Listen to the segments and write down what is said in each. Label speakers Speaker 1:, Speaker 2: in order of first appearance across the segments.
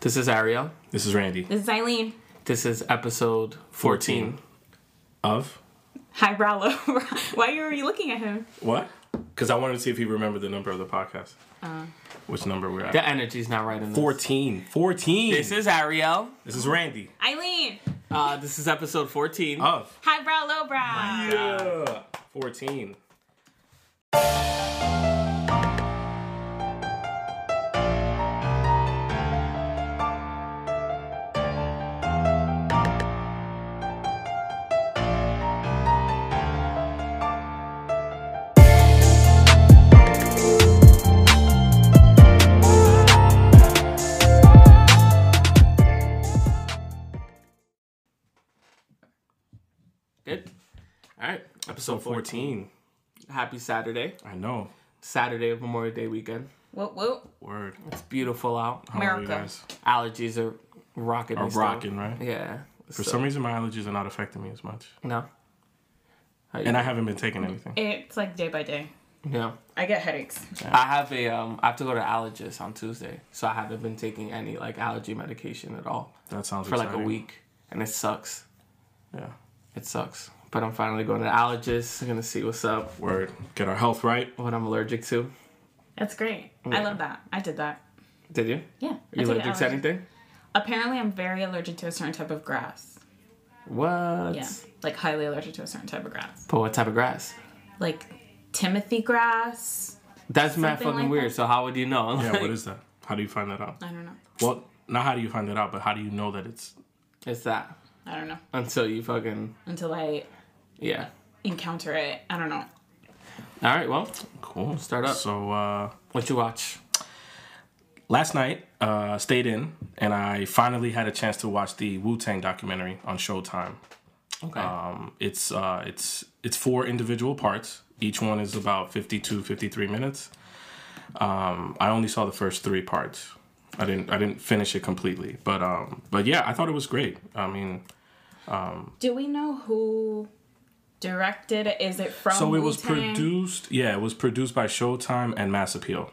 Speaker 1: This is Ariel.
Speaker 2: This is Randy
Speaker 3: This is Eileen.
Speaker 1: This is episode 14.
Speaker 2: of
Speaker 3: Hi, Rallo. Why are you looking at him?
Speaker 2: what? Because I wanted to see if he remembered the number of the podcast. Uh. Which number we're at?
Speaker 1: The energy's not right in this.
Speaker 2: 14. 14.
Speaker 1: This is Ariel.
Speaker 2: This is Randy
Speaker 3: Eileen.
Speaker 1: Uh, this is episode 14.
Speaker 2: of
Speaker 3: Hi, brow, low brow.
Speaker 2: yeah. 14.
Speaker 1: Good.
Speaker 2: All right. Episode 14.
Speaker 1: Happy Saturday.
Speaker 2: I know.
Speaker 1: Saturday of Memorial Day weekend.
Speaker 3: Whoop, whoop.
Speaker 2: Word.
Speaker 1: It's beautiful out.
Speaker 2: How are you
Speaker 3: America.
Speaker 2: guys?
Speaker 1: Allergies are rocking.
Speaker 2: Are
Speaker 1: me still.
Speaker 2: rocking, right?
Speaker 1: Yeah.
Speaker 2: For some reason, my allergies are not affecting me as much.
Speaker 1: No. How you-
Speaker 2: And I haven't been taking anything.
Speaker 3: It's like day by day.
Speaker 1: no.
Speaker 3: I get headaches.
Speaker 1: I have a um. I have to go to allergist on Tuesday, so I haven't been taking any like allergy medication at all
Speaker 2: That sounds
Speaker 1: for like a
Speaker 2: exciting.
Speaker 1: week, and it sucks.
Speaker 2: Yeah.
Speaker 1: It sucks. But I'm finally going to the allergist. I'm gonna see what's up,
Speaker 2: Word. Get our health right.
Speaker 1: what I'm allergic to.
Speaker 3: That's great. I love that. I did that.
Speaker 1: Did you?
Speaker 3: Yeah. I
Speaker 1: You
Speaker 3: took
Speaker 1: allergic to
Speaker 3: allergy-
Speaker 1: anything?
Speaker 3: Apparently, I'm very allergic to a certain type of grass.
Speaker 1: What?
Speaker 3: Yeah. Like, highly allergic to a certain type of grass.
Speaker 1: But what type of grass?
Speaker 3: Like, Timothy grass.
Speaker 1: That's mad
Speaker 3: Something
Speaker 1: fucking
Speaker 3: like
Speaker 1: weird.
Speaker 3: that.
Speaker 1: So how would you know?
Speaker 2: Yeah,
Speaker 1: Like,
Speaker 2: what is that? How do you find that out?
Speaker 3: I don't know.
Speaker 2: Well, not how do you find that out, but how do you know that it's.
Speaker 1: it's that
Speaker 3: I don't know.
Speaker 1: until you fucking
Speaker 3: Until I
Speaker 1: yeah.
Speaker 3: encounter it. I don't know.
Speaker 1: All right. Well,
Speaker 2: Cool.
Speaker 1: Start up.
Speaker 2: So, uh,
Speaker 1: what you watch?
Speaker 2: last night uh, stayed in and i finally had a chance to watch the wu-tang documentary on showtime
Speaker 1: Okay.
Speaker 2: um, it's uh, it's it's four individual parts each one is about 52 53 minutes um, i only saw the first three parts i didn't i didn't finish it completely but um but yeah i thought it was great i mean
Speaker 3: Do we know who directed it? Is it from
Speaker 2: so it was
Speaker 3: Wu-Tang?
Speaker 2: produced yeah it was produced by showtime and mass appeal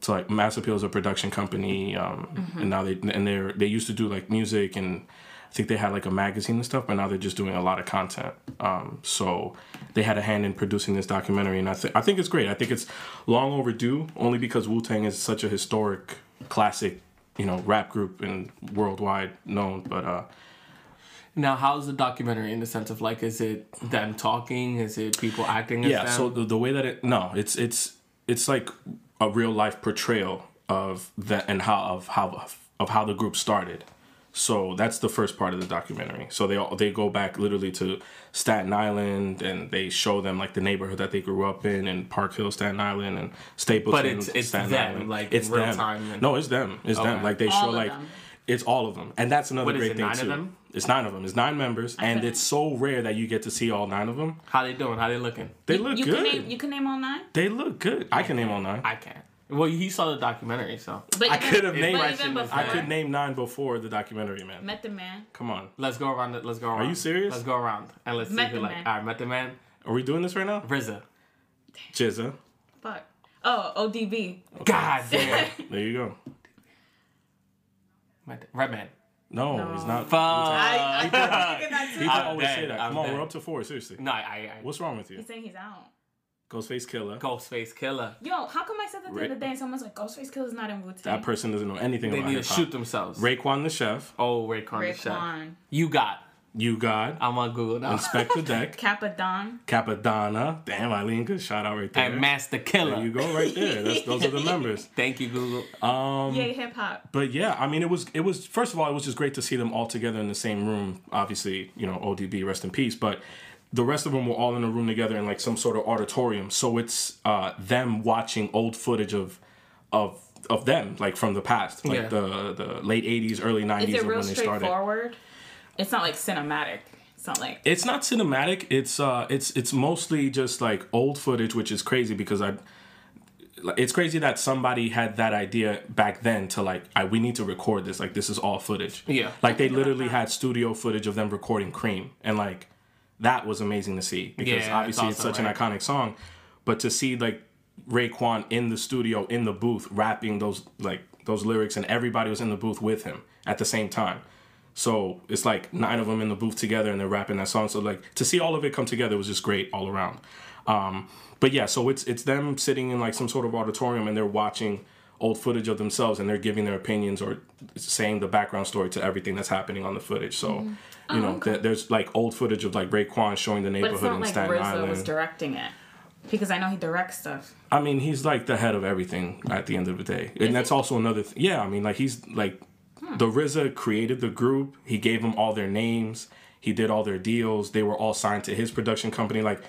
Speaker 2: so like mass appeal is a production company um,
Speaker 3: Mm-hmm.
Speaker 2: and now they and they're they used to do like music and i think they had like a magazine and stuff but now they're just doing a lot of content um, so they had a hand in producing this documentary and i, th- I think it's great i think it's long overdue only because wu-tang is such a historic classic you know rap group and worldwide known but uh
Speaker 1: Now, how's the documentary in the sense of like, is it them talking? Is it people acting? As
Speaker 2: yeah
Speaker 1: them?
Speaker 2: so the, the way that it no it's it's it's like a real life portrayal of that and how of how of how the group started so that's the first part of the documentary so they all they go back literally to staten island and they show them like the neighborhood that they grew up in and park hill staten island and stapleton
Speaker 1: it's- it's them, like, real time and-
Speaker 2: no it's them it's them like they
Speaker 3: All
Speaker 2: show
Speaker 3: of
Speaker 2: like
Speaker 3: them.
Speaker 2: it's all of them and that's another
Speaker 1: What is
Speaker 2: great
Speaker 1: it,
Speaker 2: thing
Speaker 1: nine of
Speaker 2: too
Speaker 1: them?
Speaker 2: it's nine of them it's nine members and
Speaker 3: couldn't-
Speaker 2: it's so rare that you get to see all nine of them
Speaker 1: how they doing? How they looking?
Speaker 2: they look
Speaker 3: you
Speaker 2: good
Speaker 3: Can name, you can name all nine.
Speaker 2: they look good. I can name all nine. I,
Speaker 1: I can't. Well, he saw the documentary, so
Speaker 3: But
Speaker 2: I
Speaker 3: even-
Speaker 2: could've named-
Speaker 3: But even before,
Speaker 1: I
Speaker 2: could name nine before the documentary, man.
Speaker 3: Met the man.
Speaker 2: Come on.
Speaker 1: let's go around. it. Let's go around.
Speaker 2: you serious?
Speaker 1: Let's go around and let's see
Speaker 3: Method
Speaker 1: who like.
Speaker 3: Man.
Speaker 1: All right, Method Man,
Speaker 2: Are we doing this right now?
Speaker 1: RZA.
Speaker 2: Jizza.
Speaker 3: Fuck. Oh, ODB.
Speaker 1: God damn.
Speaker 2: There you go.
Speaker 1: Method- Redman.
Speaker 2: No, he's not.
Speaker 1: Fuck.
Speaker 2: Uh,
Speaker 3: I, I keep thinking that
Speaker 2: People
Speaker 3: too.
Speaker 1: I'm
Speaker 2: always say
Speaker 1: dead.
Speaker 2: that.
Speaker 1: I'm
Speaker 2: Come on,
Speaker 1: dead.
Speaker 2: we're up to four. Seriously.
Speaker 1: No, I. I, I
Speaker 2: What's wrong with you?
Speaker 3: He's saying he's out.
Speaker 2: Ghostface Killer.
Speaker 1: Ghostface Killer.
Speaker 3: Yo, how come I said that the
Speaker 2: Right.
Speaker 3: other day and someone's like, Ghostface Killer's not in Wu Tang?
Speaker 2: That person doesn't know anything
Speaker 1: They
Speaker 2: about
Speaker 1: need to
Speaker 2: hip
Speaker 1: shoot
Speaker 2: hop.
Speaker 1: themselves.
Speaker 2: Raekwon the Chef.
Speaker 1: oh, Raycon the Chef.
Speaker 3: Raekwon.
Speaker 1: You got.
Speaker 2: You God.
Speaker 1: I'm on Google now.
Speaker 2: Inspector Deck.
Speaker 3: Kappa Don.
Speaker 2: Capadonna. Damn, Eileen. Good shout out right there.
Speaker 1: and Master Killer.
Speaker 2: there you go, right there. That's, those are the members.
Speaker 1: Thank you, Google.
Speaker 2: Um,
Speaker 3: Yay, hip hop.
Speaker 2: but yeah, I mean, it was it was first of all, it was just great to see them all together in the same room. Obviously, you know, ODB, rest in peace. But the rest of them were all in a room together in like some sort of auditorium. So it's uh, them watching old footage of of of them, like from the past, like
Speaker 1: Yeah.
Speaker 2: the the late '80s, early '90s,
Speaker 3: Is it
Speaker 2: of
Speaker 3: real
Speaker 2: when they started.
Speaker 3: straightforward? It's not like cinematic. It's not like.
Speaker 2: It's not cinematic. It's uh, it's it's mostly just like old footage, which is crazy because I. It's crazy that somebody had that idea back then to like, I, we need to record this. Like, this is all footage.
Speaker 1: Yeah.
Speaker 2: Like they literally had studio footage of them recording Cream, and like that was amazing to see because
Speaker 1: Yeah,
Speaker 2: obviously
Speaker 1: it's
Speaker 2: it's,
Speaker 1: awesome,
Speaker 2: such
Speaker 1: right?
Speaker 2: an iconic song, but to see like Raekwon in the studio in the booth rapping those like those lyrics, and everybody was in the booth with him at the same time. So it's like nine of them in the booth together, and they're rapping that song. So like to see all of it come together was just great all around. Um, but yeah, so it's it's them sitting in like some sort of auditorium, and they're watching old footage of themselves, and they're giving their opinions or saying the background story to everything that's happening on the footage. So. You know, there- there's like old footage of like Raekwon showing the
Speaker 3: Mm-hmm. Oh, But
Speaker 2: neighborhood
Speaker 3: it's not
Speaker 2: in
Speaker 3: like
Speaker 2: Staten
Speaker 3: Rizzo
Speaker 2: Island.
Speaker 3: was directing it. Because I know he directs stuff.
Speaker 2: I mean, he's like the head of everything at the end of the day, and that's also another. Th- yeah, I mean, like he's like
Speaker 3: Hmm.
Speaker 2: the RZA created the group. He gave them all their names. He did all their deals. They were all signed to his production company. Like,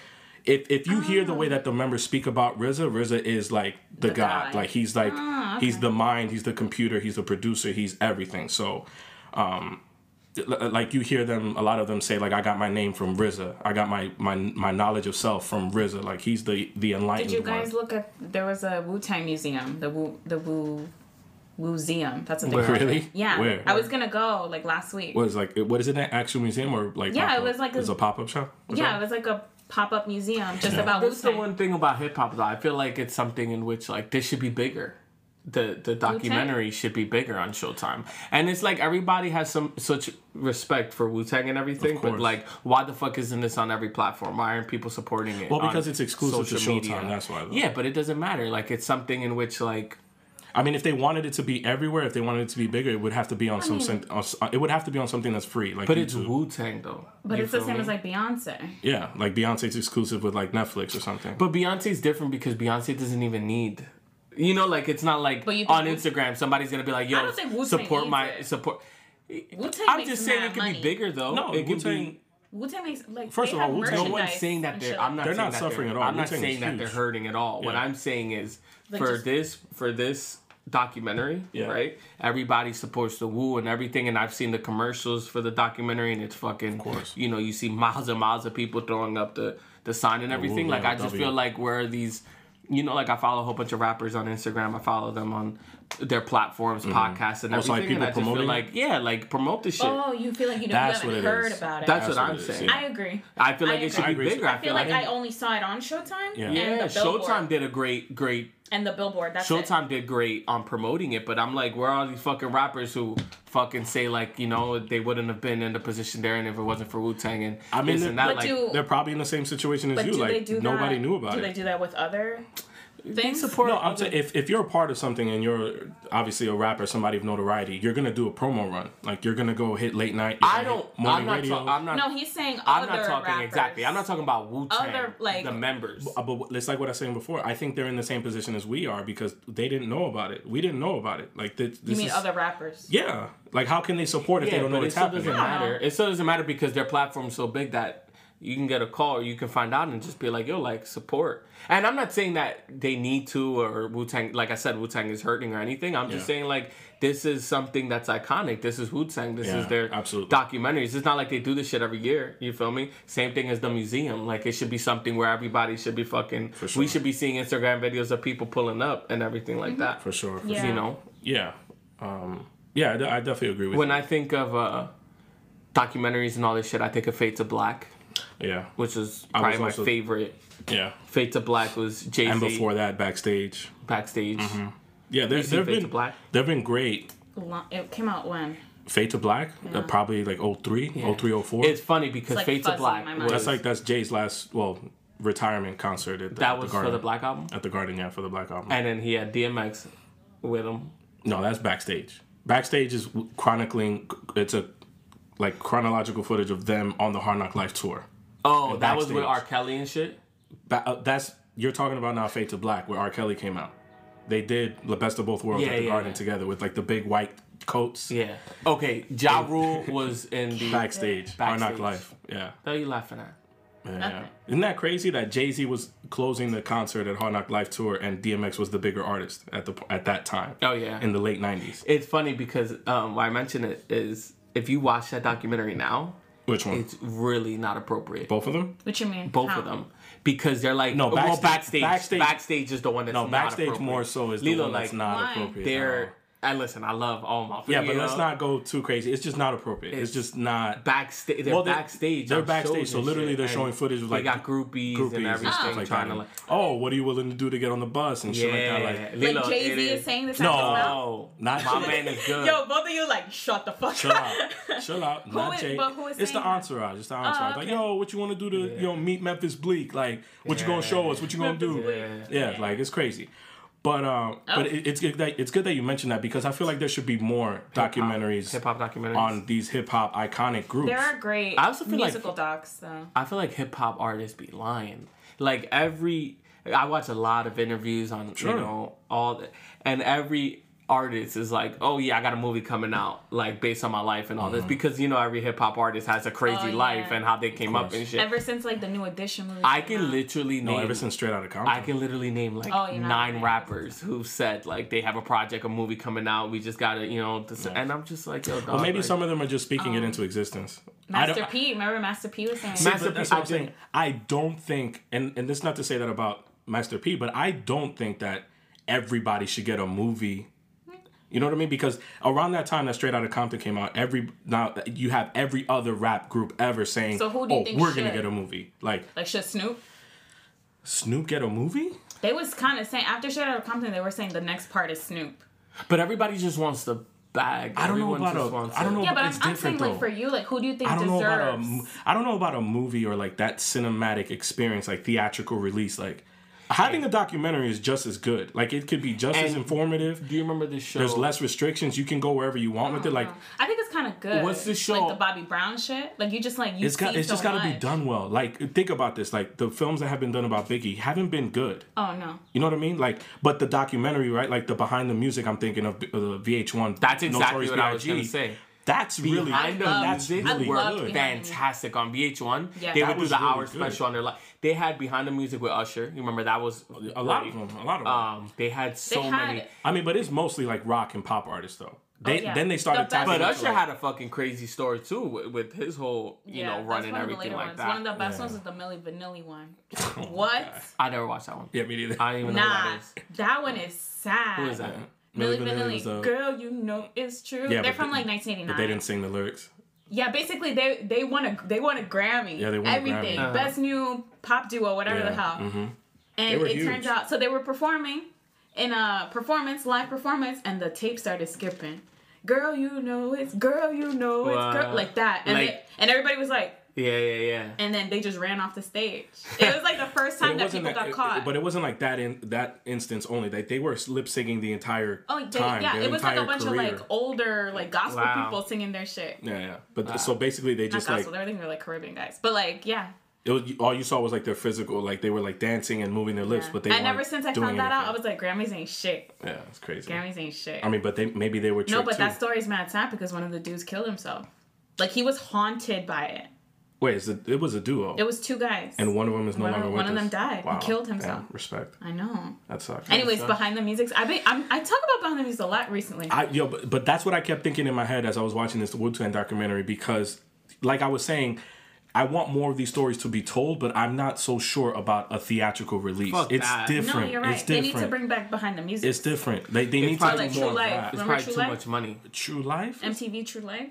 Speaker 2: if if you hear the way that the members speak about RZA, RZA is like the,
Speaker 3: The
Speaker 2: god.
Speaker 3: guy. Ah,
Speaker 2: Like he's like he's the mind. He's the computer. He's the producer. He's everything. So. um, L- like you hear them a lot of them say like I got my name from RZA. I got my my my knowledge of self from RZA. Like he's the the enlightened
Speaker 3: Did you
Speaker 2: one.
Speaker 3: guys look at there was a Wu Tang museum, the Wu the Wu Museum. That's what they
Speaker 1: Where?
Speaker 3: call it.
Speaker 2: Really?
Speaker 3: Yeah.
Speaker 2: Where?
Speaker 3: I was gonna go like last week.
Speaker 2: What is like? What is it? An actual museum or like?
Speaker 3: Yeah, it
Speaker 2: pop-up?
Speaker 3: was like a-
Speaker 2: It was a pop up shop. or
Speaker 3: yeah, it
Speaker 2: something?
Speaker 3: was like a pop up museum just about Wu
Speaker 1: That's the
Speaker 3: Tang.
Speaker 1: one thing about hip hop though. I feel like it's something in which like this should be bigger. The the documentary should be bigger on Showtime. And it's like everybody has some such respect for Wu Tang and everything, but
Speaker 2: course.
Speaker 1: like why the fuck isn't this on every platform? Why aren't people supporting it?
Speaker 2: Well,
Speaker 1: on
Speaker 2: because it's exclusive to
Speaker 1: social media?
Speaker 2: Showtime, that's why, though.
Speaker 1: Yeah, but it doesn't matter. Like it's something in which like
Speaker 2: I mean, if they wanted it to be everywhere, if they wanted it to be bigger, it would have to be on some. sen- on s- uh, It would have to be on something that's free, like.
Speaker 1: but it's
Speaker 2: YouTube.
Speaker 1: Wu Tang though.
Speaker 3: But
Speaker 1: You
Speaker 3: it's the
Speaker 1: feel
Speaker 3: same
Speaker 1: me?
Speaker 3: as like Beyonce.
Speaker 2: yeah, like Beyonce's exclusive with like Netflix or something.
Speaker 1: But Beyonce's different because Beyonce doesn't even need. You know, like it's not like
Speaker 3: But you think
Speaker 1: on
Speaker 3: Wu-
Speaker 1: Instagram somebody's gonna be like,
Speaker 3: I
Speaker 1: "Yo,
Speaker 3: don't think Wu-Tang
Speaker 1: support
Speaker 3: needs
Speaker 1: my
Speaker 3: it.
Speaker 1: support."
Speaker 3: Wu Tang
Speaker 1: I'm just saying it could be bigger though.
Speaker 2: no,
Speaker 1: it could
Speaker 2: Wu-Tang-
Speaker 1: be.
Speaker 3: Wu Tang makes like
Speaker 2: First
Speaker 3: they
Speaker 2: of all,
Speaker 3: have
Speaker 2: Wu-Tang-
Speaker 1: No one's
Speaker 3: merchandise
Speaker 1: saying that
Speaker 3: and
Speaker 1: they're.
Speaker 3: shit.
Speaker 1: I'm not.
Speaker 2: They're
Speaker 1: saying
Speaker 2: not
Speaker 1: that
Speaker 2: suffering
Speaker 1: they're-
Speaker 2: at all.
Speaker 1: I'm not
Speaker 2: Wu-Tang
Speaker 1: saying
Speaker 2: is
Speaker 1: that they're
Speaker 2: huge.
Speaker 1: hurting at all. What
Speaker 2: Yeah.
Speaker 1: I'm saying is
Speaker 3: Like
Speaker 1: for
Speaker 3: just-
Speaker 1: this for this documentary,
Speaker 2: Yeah.
Speaker 1: right? Everybody supports the Wu and everything, and I've seen the commercials for the documentary, and it's fucking. Of
Speaker 2: course.
Speaker 1: You know, you see miles and miles of people throwing up the the sign and everything.
Speaker 2: yeah,
Speaker 1: like I just
Speaker 2: W.
Speaker 1: feel like where are these. You know, like I follow a whole bunch of rappers on Instagram. I follow them on their platforms, podcasts, and everything.
Speaker 2: Also, Mm-hmm. Oh,
Speaker 1: and
Speaker 2: like, people
Speaker 1: I just feel
Speaker 2: promoting it?
Speaker 1: like, yeah, like promote the shit.
Speaker 3: Oh, you feel like you, know, you
Speaker 2: That's
Speaker 3: haven't
Speaker 2: what it
Speaker 3: heard
Speaker 2: is.
Speaker 3: about it.
Speaker 1: That's what
Speaker 2: That's
Speaker 1: I'm
Speaker 2: what it is,
Speaker 1: saying.
Speaker 2: yeah.
Speaker 3: I agree.
Speaker 1: I feel like it should
Speaker 3: agree.
Speaker 1: be bigger.
Speaker 2: agree. I
Speaker 1: I
Speaker 3: I feel like I only saw it on Showtime.
Speaker 2: Yeah.
Speaker 3: and
Speaker 1: yeah,
Speaker 3: the Billboard.
Speaker 1: Showtime did a great, great.
Speaker 3: and the Billboard. That's it.
Speaker 1: Showtime did great on promoting it, but I'm like, where are all these fucking rappers who fucking say like, you know, they wouldn't have been in the position they're in if it wasn't for Wu Tang and
Speaker 2: I mean,
Speaker 1: this
Speaker 2: the-
Speaker 1: and that.
Speaker 3: But
Speaker 1: Like,
Speaker 3: do-
Speaker 2: They're probably in the same situation as
Speaker 3: But
Speaker 2: you.
Speaker 3: do
Speaker 2: like
Speaker 3: they do
Speaker 2: nobody
Speaker 3: that?
Speaker 2: knew about
Speaker 3: do
Speaker 2: it.
Speaker 3: they do that with other things?
Speaker 1: support.
Speaker 2: No, I'm saying if, if you're a part of something and you're obviously a rapper, somebody of notoriety, you're gonna do a promo run. Like you're gonna go hit late night. you're
Speaker 1: I
Speaker 2: gonna
Speaker 1: don't.
Speaker 2: hit
Speaker 1: I'm not.
Speaker 2: radio.
Speaker 1: Talk, I'm not.
Speaker 3: No, he's saying
Speaker 1: I'm
Speaker 3: other
Speaker 1: not talking
Speaker 3: rappers.
Speaker 1: exactly. I'm not talking about Wu Tang.
Speaker 3: Other, like-
Speaker 1: the members.
Speaker 2: Uh, but it's like what I was saying before. I think they're in the same position as we are because they didn't know about it. We didn't know about it. Like th- this
Speaker 3: You mean
Speaker 2: is,
Speaker 3: other rappers?
Speaker 2: Yeah. Like how can they support if
Speaker 1: Yeah,
Speaker 2: they don't know
Speaker 1: but it
Speaker 2: what's
Speaker 1: still
Speaker 2: happening?
Speaker 1: doesn't matter. It still doesn't matter because their platform's so big that you can get a call or you can find out and just be like, yo, like support. And I'm not saying that they need to or Wu Tang, like I said, Wu Tang is hurting or anything. I'm just
Speaker 2: Yeah.
Speaker 1: saying like this is something that's iconic. This is Wu Tang. This is
Speaker 2: Yeah,
Speaker 1: their
Speaker 2: absolutely.
Speaker 1: documentaries. It's not like they do this shit every year. You feel me? Same thing as the museum. Like it should be something where everybody should be fucking.
Speaker 2: sure.
Speaker 1: We should be seeing Instagram videos of people pulling up and everything like that.
Speaker 2: For sure. For
Speaker 3: Yeah.
Speaker 1: You know.
Speaker 2: Yeah. Um, yeah. I, de- I definitely agree with
Speaker 1: When
Speaker 2: you.
Speaker 1: I think of uh, documentaries and all this shit, I think of Fade to Black,
Speaker 2: yeah.
Speaker 1: which is
Speaker 2: was
Speaker 1: probably my
Speaker 2: also-
Speaker 1: favorite.
Speaker 2: Yeah.
Speaker 1: Fade to Black was Jay
Speaker 2: And
Speaker 1: Z
Speaker 2: before that, backstage.
Speaker 1: backstage.
Speaker 2: Yeah. There's
Speaker 1: see
Speaker 2: there've
Speaker 1: Fade to
Speaker 2: been
Speaker 1: Black?
Speaker 2: there've been great.
Speaker 3: Lo- It came out when
Speaker 2: Fade to Black. Uh, probably like 03, 03, 04.
Speaker 1: It's funny because
Speaker 3: like
Speaker 1: Fade
Speaker 3: fuzzy
Speaker 1: to
Speaker 3: in
Speaker 1: Black
Speaker 3: my mind.
Speaker 1: was
Speaker 2: that's like that's Jay's last well retirement concert at the, at
Speaker 1: that
Speaker 2: the
Speaker 1: was for
Speaker 2: Garden.
Speaker 1: the Black album,
Speaker 2: at the Garden. Yeah, for the Black album.
Speaker 1: and then he had DMX with him.
Speaker 2: No, that's backstage. Backstage is chronicling. It's a like chronological footage of them on the Hard Knock Life tour.
Speaker 1: Oh, that was with R.
Speaker 2: backstage.
Speaker 1: Kelly and shit.
Speaker 2: Ba- uh, that's you're talking about now. Fade to Black, where R. Kelly came out. They did the best of both worlds
Speaker 1: Yeah,
Speaker 2: at the
Speaker 1: yeah,
Speaker 2: Garden
Speaker 1: yeah.
Speaker 2: together with like the big white coats.
Speaker 1: Yeah. Okay, Ja Rule was in the.
Speaker 2: Backstage, Hard Knock
Speaker 1: Backstage.
Speaker 2: Life. Yeah,
Speaker 1: What are you laughing at?
Speaker 2: yeah. yeah. Isn't that crazy that Jay Z was closing the concert at Hard Knock Life tour and DMX was the bigger artist at the at that time
Speaker 1: Oh yeah.
Speaker 2: in the late '90s?
Speaker 1: it's funny because um, why I mention it is if you watch that documentary now,
Speaker 2: Which one?
Speaker 1: it's really not appropriate.
Speaker 2: both of them.
Speaker 3: what you mean?
Speaker 1: both
Speaker 3: How?
Speaker 1: of them because they're like oh,
Speaker 2: No,
Speaker 1: well,
Speaker 2: backstage-
Speaker 1: backstage, backstage
Speaker 2: backstage-
Speaker 1: is the one that's
Speaker 2: No,
Speaker 1: Oh, not
Speaker 2: backstage
Speaker 1: appropriate.
Speaker 2: more so is the
Speaker 1: Lilo
Speaker 2: one that's
Speaker 1: like
Speaker 2: not
Speaker 3: Why?
Speaker 2: appropriate. at
Speaker 1: they're
Speaker 2: all.
Speaker 1: I listen. I love all my.
Speaker 2: Yeah, but let's not go too crazy. It's just not appropriate. It's, just not.
Speaker 1: backstage. They're
Speaker 2: Well, they-
Speaker 1: backstage.
Speaker 2: they're
Speaker 1: on shows
Speaker 2: backstage,
Speaker 1: and
Speaker 2: so literally
Speaker 1: shit,
Speaker 2: they're
Speaker 1: and
Speaker 2: showing footage of, like,
Speaker 1: they got groupies, and
Speaker 2: Groupies
Speaker 1: everything,
Speaker 2: and stuff like
Speaker 1: trying
Speaker 2: that.
Speaker 1: to like
Speaker 2: oh, what are you willing to do to get on the bus and shit like that? Like,
Speaker 1: Lilo,
Speaker 3: like Jay
Speaker 1: it
Speaker 3: Z is saying this.
Speaker 2: No.
Speaker 3: out
Speaker 1: Oh,
Speaker 2: Not
Speaker 1: my
Speaker 2: Jay.
Speaker 1: man is good.
Speaker 3: loud? Yo, both of you like shut the fuck
Speaker 2: Chill
Speaker 3: up.
Speaker 2: out, chill out. Not
Speaker 3: is-
Speaker 2: Jay.
Speaker 3: but who is
Speaker 2: it's the
Speaker 3: saying that? Oh,
Speaker 2: entourage. It's the entourage. Like,
Speaker 3: okay.
Speaker 2: yo, what you want to do to you know meet Memphis Bleak? Like, what you gonna
Speaker 1: Yeah.
Speaker 2: show us? What you gonna
Speaker 3: Memphis
Speaker 2: do?
Speaker 3: Bleak.
Speaker 2: Yeah. like it's crazy. But um,
Speaker 3: Oh.
Speaker 2: but it, it's good that it's good that you mentioned that because I feel like there should be more documentaries
Speaker 1: hip hop documentaries.
Speaker 2: on these hip hop iconic groups.
Speaker 3: There are great
Speaker 1: I also feel like-
Speaker 3: musical docs though.
Speaker 1: I feel like hip hop artists be lying. Like every, I watch a lot of interviews on
Speaker 2: Sure.
Speaker 1: you know all, the, and every artist is like, oh yeah, I got a movie coming out, like based on my life and all this, because you know every hip hop artist has a crazy
Speaker 3: Oh, yeah.
Speaker 1: life and how they came up
Speaker 2: course.
Speaker 1: and shit.
Speaker 3: Ever since like the new edition movie.
Speaker 1: I
Speaker 3: came
Speaker 1: can
Speaker 3: out.
Speaker 1: literally
Speaker 2: no,
Speaker 1: name.
Speaker 2: ever since Straight Outta Compton.
Speaker 1: I can literally name like
Speaker 3: Oh, you're not
Speaker 1: nine
Speaker 3: right.
Speaker 1: rappers who said like they have a project, a movie coming out. We just gotta, you know, this, and I'm just like, yo,
Speaker 2: Or
Speaker 1: dog,
Speaker 2: maybe
Speaker 1: like,
Speaker 2: some of them are just speaking it into existence. I don't-
Speaker 3: Oh. Master P. Remember Master P was saying.
Speaker 2: See,
Speaker 1: Master
Speaker 2: but that's
Speaker 1: P-
Speaker 2: what
Speaker 1: I
Speaker 2: I'm saying. I don't think, and and this is not to say that about Master P, but I don't think that everybody should get a movie. You know what I mean? Because around that time that Straight Outta Compton came out, every now you have every other rap group ever saying,
Speaker 3: So who do you
Speaker 2: "Oh,
Speaker 3: think
Speaker 2: we're
Speaker 3: should?"
Speaker 2: gonna get a movie." Like
Speaker 3: like should Snoop?
Speaker 2: Snoop get a movie?
Speaker 3: They was kind of saying after Shadow of Compton, they were saying the next part is Snoop.
Speaker 1: but everybody just wants the bag.
Speaker 2: I don't know
Speaker 1: Everyone
Speaker 2: about
Speaker 1: just
Speaker 2: a-
Speaker 1: wants
Speaker 2: I don't
Speaker 1: it.
Speaker 2: know
Speaker 3: Yeah, but
Speaker 2: it's
Speaker 3: I'm, I'm saying
Speaker 2: different,
Speaker 3: like
Speaker 2: though.
Speaker 3: for you, like who do you think
Speaker 2: I don't
Speaker 3: deserves?
Speaker 2: know about um, a mo- I don't know about a movie or like that cinematic experience, like theatrical release. Like having a documentary is just as good. Like it could be just as
Speaker 1: And-
Speaker 2: informative.
Speaker 1: Do you remember this show?
Speaker 2: There's less restrictions. You can go wherever you want with
Speaker 3: Oh,
Speaker 2: it. Like
Speaker 3: I think it's kind of good.
Speaker 1: What's the show?
Speaker 3: Like the Bobby Brown shit. Like you just like you.
Speaker 2: it's got.
Speaker 3: see
Speaker 2: It's
Speaker 3: so
Speaker 2: just got to be
Speaker 3: much.
Speaker 2: done well. Like think about this. Like the films that have been done about Biggie haven't been good.
Speaker 3: Oh no.
Speaker 2: You know what I mean? Like, but the documentary, right? Like the behind the music. I'm thinking of uh, the VH1.
Speaker 1: That's exactly
Speaker 2: Notorious
Speaker 1: what I was
Speaker 2: B.I.G..
Speaker 1: gonna say.
Speaker 2: That's really.
Speaker 1: Behind the
Speaker 3: I love-
Speaker 2: that's
Speaker 1: music
Speaker 2: really
Speaker 3: I love
Speaker 2: good.
Speaker 3: Behind-
Speaker 1: fantastic on VH1.
Speaker 3: Yeah.
Speaker 1: They
Speaker 3: That
Speaker 1: would do
Speaker 2: was
Speaker 1: the
Speaker 2: really
Speaker 1: hour
Speaker 2: good.
Speaker 1: special on their life. They had behind the music with Usher. You remember that was
Speaker 2: A lot of them. A lot of them.
Speaker 1: Um, they had so
Speaker 3: They had-
Speaker 1: many.
Speaker 2: I mean, but it's mostly like rock and pop artists though. They
Speaker 3: Oh, yeah.
Speaker 2: then they
Speaker 3: The
Speaker 2: started
Speaker 3: best-
Speaker 2: tapping.
Speaker 1: But
Speaker 2: into,
Speaker 1: Usher
Speaker 2: like-
Speaker 1: had a fucking crazy story too with, with his whole you
Speaker 3: yeah,
Speaker 1: know
Speaker 3: that's
Speaker 1: run and
Speaker 3: one of the
Speaker 1: everything
Speaker 3: later
Speaker 1: like
Speaker 3: ones.
Speaker 1: that.
Speaker 3: One of the best
Speaker 2: Yeah.
Speaker 3: ones is the Millie Vanilli one. what?
Speaker 1: I never watched that one.
Speaker 2: Yeah, me neither.
Speaker 1: I don't even know what
Speaker 3: Nah,
Speaker 1: that is.
Speaker 3: that one is sad.
Speaker 1: Who is that?
Speaker 3: Millie
Speaker 2: Milli Vanilli
Speaker 3: Vanilli,
Speaker 2: was, uh,
Speaker 3: girl, you know it's true.
Speaker 2: Yeah,
Speaker 3: They're
Speaker 2: but
Speaker 3: from
Speaker 2: they-
Speaker 3: like 1989.
Speaker 2: But they didn't sing the lyrics.
Speaker 3: Yeah, basically they they won a they won a Grammy.
Speaker 2: Yeah, they won a
Speaker 3: everything.
Speaker 2: Grammy. Uh-huh.
Speaker 3: Best new pop duo, whatever the
Speaker 2: Yeah, mm-hmm.
Speaker 3: hell.
Speaker 2: They
Speaker 3: And
Speaker 2: were
Speaker 3: it turns
Speaker 2: huge.
Speaker 3: out so they were performing in a performance, live performance, and the tape started skipping. Girl, you know it's girl, you know it's
Speaker 1: Wow.
Speaker 3: girl, like that, and
Speaker 1: Like-
Speaker 3: they- and everybody was like,
Speaker 1: Yeah, yeah, yeah.
Speaker 3: and then they just ran off the stage. It was like the first
Speaker 2: But
Speaker 3: time
Speaker 2: it
Speaker 3: that
Speaker 2: wasn't
Speaker 3: people
Speaker 2: that,
Speaker 3: got
Speaker 2: it-
Speaker 3: caught.
Speaker 2: it- but it wasn't like that in that instance only. Like they were lip syncing the entire
Speaker 3: oh, they,
Speaker 2: time.
Speaker 3: yeah,
Speaker 2: their
Speaker 3: it was like a
Speaker 2: entire
Speaker 3: bunch
Speaker 2: career.
Speaker 3: of like older like gospel
Speaker 1: Wow.
Speaker 3: people singing their shit.
Speaker 2: Yeah, yeah. But so basically, they
Speaker 3: Not
Speaker 2: just like
Speaker 3: gospel, they're thinking they're like Caribbean guys, but like yeah,
Speaker 2: it was, all you saw was like their physical, like they were like dancing and moving their lips,
Speaker 3: Yeah.
Speaker 2: but they.
Speaker 3: and ever
Speaker 2: weren't
Speaker 3: since I
Speaker 2: doing
Speaker 3: found that out, I
Speaker 2: anything.
Speaker 3: was like, Grammys ain't shit.
Speaker 2: yeah, it's crazy.
Speaker 3: Grammys ain't shit.
Speaker 2: I mean, but they maybe they were
Speaker 3: no,
Speaker 2: tricked
Speaker 3: but
Speaker 2: too.
Speaker 3: that story's mad sad because one of the dudes killed himself. Like he was haunted by it.
Speaker 2: Wait, it's a, it was a duo,
Speaker 3: It was two guys.
Speaker 2: and one of them is no
Speaker 3: One of-
Speaker 2: longer with
Speaker 3: one of them
Speaker 2: us.
Speaker 3: died. He
Speaker 2: Wow.
Speaker 3: killed
Speaker 2: Damn,
Speaker 3: himself.
Speaker 2: respect.
Speaker 3: I know.
Speaker 2: That sucks.
Speaker 3: Anyways,
Speaker 1: sucks.
Speaker 3: behind the music's I be, I'm, I talk about behind the music a lot recently.
Speaker 2: I yo, but, but that's what I kept thinking in my head as I was watching this Wu Tang documentary because, like I was saying, I want more of these stories to be told, but I'm not so sure about a theatrical release.
Speaker 1: Fuck
Speaker 2: it's
Speaker 1: that. No,
Speaker 2: different.
Speaker 3: no, you're right.
Speaker 2: It's
Speaker 3: They need
Speaker 2: different.
Speaker 3: to bring back behind the music.
Speaker 2: it's different. They, they need to
Speaker 1: probably
Speaker 2: do
Speaker 1: like
Speaker 2: more
Speaker 3: True
Speaker 2: of
Speaker 3: Life.
Speaker 2: that.
Speaker 1: It's
Speaker 3: Remember
Speaker 1: probably
Speaker 3: True
Speaker 1: too
Speaker 3: Life?
Speaker 1: much money.
Speaker 2: True life.
Speaker 3: MTV True Life.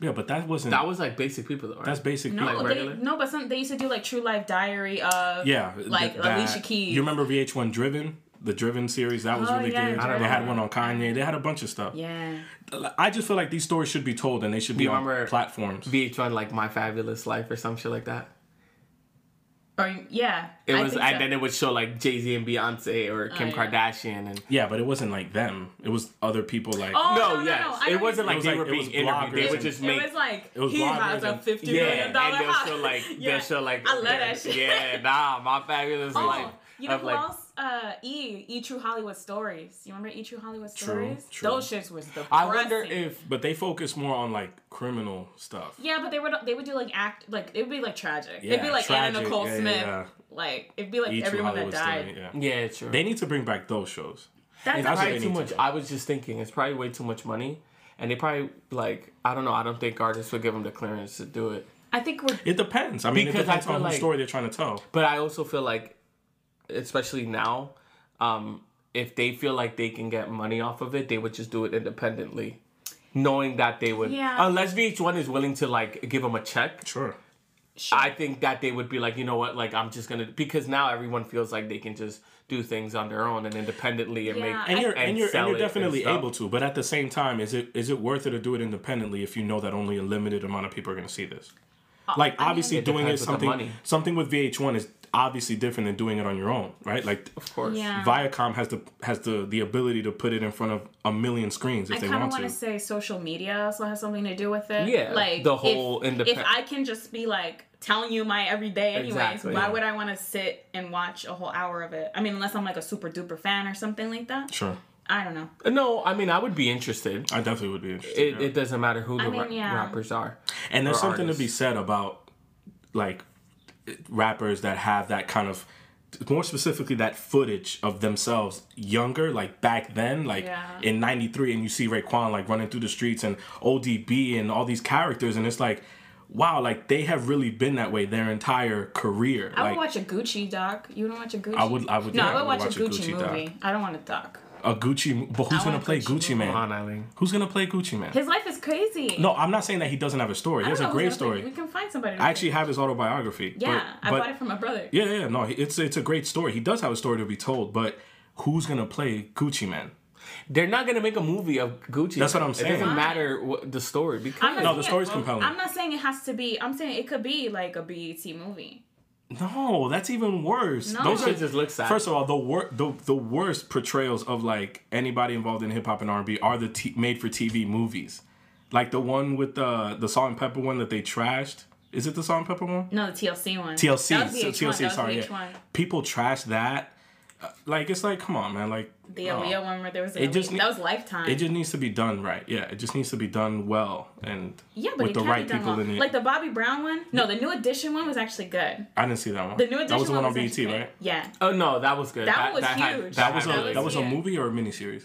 Speaker 2: Yeah, but that wasn't.
Speaker 1: That was like basic people though. Right?
Speaker 2: that's basic.
Speaker 3: No,
Speaker 1: Like
Speaker 3: they,
Speaker 1: regular?
Speaker 3: no, but some they used to do like True Life Diary of
Speaker 2: yeah,
Speaker 3: like
Speaker 2: th- that-
Speaker 3: Alicia Keys.
Speaker 2: You remember VH1 Driven? The Driven series that was
Speaker 3: Oh,
Speaker 2: really
Speaker 3: yeah,
Speaker 2: good.
Speaker 3: I don't
Speaker 2: They had one
Speaker 1: remember.
Speaker 2: on Kanye. They had a bunch of stuff.
Speaker 3: yeah.
Speaker 2: I just feel like these stories should be told and they should be
Speaker 1: you
Speaker 2: on
Speaker 1: remember
Speaker 2: platforms.
Speaker 1: VH1 like My Fabulous Life or some shit like that.
Speaker 3: Or yeah.
Speaker 1: It
Speaker 3: I
Speaker 1: was,
Speaker 3: think
Speaker 1: and
Speaker 3: so. Oh,
Speaker 1: then it would show like Jay Z and Beyonce or Kim
Speaker 3: yeah.
Speaker 1: Kardashian and.
Speaker 2: yeah, but it wasn't like them. It was other people like.
Speaker 3: Oh, no,
Speaker 1: no,
Speaker 3: no,
Speaker 1: yes,
Speaker 3: no, I know
Speaker 1: it
Speaker 3: what
Speaker 1: wasn't
Speaker 3: you
Speaker 1: like
Speaker 2: mean.
Speaker 1: they
Speaker 2: It
Speaker 1: were
Speaker 2: was like-
Speaker 1: being
Speaker 2: it was
Speaker 1: interviewed. They
Speaker 2: bloggers
Speaker 1: would
Speaker 2: and-
Speaker 1: just
Speaker 3: it
Speaker 1: make
Speaker 3: was like
Speaker 2: It was
Speaker 3: he has
Speaker 2: bloggers
Speaker 3: a
Speaker 2: and-
Speaker 3: fifty
Speaker 1: yeah,
Speaker 3: million dollar
Speaker 1: and they'll
Speaker 3: house.
Speaker 1: show like they'll show like
Speaker 3: I love
Speaker 1: yeah,
Speaker 3: that shit.
Speaker 1: Yeah, nah, my fabulous
Speaker 3: Oh,
Speaker 1: life.
Speaker 3: you know
Speaker 1: of,
Speaker 3: who
Speaker 1: like,
Speaker 3: else? Uh, E E True Hollywood Stories. You remember E True Hollywood Stories?
Speaker 2: true.
Speaker 3: Those shits was the.
Speaker 1: I wonder if
Speaker 2: But they focus more on like criminal stuff.
Speaker 3: Yeah, but they would they would do like act like it would be like tragic. it'd be
Speaker 2: Yeah,
Speaker 3: like Anna
Speaker 2: tragic.
Speaker 3: Nicole
Speaker 2: Yeah, yeah,
Speaker 3: Smith.
Speaker 2: yeah.
Speaker 3: Like it'd be like
Speaker 1: E
Speaker 2: Each
Speaker 3: everyone that
Speaker 2: Hollywood
Speaker 3: died.
Speaker 2: story. Yeah.
Speaker 1: yeah, it's true.
Speaker 2: They need to bring back those shows.
Speaker 3: That's,
Speaker 1: It's
Speaker 2: That's what
Speaker 1: probably
Speaker 2: they
Speaker 1: too
Speaker 2: need to
Speaker 1: much. I was just thinking, it's probably way too much money, and they probably like I don't know. I don't think artists would give them the clearance to do it.
Speaker 3: I think we're
Speaker 2: It depends. I mean,
Speaker 1: Because I
Speaker 2: it depends
Speaker 1: feel
Speaker 2: on
Speaker 1: like-
Speaker 2: whose story they're trying to tell.
Speaker 1: But I also feel like, especially now, um, if they feel like they can get money off of it, they would just do it independently, knowing that they would.
Speaker 3: Yeah.
Speaker 1: Unless VH1 is willing to like give them a check,
Speaker 2: Sure.
Speaker 1: I think that they would be like, you know what, like I'm just gonna because now everyone feels like they can just do things on their own and independently and
Speaker 3: Yeah,
Speaker 1: make.
Speaker 2: And
Speaker 3: I-
Speaker 2: you're and,
Speaker 1: and
Speaker 2: you're
Speaker 1: sell
Speaker 2: and you're
Speaker 1: it and
Speaker 2: definitely
Speaker 1: stuff.
Speaker 2: able to, but at the same time, is it is it worth it to do it independently if you know that only a limited amount of people are going to see this? Like
Speaker 3: Uh, I mean-
Speaker 2: obviously
Speaker 3: It
Speaker 2: doing it
Speaker 1: depends with the
Speaker 2: something
Speaker 1: money.
Speaker 2: something with VH1 is obviously different than doing it on your own, right? Like
Speaker 1: Of course.
Speaker 3: Yeah.
Speaker 2: Viacom has the has the the ability to put it in front of a million screens if
Speaker 3: I
Speaker 2: they
Speaker 3: kind of
Speaker 2: want
Speaker 3: want
Speaker 2: to.
Speaker 3: to say social media also has something to do with it.
Speaker 1: Yeah,
Speaker 3: like
Speaker 1: the whole
Speaker 3: if,
Speaker 1: independ-
Speaker 3: If I can just be like telling you my everyday, anyways,
Speaker 1: Exactly.
Speaker 3: why would I want to sit and watch a whole hour of it? I mean, unless I'm like a super duper fan or something like that.
Speaker 2: Sure,
Speaker 3: I don't know.
Speaker 1: Uh, No, I mean I would be interested.
Speaker 2: I definitely would be interested.
Speaker 1: It,
Speaker 2: yeah.
Speaker 1: it doesn't matter who the
Speaker 3: mean,
Speaker 1: ra-
Speaker 3: yeah.
Speaker 1: rappers are.
Speaker 2: and there's
Speaker 1: or
Speaker 2: something to be
Speaker 1: artists.
Speaker 2: said about like rappers that have that kind of more specifically that footage of themselves younger like back then like
Speaker 3: Yeah.
Speaker 2: in 93 and you see Raekwon like running through the streets and ODB and all these characters and it's like wow like they have really been that way their entire career
Speaker 3: I
Speaker 2: like
Speaker 3: would watch a Gucci doc. You don't watch a Gucci?
Speaker 2: I would- I would-
Speaker 3: No,
Speaker 2: yeah,
Speaker 3: I would watch, a Gucci,
Speaker 2: doc.
Speaker 3: movie. I don't want a doc.
Speaker 2: a Gucci but who's going
Speaker 3: I
Speaker 2: to
Speaker 3: want
Speaker 2: play
Speaker 3: Gucci.
Speaker 2: Gucci, man
Speaker 1: Come on, Eileen.
Speaker 2: who's going to play Gucci man
Speaker 3: His life is crazy.
Speaker 2: no I'm not saying that he doesn't have a story he
Speaker 3: I don't
Speaker 2: has
Speaker 3: know
Speaker 2: a
Speaker 3: who's
Speaker 2: great
Speaker 3: gonna play-
Speaker 2: story
Speaker 3: We can find somebody. to
Speaker 2: I
Speaker 3: play.
Speaker 2: actually have his autobiography
Speaker 3: Yeah,
Speaker 2: but,
Speaker 3: I
Speaker 2: but
Speaker 3: bought it from my brother.
Speaker 2: Yeah, yeah, no, it's it's a great story. He does have a story to be told, but who's gonna play Gucci Man?
Speaker 1: They're not gonna make a movie of Gucci.
Speaker 2: That's what I'm
Speaker 1: It
Speaker 2: saying.
Speaker 1: doesn't matter what the story because
Speaker 3: I'm not
Speaker 2: No, the
Speaker 3: saying-
Speaker 2: story's compelling.
Speaker 3: I'm not saying it has to be. I'm saying it could be like a BET movie.
Speaker 2: No, that's even worse.
Speaker 3: No.
Speaker 2: Those are
Speaker 1: it just looks sad.
Speaker 2: first of all the wor- the the worst portrayals of like anybody involved in hip hop and R and B are the t- made for TV movies, like the one with the the salt and pepper one that they trashed. Is it the salt and pepper one?
Speaker 3: No, the TLC one.
Speaker 2: TLC,
Speaker 3: That was
Speaker 2: so
Speaker 3: VH1,
Speaker 2: TLC.
Speaker 3: that was
Speaker 2: sorry, yeah.
Speaker 3: VH1.
Speaker 2: people trash that. Uh, Like it's like, come on, man. Like
Speaker 3: The E
Speaker 2: no.
Speaker 3: Aaliyah one where there was a
Speaker 2: Oh.
Speaker 3: E,
Speaker 2: It just ne-
Speaker 3: that was Lifetime.
Speaker 2: It just needs to be done right. Yeah, it just needs to be done well and
Speaker 3: yeah, but
Speaker 2: with
Speaker 3: it
Speaker 2: the
Speaker 3: can
Speaker 2: right
Speaker 3: be done
Speaker 2: people
Speaker 3: well.
Speaker 2: in it.
Speaker 3: Like the Bobby Brown one. No, the New Edition one was actually good.
Speaker 2: I didn't see that one.
Speaker 3: The New Edition
Speaker 2: that was the one on BET,
Speaker 3: actually good.
Speaker 2: right?
Speaker 3: Yeah.
Speaker 1: oh no, that was good.
Speaker 3: That one was
Speaker 1: had-
Speaker 3: huge.
Speaker 2: That was
Speaker 1: had
Speaker 2: a
Speaker 1: really
Speaker 2: that was a
Speaker 3: yeah.
Speaker 2: movie or a miniseries.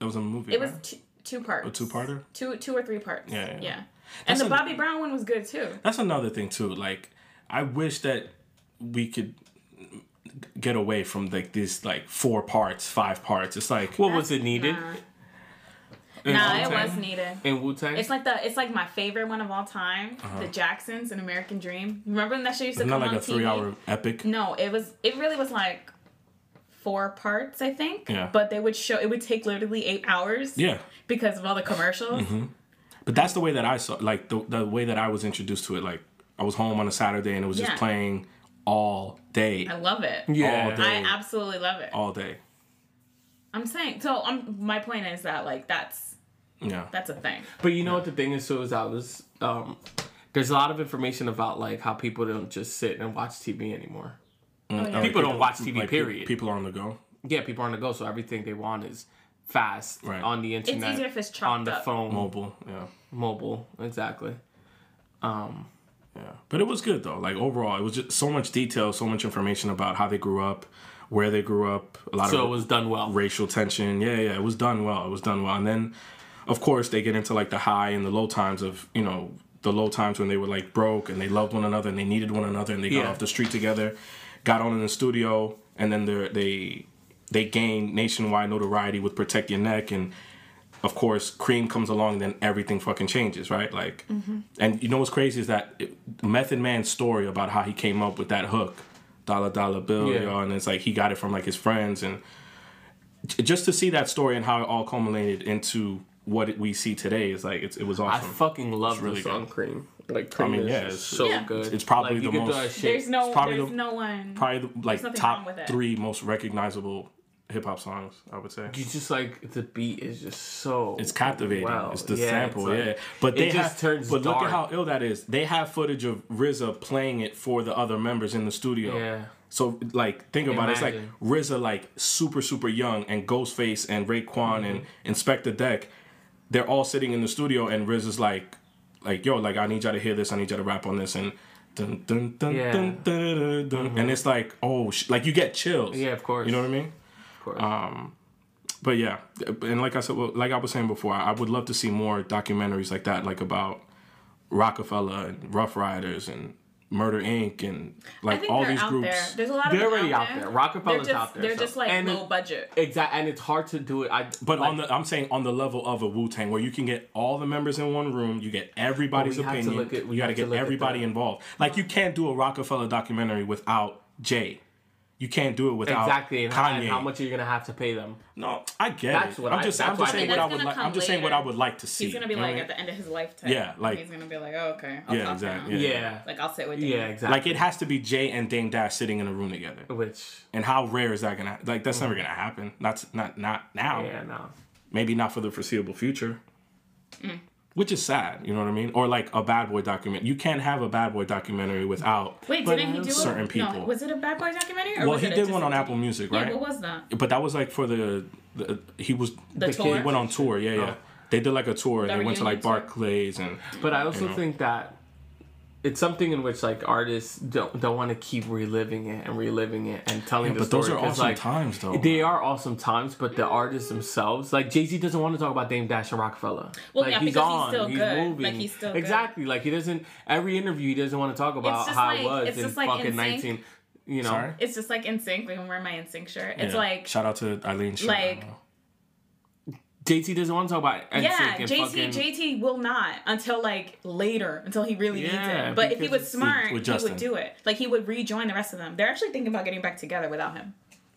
Speaker 2: That was a movie.
Speaker 3: It was
Speaker 2: right?
Speaker 3: t- two parts.
Speaker 2: a two-parter.
Speaker 3: Two two or three parts.
Speaker 2: Oh, Yeah, yeah.
Speaker 3: And
Speaker 2: That's
Speaker 3: the
Speaker 2: a-
Speaker 3: Bobby Brown one was good too.
Speaker 2: That's another thing too. Like, I wish that we could get away from like these like four parts, five parts. It's like
Speaker 1: What was it needed?
Speaker 3: Nah,
Speaker 1: in
Speaker 3: Nah, it
Speaker 1: Wu-Tang?
Speaker 3: was needed.
Speaker 1: in Wu Tang.
Speaker 3: It's like the it's like my favorite one of all time, the Jacksons and American Dream. Remember when that show used to
Speaker 2: Uh-huh. it's
Speaker 3: come
Speaker 2: not like a
Speaker 3: on
Speaker 2: three-hour
Speaker 3: TV?
Speaker 2: epic.
Speaker 3: No, it was it really was like four parts, I think.
Speaker 2: Yeah.
Speaker 3: But they would show it would take literally eight hours.
Speaker 2: Yeah, Mm-hmm.
Speaker 3: Because of all the commercials.
Speaker 2: but that's the way that I saw. Like the the way that I was introduced to it. Like I was home on a Saturday and it was
Speaker 3: Yeah.
Speaker 2: just playing all day,
Speaker 3: I love it.
Speaker 1: yeah.
Speaker 2: all day,
Speaker 3: I absolutely love it.
Speaker 2: all day.
Speaker 3: I'm saying so. I'm, my point is that like that's
Speaker 2: Yeah.
Speaker 3: that's a thing.
Speaker 1: But you know what the thing is too is I was um there's a lot of information about like how people don't just sit and watch TV anymore.
Speaker 3: Oh,
Speaker 2: Like,
Speaker 1: People don't watch TV,
Speaker 2: like, pe-
Speaker 1: period.
Speaker 2: People are on the go.
Speaker 1: Yeah, people are on the go, so everything they want is fast
Speaker 2: Right.
Speaker 1: on the
Speaker 3: It's
Speaker 1: internet,
Speaker 3: easier if it's chopped
Speaker 1: on the
Speaker 3: up.
Speaker 1: phone,
Speaker 2: Mobile, yeah,
Speaker 1: mobile, exactly.
Speaker 2: yeah. But it was good though. Like overall, it was just so much detail, so much information about how they grew up, where they grew up, a lot
Speaker 1: So it
Speaker 2: of
Speaker 1: was done well.
Speaker 2: racial tension. Yeah, yeah, it was done well. It was done well. And then, of course, they get into like the high and the low times of you know the low times when they were like broke and they loved one another and they needed one another and they got
Speaker 1: Yeah.
Speaker 2: off the street together, got on in the studio, and then they they they gained nationwide notoriety with Protect Your Neck and of course, Cream comes along, then everything fucking changes, right? Like,
Speaker 1: Mm-hmm.
Speaker 2: and you know what's crazy is that it, Method Man's story about how he came up with that hook, dollar dollar bill,
Speaker 1: Yeah.
Speaker 2: y'all, and it's like he got it from like his friends, and j- just to see that story and how it all culminated into what it, we see today is like it's, it was
Speaker 1: I
Speaker 2: awesome.
Speaker 1: fucking love
Speaker 2: really
Speaker 1: the song
Speaker 2: good.
Speaker 1: Cream. Like Cream
Speaker 2: mean,
Speaker 1: is
Speaker 2: yeah, it's-
Speaker 1: so
Speaker 3: Yeah.
Speaker 1: good.
Speaker 2: it's probably
Speaker 1: Like,
Speaker 2: the
Speaker 1: you could do
Speaker 2: most-
Speaker 1: that shit.
Speaker 3: There's no
Speaker 2: probably
Speaker 3: there's
Speaker 2: the-
Speaker 3: no one.
Speaker 2: Probably the, like
Speaker 3: nothing wrong
Speaker 2: top
Speaker 3: with it.
Speaker 2: three most recognizable hip hop songs, I would say.
Speaker 1: you just like the beat is just so
Speaker 2: It's captivating.
Speaker 1: well.
Speaker 2: It's the
Speaker 1: Yeah,
Speaker 2: sample,
Speaker 1: like-
Speaker 2: yeah. But they
Speaker 1: it just
Speaker 2: have,
Speaker 1: turns
Speaker 2: But look
Speaker 1: dark.
Speaker 2: at how ill that is. They have footage of RZA playing it for the other members in the studio.
Speaker 1: Yeah.
Speaker 2: So like, think about it. It's
Speaker 1: Imagine.
Speaker 2: like RZA, like super super young, and Ghostface and Raekwon
Speaker 1: Mm-hmm.
Speaker 2: and Inspector Deck. They're all sitting in the studio, and RZA's like, like yo, like I need y'all to hear this. I need y'all to rap on this and. Dun, dun, dun,
Speaker 1: Yeah. Mm-hmm.
Speaker 2: dun, dun, dun, dun. And it's like, oh, sh-, like you get chills.
Speaker 1: Yeah, of course.
Speaker 2: You know what I mean? Uh,
Speaker 1: Of course.
Speaker 2: but yeah, and like I said, well, like I was saying before, I would love to see more documentaries like that, like about Rockefeller and Rough Riders and Murder Inc. and
Speaker 3: I
Speaker 2: like
Speaker 3: think
Speaker 2: all
Speaker 3: they're
Speaker 2: these
Speaker 3: out
Speaker 2: groups.
Speaker 3: there. There's a lot of
Speaker 1: They're
Speaker 3: them
Speaker 1: already out there. Rockefeller's
Speaker 3: They're just,
Speaker 1: out there,
Speaker 3: They're
Speaker 1: so-
Speaker 3: just like
Speaker 1: and-
Speaker 3: low budget.
Speaker 1: Exactly, and it's hard to do it. I
Speaker 2: But
Speaker 1: like,
Speaker 2: on the, I'm saying on the level of a Wu Tang, where you can get all the members in one room, you get everybody's
Speaker 1: But we have to
Speaker 2: opinion.
Speaker 1: look at- we
Speaker 2: you got to
Speaker 1: have to
Speaker 2: get
Speaker 1: look at
Speaker 2: everybody
Speaker 1: the-
Speaker 2: involved. Like you can't do a Rockefeller documentary without Jay. You can't do it without
Speaker 1: exactly and, how-
Speaker 2: Kanye.
Speaker 1: and how much are you gonna have to pay them?
Speaker 2: No, I get
Speaker 1: That's
Speaker 2: it.
Speaker 1: what
Speaker 2: I'm
Speaker 1: I-
Speaker 2: just,
Speaker 1: that's
Speaker 2: I'm
Speaker 1: what I
Speaker 2: just saying
Speaker 1: think.
Speaker 2: what I
Speaker 3: That's
Speaker 2: would
Speaker 3: gonna
Speaker 2: like. I'm
Speaker 3: come
Speaker 2: just saying what I
Speaker 3: later.
Speaker 2: would like to see.
Speaker 3: He's gonna be
Speaker 2: you know
Speaker 3: like
Speaker 2: what I mean?
Speaker 3: at the end of his lifetime.
Speaker 2: Yeah, like-
Speaker 3: he's gonna be like, oh, okay, I'll
Speaker 2: Yeah,
Speaker 3: talk
Speaker 2: exactly,
Speaker 3: now.
Speaker 2: yeah.
Speaker 1: Yeah,
Speaker 3: Like I'll sit with you.
Speaker 1: yeah, exactly.
Speaker 2: like it has to be Jay and Dame Dash sitting in a room together.
Speaker 1: which
Speaker 2: And how rare is that gonna? Like that's never gonna happen. Not not not now.
Speaker 1: Mm. yeah, no.
Speaker 2: Maybe not for the foreseeable future.
Speaker 3: Mm.
Speaker 2: Which is sad, you know what I mean? Or like a bad boy document. You can't have a bad boy documentary without.
Speaker 3: Wait,
Speaker 1: But
Speaker 3: didn't he do
Speaker 2: certain
Speaker 3: a,
Speaker 2: people.
Speaker 3: No, was it a Bad Boy documentary? Or
Speaker 2: well,
Speaker 3: was
Speaker 2: he
Speaker 3: it a
Speaker 2: did
Speaker 3: just-
Speaker 2: one on Apple Music,
Speaker 3: Yeah,
Speaker 2: right?
Speaker 3: what was that?
Speaker 2: but that was like for the, the he was
Speaker 3: The
Speaker 1: kid
Speaker 3: tour.
Speaker 2: he went on tour. Yeah, yeah.
Speaker 1: Oh.
Speaker 2: They did like a tour and they went to like
Speaker 3: reunion tour?
Speaker 2: Barclays and
Speaker 1: But I also think that it's something in which like artists don't don't want to keep reliving it and reliving it and telling the
Speaker 2: but
Speaker 1: story.
Speaker 2: those are
Speaker 1: 'cause,
Speaker 2: awesome
Speaker 1: like,
Speaker 2: times though.
Speaker 1: They are awesome times, but the artists themselves, like Jay Z, doesn't want to talk about Dame Dash and Rockefeller.
Speaker 3: Well,
Speaker 1: like,
Speaker 3: yeah, because he's still good. Like, he's still good.
Speaker 1: exactly. Like he doesn't. Every interview, he doesn't want to talk about
Speaker 3: just
Speaker 1: how
Speaker 3: like-
Speaker 1: it was
Speaker 3: it's
Speaker 1: in
Speaker 3: just like
Speaker 1: fucking
Speaker 3: NSYNC.
Speaker 1: nineteen. You know,
Speaker 2: Sorry?
Speaker 3: It's just like in sync. Like, I'm wearing my in sync shirt. It's
Speaker 2: Yeah.
Speaker 3: like
Speaker 2: shout out to Eileen. Shaw.
Speaker 3: like-
Speaker 1: Jay Z doesn't want to talk about NSYNC
Speaker 3: yeah,
Speaker 1: and
Speaker 3: JT
Speaker 1: fucking.
Speaker 3: JT will not until like later until he really needs
Speaker 1: Yeah,
Speaker 3: it. But if he
Speaker 1: because
Speaker 3: was smart,
Speaker 2: with
Speaker 3: he
Speaker 2: Justin.
Speaker 3: would do it. Like he would rejoin the rest of them. They're actually thinking about getting back together without him.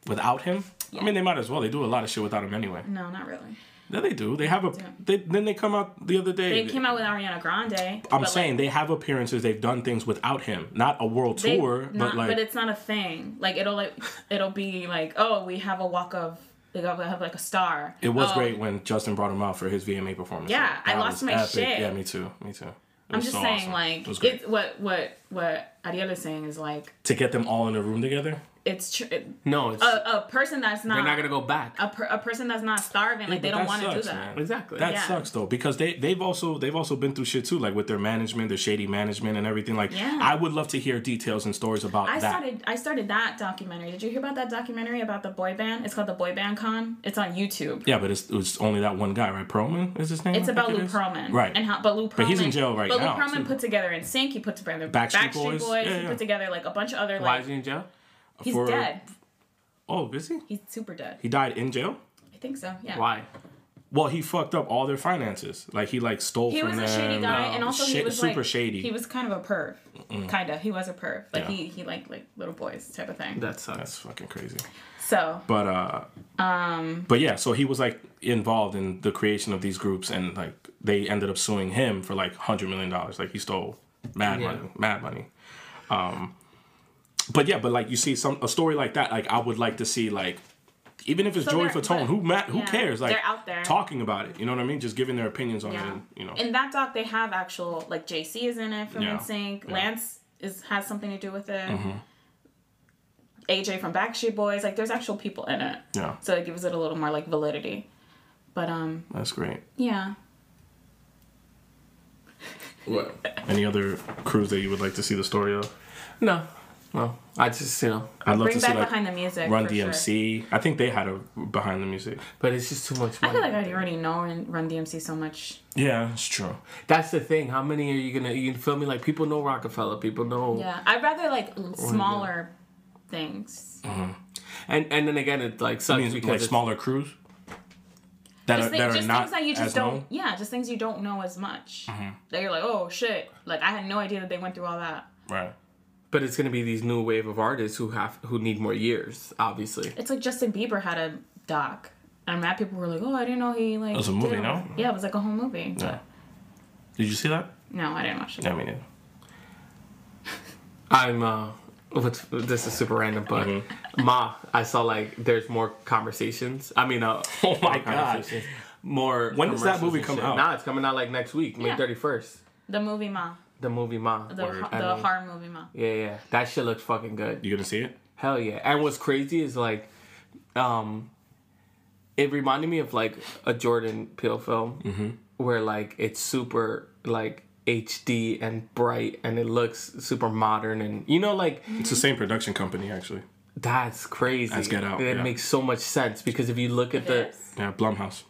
Speaker 2: without him, I mean they might as well. They do a lot of shit without him anyway.
Speaker 3: No, not really.
Speaker 2: Yeah, they do. They have a. They, then they come out the other day.
Speaker 3: They came out with Ariana Grande.
Speaker 2: I'm saying they have appearances. They've done things without him. Not a world tour, but like.
Speaker 3: it's not a thing. Like it'll like it'll be like oh we have a walk of they got- we have like a star.
Speaker 2: it was
Speaker 3: Oh,
Speaker 2: great when Justin brought him out for his VMA performance.
Speaker 3: Yeah,
Speaker 2: That
Speaker 3: I lost
Speaker 2: was
Speaker 3: my shit.
Speaker 2: Yeah, me too. Me too. It
Speaker 3: I'm
Speaker 2: was
Speaker 3: just
Speaker 2: so
Speaker 3: saying
Speaker 2: awesome.
Speaker 3: like
Speaker 2: it was great.
Speaker 3: it's what what what Ariel is saying is like
Speaker 2: to get them all in a room together.
Speaker 3: it's tr- it,
Speaker 1: no, it's,
Speaker 3: a, a person that's not
Speaker 1: they're not gonna go back.
Speaker 3: Uh, a, per, a person that's not starving like
Speaker 2: but
Speaker 3: they don't
Speaker 2: that
Speaker 3: want to do
Speaker 2: sucks,
Speaker 3: that.
Speaker 2: man.
Speaker 1: exactly.
Speaker 2: That
Speaker 3: Yeah.
Speaker 2: sucks though because they they've also they've also been through shit too like with their management their shady management and everything like
Speaker 3: Yeah.
Speaker 2: I would love to hear details and stories about
Speaker 3: I
Speaker 2: that
Speaker 3: started I started that documentary. Did you hear about that documentary about the boy band? It's called the Boy Band Con. It's on YouTube.
Speaker 2: yeah but it's, it's only that one guy right Perlman is his name
Speaker 3: It's
Speaker 2: I
Speaker 3: about
Speaker 2: think it
Speaker 3: Lou
Speaker 2: is?
Speaker 3: Pearlman,
Speaker 2: right
Speaker 3: And how, but Lou Pearlman,
Speaker 2: he's in jail right
Speaker 3: but
Speaker 2: now,
Speaker 3: Lou Pearlman
Speaker 2: too.
Speaker 3: put together in sync. He put together
Speaker 2: Backstreet
Speaker 3: Backstreet,
Speaker 2: Boys.
Speaker 3: Boys.
Speaker 2: Yeah,
Speaker 3: He
Speaker 2: yeah.
Speaker 3: put together like a bunch of other
Speaker 1: Why
Speaker 3: like
Speaker 1: is he in jail?
Speaker 3: he's
Speaker 2: For-
Speaker 3: dead.
Speaker 2: oh is he
Speaker 3: He's super dead.
Speaker 2: he died in jail
Speaker 3: I think so. Yeah.
Speaker 1: Why?
Speaker 2: well he fucked up all their finances like he like stole
Speaker 3: He
Speaker 2: from
Speaker 3: was
Speaker 2: them
Speaker 3: a shady guy, and also
Speaker 2: Sha-
Speaker 3: he was
Speaker 2: super
Speaker 3: like,
Speaker 2: shady.
Speaker 3: He was kind of a perv, kinda. He was a perv, like
Speaker 2: Yeah.
Speaker 3: he he liked like little boys type of thing.
Speaker 1: That sucks.
Speaker 2: that's fucking crazy
Speaker 3: So
Speaker 2: but uh um but yeah so he was like involved in the creation of these groups and like they ended up suing him for like 100 million dollars like he stole mad
Speaker 1: Yeah.
Speaker 2: money mad money um but yeah but like you see some a story like that like i would like to see like even if it's
Speaker 3: So
Speaker 2: Joey
Speaker 3: they're-
Speaker 2: Fatone, who ma- who
Speaker 3: yeah,
Speaker 2: cares? Like
Speaker 3: they're out there.
Speaker 2: talking about it. You know what I mean? Just giving their opinions on it.
Speaker 3: yeah,
Speaker 2: And, you know,
Speaker 3: in that doc they have actual like JC is in it from
Speaker 2: Yeah. Yeah.
Speaker 3: NSYNC.
Speaker 2: Mm-hmm.
Speaker 3: Lance is has something to do with it. AJ from Backstreet Boys, like there's actual people in it,
Speaker 2: yeah,
Speaker 3: so it gives it a little more like validity. But um,
Speaker 2: that's great.
Speaker 3: yeah.
Speaker 1: What?
Speaker 2: Any other crews that you would like to see the story of?
Speaker 1: No, no. I just you know,
Speaker 2: I'd love
Speaker 3: Bring
Speaker 2: to see
Speaker 3: back
Speaker 2: like
Speaker 3: behind the music.
Speaker 2: Run
Speaker 3: for sure.
Speaker 2: DMC. I think they had a behind the music.
Speaker 1: but it's just too much money.
Speaker 3: I feel like I already know Run, Run DMC so much.
Speaker 2: Yeah, it's true.
Speaker 1: That's the thing. How many are you gonna? You feel me? Like people know Rockefeller. People know.
Speaker 3: Yeah, I'd rather like l- smaller things.
Speaker 1: And and then again, it like
Speaker 2: I
Speaker 1: sucks
Speaker 2: mean,
Speaker 1: because
Speaker 2: like
Speaker 1: it's-
Speaker 2: smaller crews that
Speaker 3: Just,
Speaker 2: are
Speaker 3: thi-
Speaker 2: that are
Speaker 3: just
Speaker 2: not
Speaker 3: things that you
Speaker 2: as
Speaker 3: just don't.
Speaker 2: known. Mm-hmm.
Speaker 3: Yeah, just things you don't know as much. That you're like, oh shit! Like I had no idea that they went through all that.
Speaker 2: Right.
Speaker 1: But it's gonna be these new wave of artists who have who need more years, obviously.
Speaker 3: It's like Justin Bieber had a doc, and I'm mad people were like, oh, I didn't know he like. It
Speaker 2: was a movie, no?
Speaker 3: Yeah, it was like a whole movie.
Speaker 2: Yeah. Did you see that?
Speaker 3: No, I didn't watch it.
Speaker 2: Yeah, I mean, yeah.
Speaker 1: I'm uh, what's, this is super random, but
Speaker 2: Mm-hmm.
Speaker 1: ma, I saw like there's more conversations. I mean, uh,
Speaker 2: Oh my
Speaker 1: more
Speaker 2: God.
Speaker 1: conversations, more.
Speaker 2: When does that
Speaker 1: commercials
Speaker 2: movie
Speaker 1: and
Speaker 2: come
Speaker 1: shit.
Speaker 2: out?
Speaker 1: Nah, it's coming out like next week, May
Speaker 3: Yeah.
Speaker 1: thirty first.
Speaker 3: The movie Ma,
Speaker 1: The movie Ma.
Speaker 3: the
Speaker 1: Word.
Speaker 3: the
Speaker 1: I mean,
Speaker 3: horror movie Ma.
Speaker 1: yeah, yeah, that shit looks fucking good.
Speaker 2: You gonna see it?
Speaker 1: Hell yeah. And what's crazy is like, um, it reminded me of like a Jordan Peele film
Speaker 2: Mm-hmm.
Speaker 1: where like it's super like HD and bright and it looks super modern and you know like
Speaker 2: It's the same production company actually.
Speaker 1: that's crazy.
Speaker 2: That's Get Out,
Speaker 1: It
Speaker 2: yeah.
Speaker 1: makes so much sense because if you look at the
Speaker 3: Yes.
Speaker 2: Yeah, Blumhouse.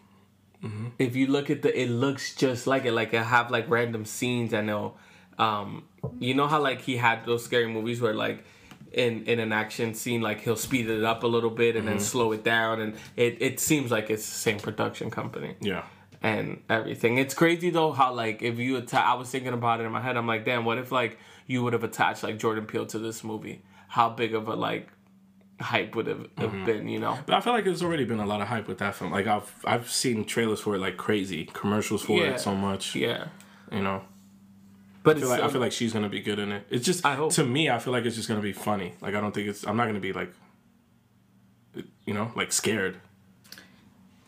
Speaker 1: if you look at the it looks just like it like it have like random scenes and it'll um, you know how like he had those scary movies where like in in an action scene like he'll speed it up a little bit and then
Speaker 2: Mm-hmm.
Speaker 1: slow it down and it it seems like it's the same production company
Speaker 2: Yeah.
Speaker 1: and everything. It's crazy though how like if you atta- I was thinking about it in my head. I'm like, damn, what if like you would have attached like Jordan Peele to this movie? How big of a like hype would have
Speaker 2: Mm-hmm.
Speaker 1: have been? You know?
Speaker 2: But I feel like there's already been a lot of hype with that film. Like I've I've seen trailers for it like crazy, commercials for
Speaker 1: Yeah.
Speaker 2: it so much.
Speaker 1: Yeah.
Speaker 2: You know.
Speaker 1: But
Speaker 2: I feel,
Speaker 1: it's,
Speaker 2: like, I feel like she's gonna be good in it. It's just
Speaker 1: I hope.
Speaker 2: to me, I feel like it's just gonna be funny. Like I don't think it's. I'm not gonna be like, you know, like scared.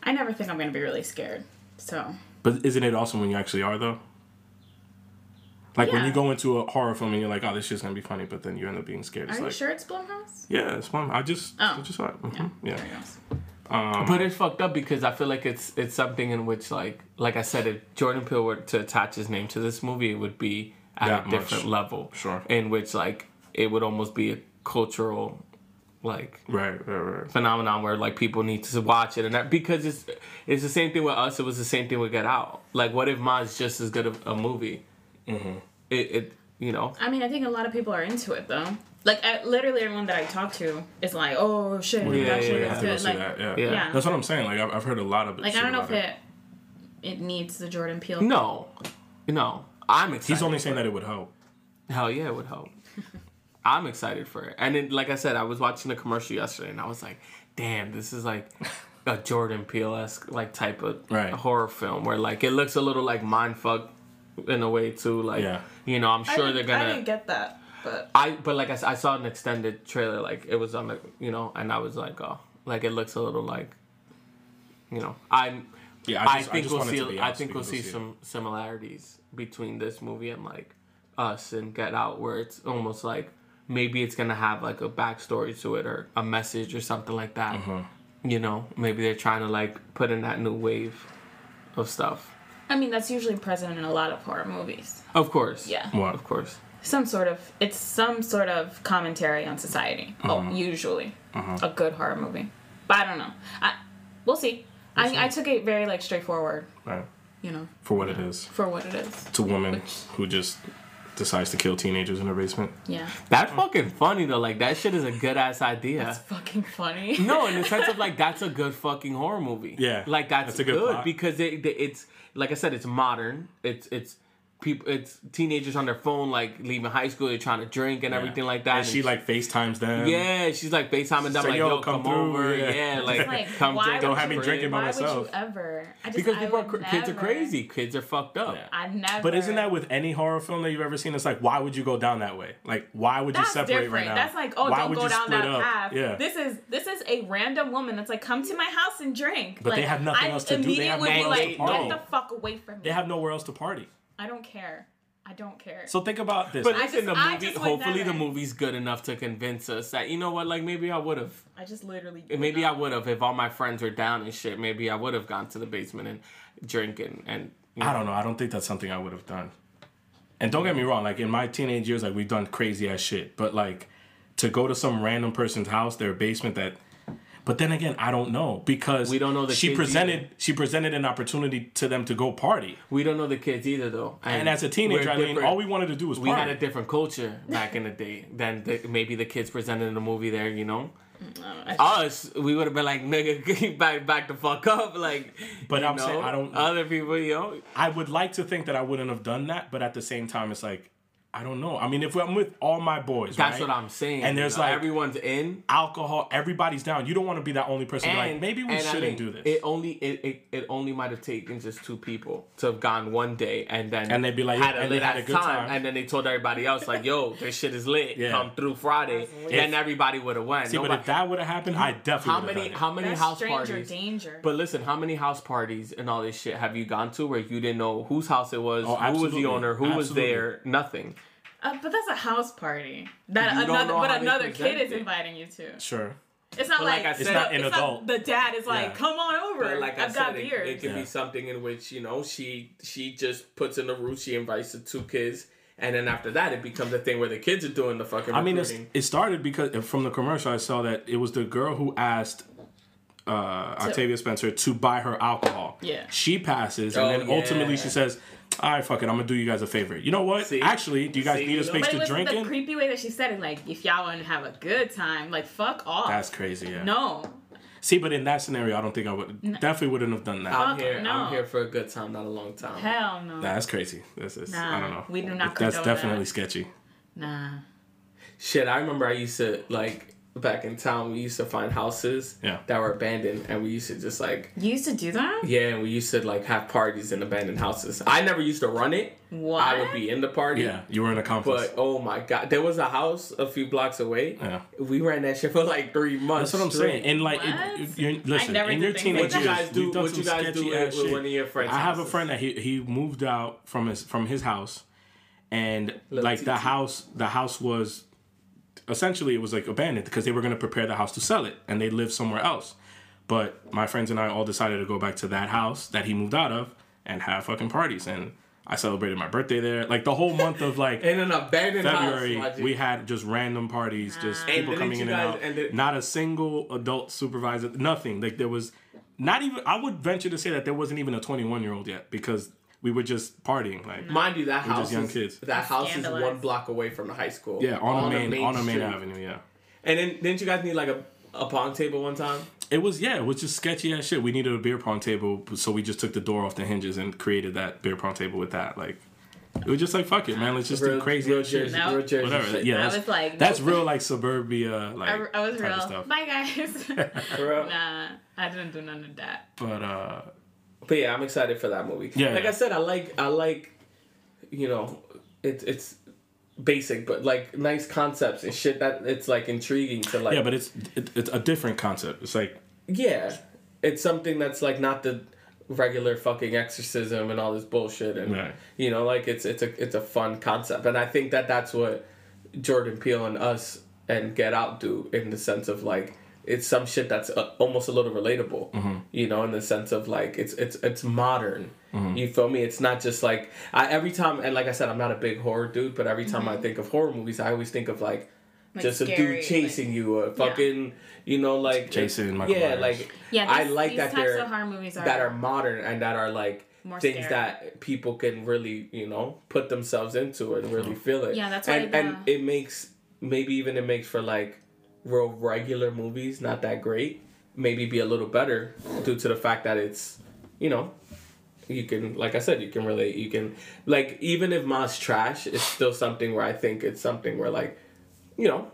Speaker 3: I never think I'm gonna be really scared. So
Speaker 2: But isn't it awesome when you actually are though? Like when
Speaker 3: Yeah.
Speaker 2: you go into a horror film and you're like, oh, this shit's gonna be funny, but then you end up being scared. It's
Speaker 3: are you
Speaker 2: like,
Speaker 3: sure it's Blumhouse?
Speaker 2: yeah, it's fun. I just,
Speaker 3: Oh.
Speaker 2: I just saw it. Mhm. Yeah.
Speaker 3: Blumhouse.
Speaker 1: but it's fucked up because I feel like it's it's something in which like like I said, if Jordan Peele were to attach his name to this movie, it would be at
Speaker 2: That
Speaker 1: a
Speaker 2: much.
Speaker 1: different level.
Speaker 2: Sure.
Speaker 1: In which like it would almost be a cultural like
Speaker 2: Right, right, right.
Speaker 1: phenomenon where like people need to watch it and that because it's it's the same thing with us it was the same thing with get out like what if mine's just as good of a movie
Speaker 2: Mm-hmm.
Speaker 1: it, it you know
Speaker 3: I mean, I think a lot of people are into it though. Like I, literally everyone that I talk to is like, oh shit,
Speaker 1: Yeah,
Speaker 3: that shit
Speaker 1: yeah,
Speaker 2: I
Speaker 3: is
Speaker 2: have to go
Speaker 3: good.
Speaker 2: see
Speaker 3: Like,
Speaker 2: that. Yeah.
Speaker 1: yeah.
Speaker 3: Yeah.
Speaker 2: that's what I'm saying. Like I've, I've heard a lot of.
Speaker 3: like I
Speaker 2: shit
Speaker 3: don't know
Speaker 2: about
Speaker 3: if it it needs the Jordan Peele.
Speaker 1: no no i'm excited
Speaker 2: He's only saying that it would help.
Speaker 1: hell yeah it would help i'm excited for it and it, like i said i was watching a commercial yesterday and i was like damn this is like a jordan peele-esque like type of
Speaker 2: Right.
Speaker 1: horror film where like it looks a little like mindfuck in a way too like
Speaker 2: Yeah.
Speaker 1: you know i'm
Speaker 3: I
Speaker 1: sure they're
Speaker 3: didn't-
Speaker 1: gonna
Speaker 3: I didn't get that, but
Speaker 1: I but like I, s- I saw an extended trailer, like it was on the you know, and I was like, oh, like it looks a little like, you know, I'm.
Speaker 2: Yeah,
Speaker 1: I,
Speaker 2: just-
Speaker 1: think
Speaker 2: just
Speaker 1: we'll
Speaker 2: want it to
Speaker 1: see.
Speaker 2: be
Speaker 1: I
Speaker 2: out so
Speaker 1: think
Speaker 2: you
Speaker 1: we'll
Speaker 2: can
Speaker 1: see
Speaker 2: it.
Speaker 1: some similarities between this movie and like us and Get Out, where it's almost like maybe it's gonna have like a backstory to it or a message or something like that.
Speaker 2: Mm-hmm.
Speaker 1: You know, maybe they're trying to like put in that new wave of stuff.
Speaker 3: I mean that's usually present in a lot of horror movies.
Speaker 1: Of course.
Speaker 3: Yeah.
Speaker 2: What?
Speaker 1: Of course.
Speaker 3: some sort of it's some sort of commentary on society.
Speaker 2: Uh-huh.
Speaker 3: Oh, usually a good horror movie, but I don't know. I we'll see. I, I took it very like straightforward,
Speaker 2: Right.
Speaker 3: you know,
Speaker 2: For what it is,
Speaker 3: for what it is.
Speaker 2: it's a woman who just decides to kill teenagers in her basement.
Speaker 3: Yeah,
Speaker 1: That's fucking funny though. Like that shit is a good ass idea.
Speaker 3: it's fucking funny.
Speaker 1: No, in the sense of like that's a good fucking horror movie.
Speaker 2: Yeah,
Speaker 1: like that's,
Speaker 2: that's a
Speaker 1: good,
Speaker 2: good plot.
Speaker 1: because it, it- it's like I said, it's modern. It's it's people, it's teenagers on their phone, like leaving high school, they're trying to drink and everything like that.
Speaker 2: And she like FaceTimes them.
Speaker 1: yeah, she's like FaceTiming them,
Speaker 2: So,
Speaker 1: like
Speaker 2: yo,
Speaker 1: yo, come,
Speaker 2: come through,
Speaker 1: over, yeah,
Speaker 2: yeah.
Speaker 1: like,
Speaker 2: It's
Speaker 3: like
Speaker 1: come
Speaker 3: why
Speaker 1: drink.
Speaker 3: would
Speaker 1: at
Speaker 2: Don't have
Speaker 1: the
Speaker 2: me
Speaker 1: crib.
Speaker 2: drinking by
Speaker 3: Why would
Speaker 2: myself.
Speaker 3: you ever? I just,
Speaker 1: because
Speaker 3: I
Speaker 1: people are
Speaker 3: would
Speaker 1: cr- kids are
Speaker 3: never-
Speaker 1: crazy. Kids are fucked up.
Speaker 2: Yeah.
Speaker 3: I never.
Speaker 2: But isn't that with any horror film that you've ever seen? It's like, why would you go down that way? Like, why would
Speaker 3: that's
Speaker 2: you separate
Speaker 3: different?
Speaker 2: right now?
Speaker 3: That's like oh,
Speaker 2: why
Speaker 3: don't
Speaker 2: would
Speaker 3: go
Speaker 2: you
Speaker 3: down
Speaker 2: split
Speaker 3: that
Speaker 2: up?
Speaker 3: path.
Speaker 2: Yeah.
Speaker 3: This is this is a random woman that's like come to my house and drink.
Speaker 2: But
Speaker 3: like,
Speaker 2: they have nothing
Speaker 3: I
Speaker 2: else to do. They
Speaker 3: immediately
Speaker 2: have
Speaker 3: would be
Speaker 1: no
Speaker 3: like,
Speaker 1: place to
Speaker 3: get
Speaker 1: party.
Speaker 3: the fuck away from me.
Speaker 2: they have nowhere else to party.
Speaker 3: I don't care. I don't care.
Speaker 2: So think about this.
Speaker 1: But
Speaker 3: I
Speaker 1: it's in the
Speaker 3: just- I
Speaker 1: movie.
Speaker 3: just would
Speaker 1: Hopefully, the
Speaker 3: never.
Speaker 1: movie's good enough to convince us that you know what, like maybe I would have.
Speaker 3: I just literally.
Speaker 1: And maybe I would have if all my friends were down and shit. Maybe I would have gone to the basement and drink and and. You know.
Speaker 2: I don't know. I don't think that's something I would have done. And don't get me wrong. Like in my teenage years, like we've done crazy ass shit. But like to go to some random person's house, their basement that. But then again, I don't know because
Speaker 1: We don't know the
Speaker 2: she
Speaker 1: kids
Speaker 2: presented
Speaker 1: either.
Speaker 2: she presented an opportunity to them to go party.
Speaker 1: We don't know the kids either though.
Speaker 2: And as a teenager,
Speaker 1: we're
Speaker 2: I mean,
Speaker 1: different.
Speaker 2: all we wanted to do was
Speaker 1: we
Speaker 2: party.
Speaker 1: had a different culture back in the day than the, maybe the kids presented in the movie. There, you know, us we would have been like, nigga, back back the fuck up, like.
Speaker 2: But
Speaker 1: you uh,
Speaker 2: I'm saying, I don't-
Speaker 1: Other people, you know,
Speaker 2: I would like to think that I wouldn't have done that, but at the same time, it's like I don't know. I mean, if I'm with all my boys,
Speaker 1: that's
Speaker 2: right,
Speaker 1: what I'm saying.
Speaker 2: And there's
Speaker 1: you know,
Speaker 2: like
Speaker 1: everyone's in.
Speaker 2: alcohol, everybody's down. You don't want to be that only person.
Speaker 1: And
Speaker 2: like maybe we
Speaker 1: and I mean,
Speaker 2: shouldn't do this.
Speaker 1: It only it, it, it only might have taken just two people to have gone one day and then
Speaker 2: And they'd be like,
Speaker 1: had a
Speaker 2: and
Speaker 1: lit
Speaker 2: they had a
Speaker 1: ass
Speaker 2: good
Speaker 1: time,
Speaker 2: time.
Speaker 1: and then they told everybody else like yo this shit is lit
Speaker 2: Yeah.
Speaker 1: come through Friday then everybody would have went.
Speaker 2: See, but
Speaker 1: Nobody-
Speaker 2: if that would have happened, I definitely
Speaker 1: how
Speaker 2: would
Speaker 1: many
Speaker 2: have done it.
Speaker 1: how many
Speaker 3: That's
Speaker 1: house
Speaker 3: stranger
Speaker 1: parties?
Speaker 3: danger.
Speaker 1: But listen, how many house parties and all this shit have you gone to where you didn't know whose house it was, who was
Speaker 2: Oh, absolutely.
Speaker 1: the owner, who was
Speaker 2: Absolutely.
Speaker 1: there, nothing.
Speaker 3: Uh, but that's a house party that
Speaker 1: You don't
Speaker 3: another
Speaker 1: know how
Speaker 3: but
Speaker 1: they
Speaker 3: another
Speaker 1: present
Speaker 3: kid is
Speaker 1: it.
Speaker 3: inviting you to.
Speaker 2: Sure.
Speaker 3: It's not
Speaker 1: But
Speaker 3: like,
Speaker 1: like I
Speaker 3: it's
Speaker 1: said-
Speaker 2: An
Speaker 3: not- it's not
Speaker 2: adult.
Speaker 3: the dad is like,
Speaker 2: Yeah.
Speaker 3: "Come on over.
Speaker 1: But like I
Speaker 3: I've got
Speaker 1: said, it,
Speaker 3: beer."
Speaker 1: it could
Speaker 2: Yeah.
Speaker 1: be something in which you know she she just puts in the roof. She invites the two kids, and then after that, it becomes a thing where the kids are doing the fucking.
Speaker 2: I mean, it's,
Speaker 1: recruiting.
Speaker 2: it started because from the commercial I saw that it was the girl who asked uh, Octavia Spencer to buy her alcohol.
Speaker 3: Yeah.
Speaker 2: She passes,
Speaker 1: Oh,
Speaker 2: and then ultimately
Speaker 1: yeah.
Speaker 2: she says, "All right, fuck it, I'm gonna do you guys a favor. You know what?
Speaker 1: See?
Speaker 2: Actually, do you guys
Speaker 1: See?
Speaker 2: need a space
Speaker 3: But it
Speaker 2: to
Speaker 3: was
Speaker 2: drink
Speaker 3: the
Speaker 2: in?"
Speaker 3: creepy way that she said it. Like, if y'all want to have a good time, like, fuck off.
Speaker 2: That's crazy. Yeah.
Speaker 3: no.
Speaker 2: See, but in that scenario, I don't think I would definitely wouldn't have done that.
Speaker 1: I'm
Speaker 3: Fuck
Speaker 1: here.
Speaker 3: no.
Speaker 1: I'm here for a good time, not a long time.
Speaker 3: Hell no.
Speaker 2: Nah, that's crazy. That's, that's I don't
Speaker 3: Nah,
Speaker 2: know.
Speaker 3: we do not
Speaker 2: That's
Speaker 3: condone
Speaker 2: definitely
Speaker 3: that.
Speaker 2: sketchy.
Speaker 3: Nah.
Speaker 1: Shit, I remember I used to like back in town. We used to find houses
Speaker 2: Yeah.
Speaker 1: that were abandoned, and we used to just like
Speaker 3: You used to do that?
Speaker 1: yeah, and we used to like have parties in abandoned houses. I never used to run it.
Speaker 3: What?
Speaker 1: I would be in the party.
Speaker 2: Yeah, you were an accomplice.
Speaker 1: But oh my god, there was a house a few blocks away.
Speaker 2: Yeah.
Speaker 1: We ran that shit for like three months.
Speaker 2: That's what I'm
Speaker 1: straight.
Speaker 2: saying. And like,
Speaker 3: What?
Speaker 2: it, it- you're, listen,
Speaker 3: never
Speaker 2: in
Speaker 3: did
Speaker 2: your
Speaker 3: things
Speaker 2: teenage
Speaker 3: like that.
Speaker 1: What
Speaker 2: years,
Speaker 1: you guys do-
Speaker 2: we've done
Speaker 1: what
Speaker 2: some
Speaker 1: you guys do
Speaker 2: sketchy
Speaker 1: with-
Speaker 2: ass
Speaker 1: with
Speaker 2: shit.
Speaker 1: one of your friends'
Speaker 2: I have a
Speaker 1: houses?
Speaker 2: friend that he he moved out from his from his house, and like the
Speaker 1: TT.
Speaker 2: house the house was essentially it was like abandoned because they were going to prepare the house to sell it, and they lived somewhere else. But my friends and I all decided to go back to that house that he moved out of and have fucking parties and. I celebrated my birthday there, like the whole month of like
Speaker 1: In an abandoned
Speaker 2: February,
Speaker 1: house. my G.
Speaker 2: we had just random parties, just people
Speaker 1: didn't
Speaker 2: coming in
Speaker 1: you
Speaker 2: and
Speaker 1: guys-
Speaker 2: out.
Speaker 1: and did-
Speaker 2: not a single adult supervisor, nothing. Like there was not even. I would venture to say that there wasn't even a 21 year old yet because we were just partying. Like
Speaker 1: Mind you, that
Speaker 2: just
Speaker 1: house
Speaker 2: young
Speaker 1: is,
Speaker 2: kids.
Speaker 1: that house is
Speaker 3: Scandalized.
Speaker 1: one block away from the high school.
Speaker 2: yeah, on, a main, on a main
Speaker 1: street.
Speaker 2: avenue. Yeah,
Speaker 1: And then didn't you guys need like a a pong table one time?
Speaker 2: it was. Yeah, it was just sketchy ass shit. We needed a beer pong table, so we just took the door off the hinges and created that beer pong table with that. Like it was just like fuck it, man. Let's just do crazy
Speaker 1: real
Speaker 2: ass shit.
Speaker 1: Jersey,
Speaker 3: No.
Speaker 1: real Jersey
Speaker 2: Whatever.
Speaker 1: shit.
Speaker 2: Yeah,
Speaker 3: I
Speaker 2: that's,
Speaker 3: was like,
Speaker 2: that's
Speaker 3: nope.
Speaker 2: real like suburbia like
Speaker 3: I, I was
Speaker 2: type of
Speaker 3: real.
Speaker 2: stuff.
Speaker 3: Bye, guys.
Speaker 1: For real.
Speaker 3: nah, I didn't do none of that.
Speaker 2: But uh,
Speaker 1: But yeah, I'm excited for that movie.
Speaker 2: Yeah,
Speaker 1: like
Speaker 2: yeah.
Speaker 1: I said, I like I like, you know, it's it's basic, but like nice concepts and shit that it's like intriguing to like.
Speaker 2: yeah, but it's it, it's a different concept. It's like
Speaker 1: yeah, it's something that's like not the regular fucking exorcism and all this bullshit, and
Speaker 2: Right.
Speaker 1: you know, like it's it's a it's a fun concept, and I think that that's what Jordan Peele and us and Get Out do in the sense of like. It's some shit that's uh, almost a little relatable, you know, in the sense of like it's it's it's modern. You feel me? It's not just like I every time and like I said, I'm not a big horror dude, but every time I think of horror movies, I always think of like, just a
Speaker 3: scary,
Speaker 1: dude chasing you, or fucking, you know, like
Speaker 2: Jason, Michael
Speaker 1: yeah,
Speaker 2: Myers.
Speaker 1: like
Speaker 3: Yeah,
Speaker 1: I
Speaker 3: these-
Speaker 1: like
Speaker 3: these
Speaker 1: that
Speaker 3: types
Speaker 1: they're
Speaker 3: of horror movies are-
Speaker 1: that are modern and that are like
Speaker 3: More
Speaker 1: things
Speaker 3: scary.
Speaker 1: that people can really, you know, put themselves into and really feel it.
Speaker 3: Yeah, that's why
Speaker 1: and
Speaker 3: the-
Speaker 1: and it makes maybe even it makes for like real regular movies not that great. Maybe be a little better due to the fact that it's, you know, you can like I said, you can relate. You can like even if Ma's trash, it's still something where I think it's something where like, you know,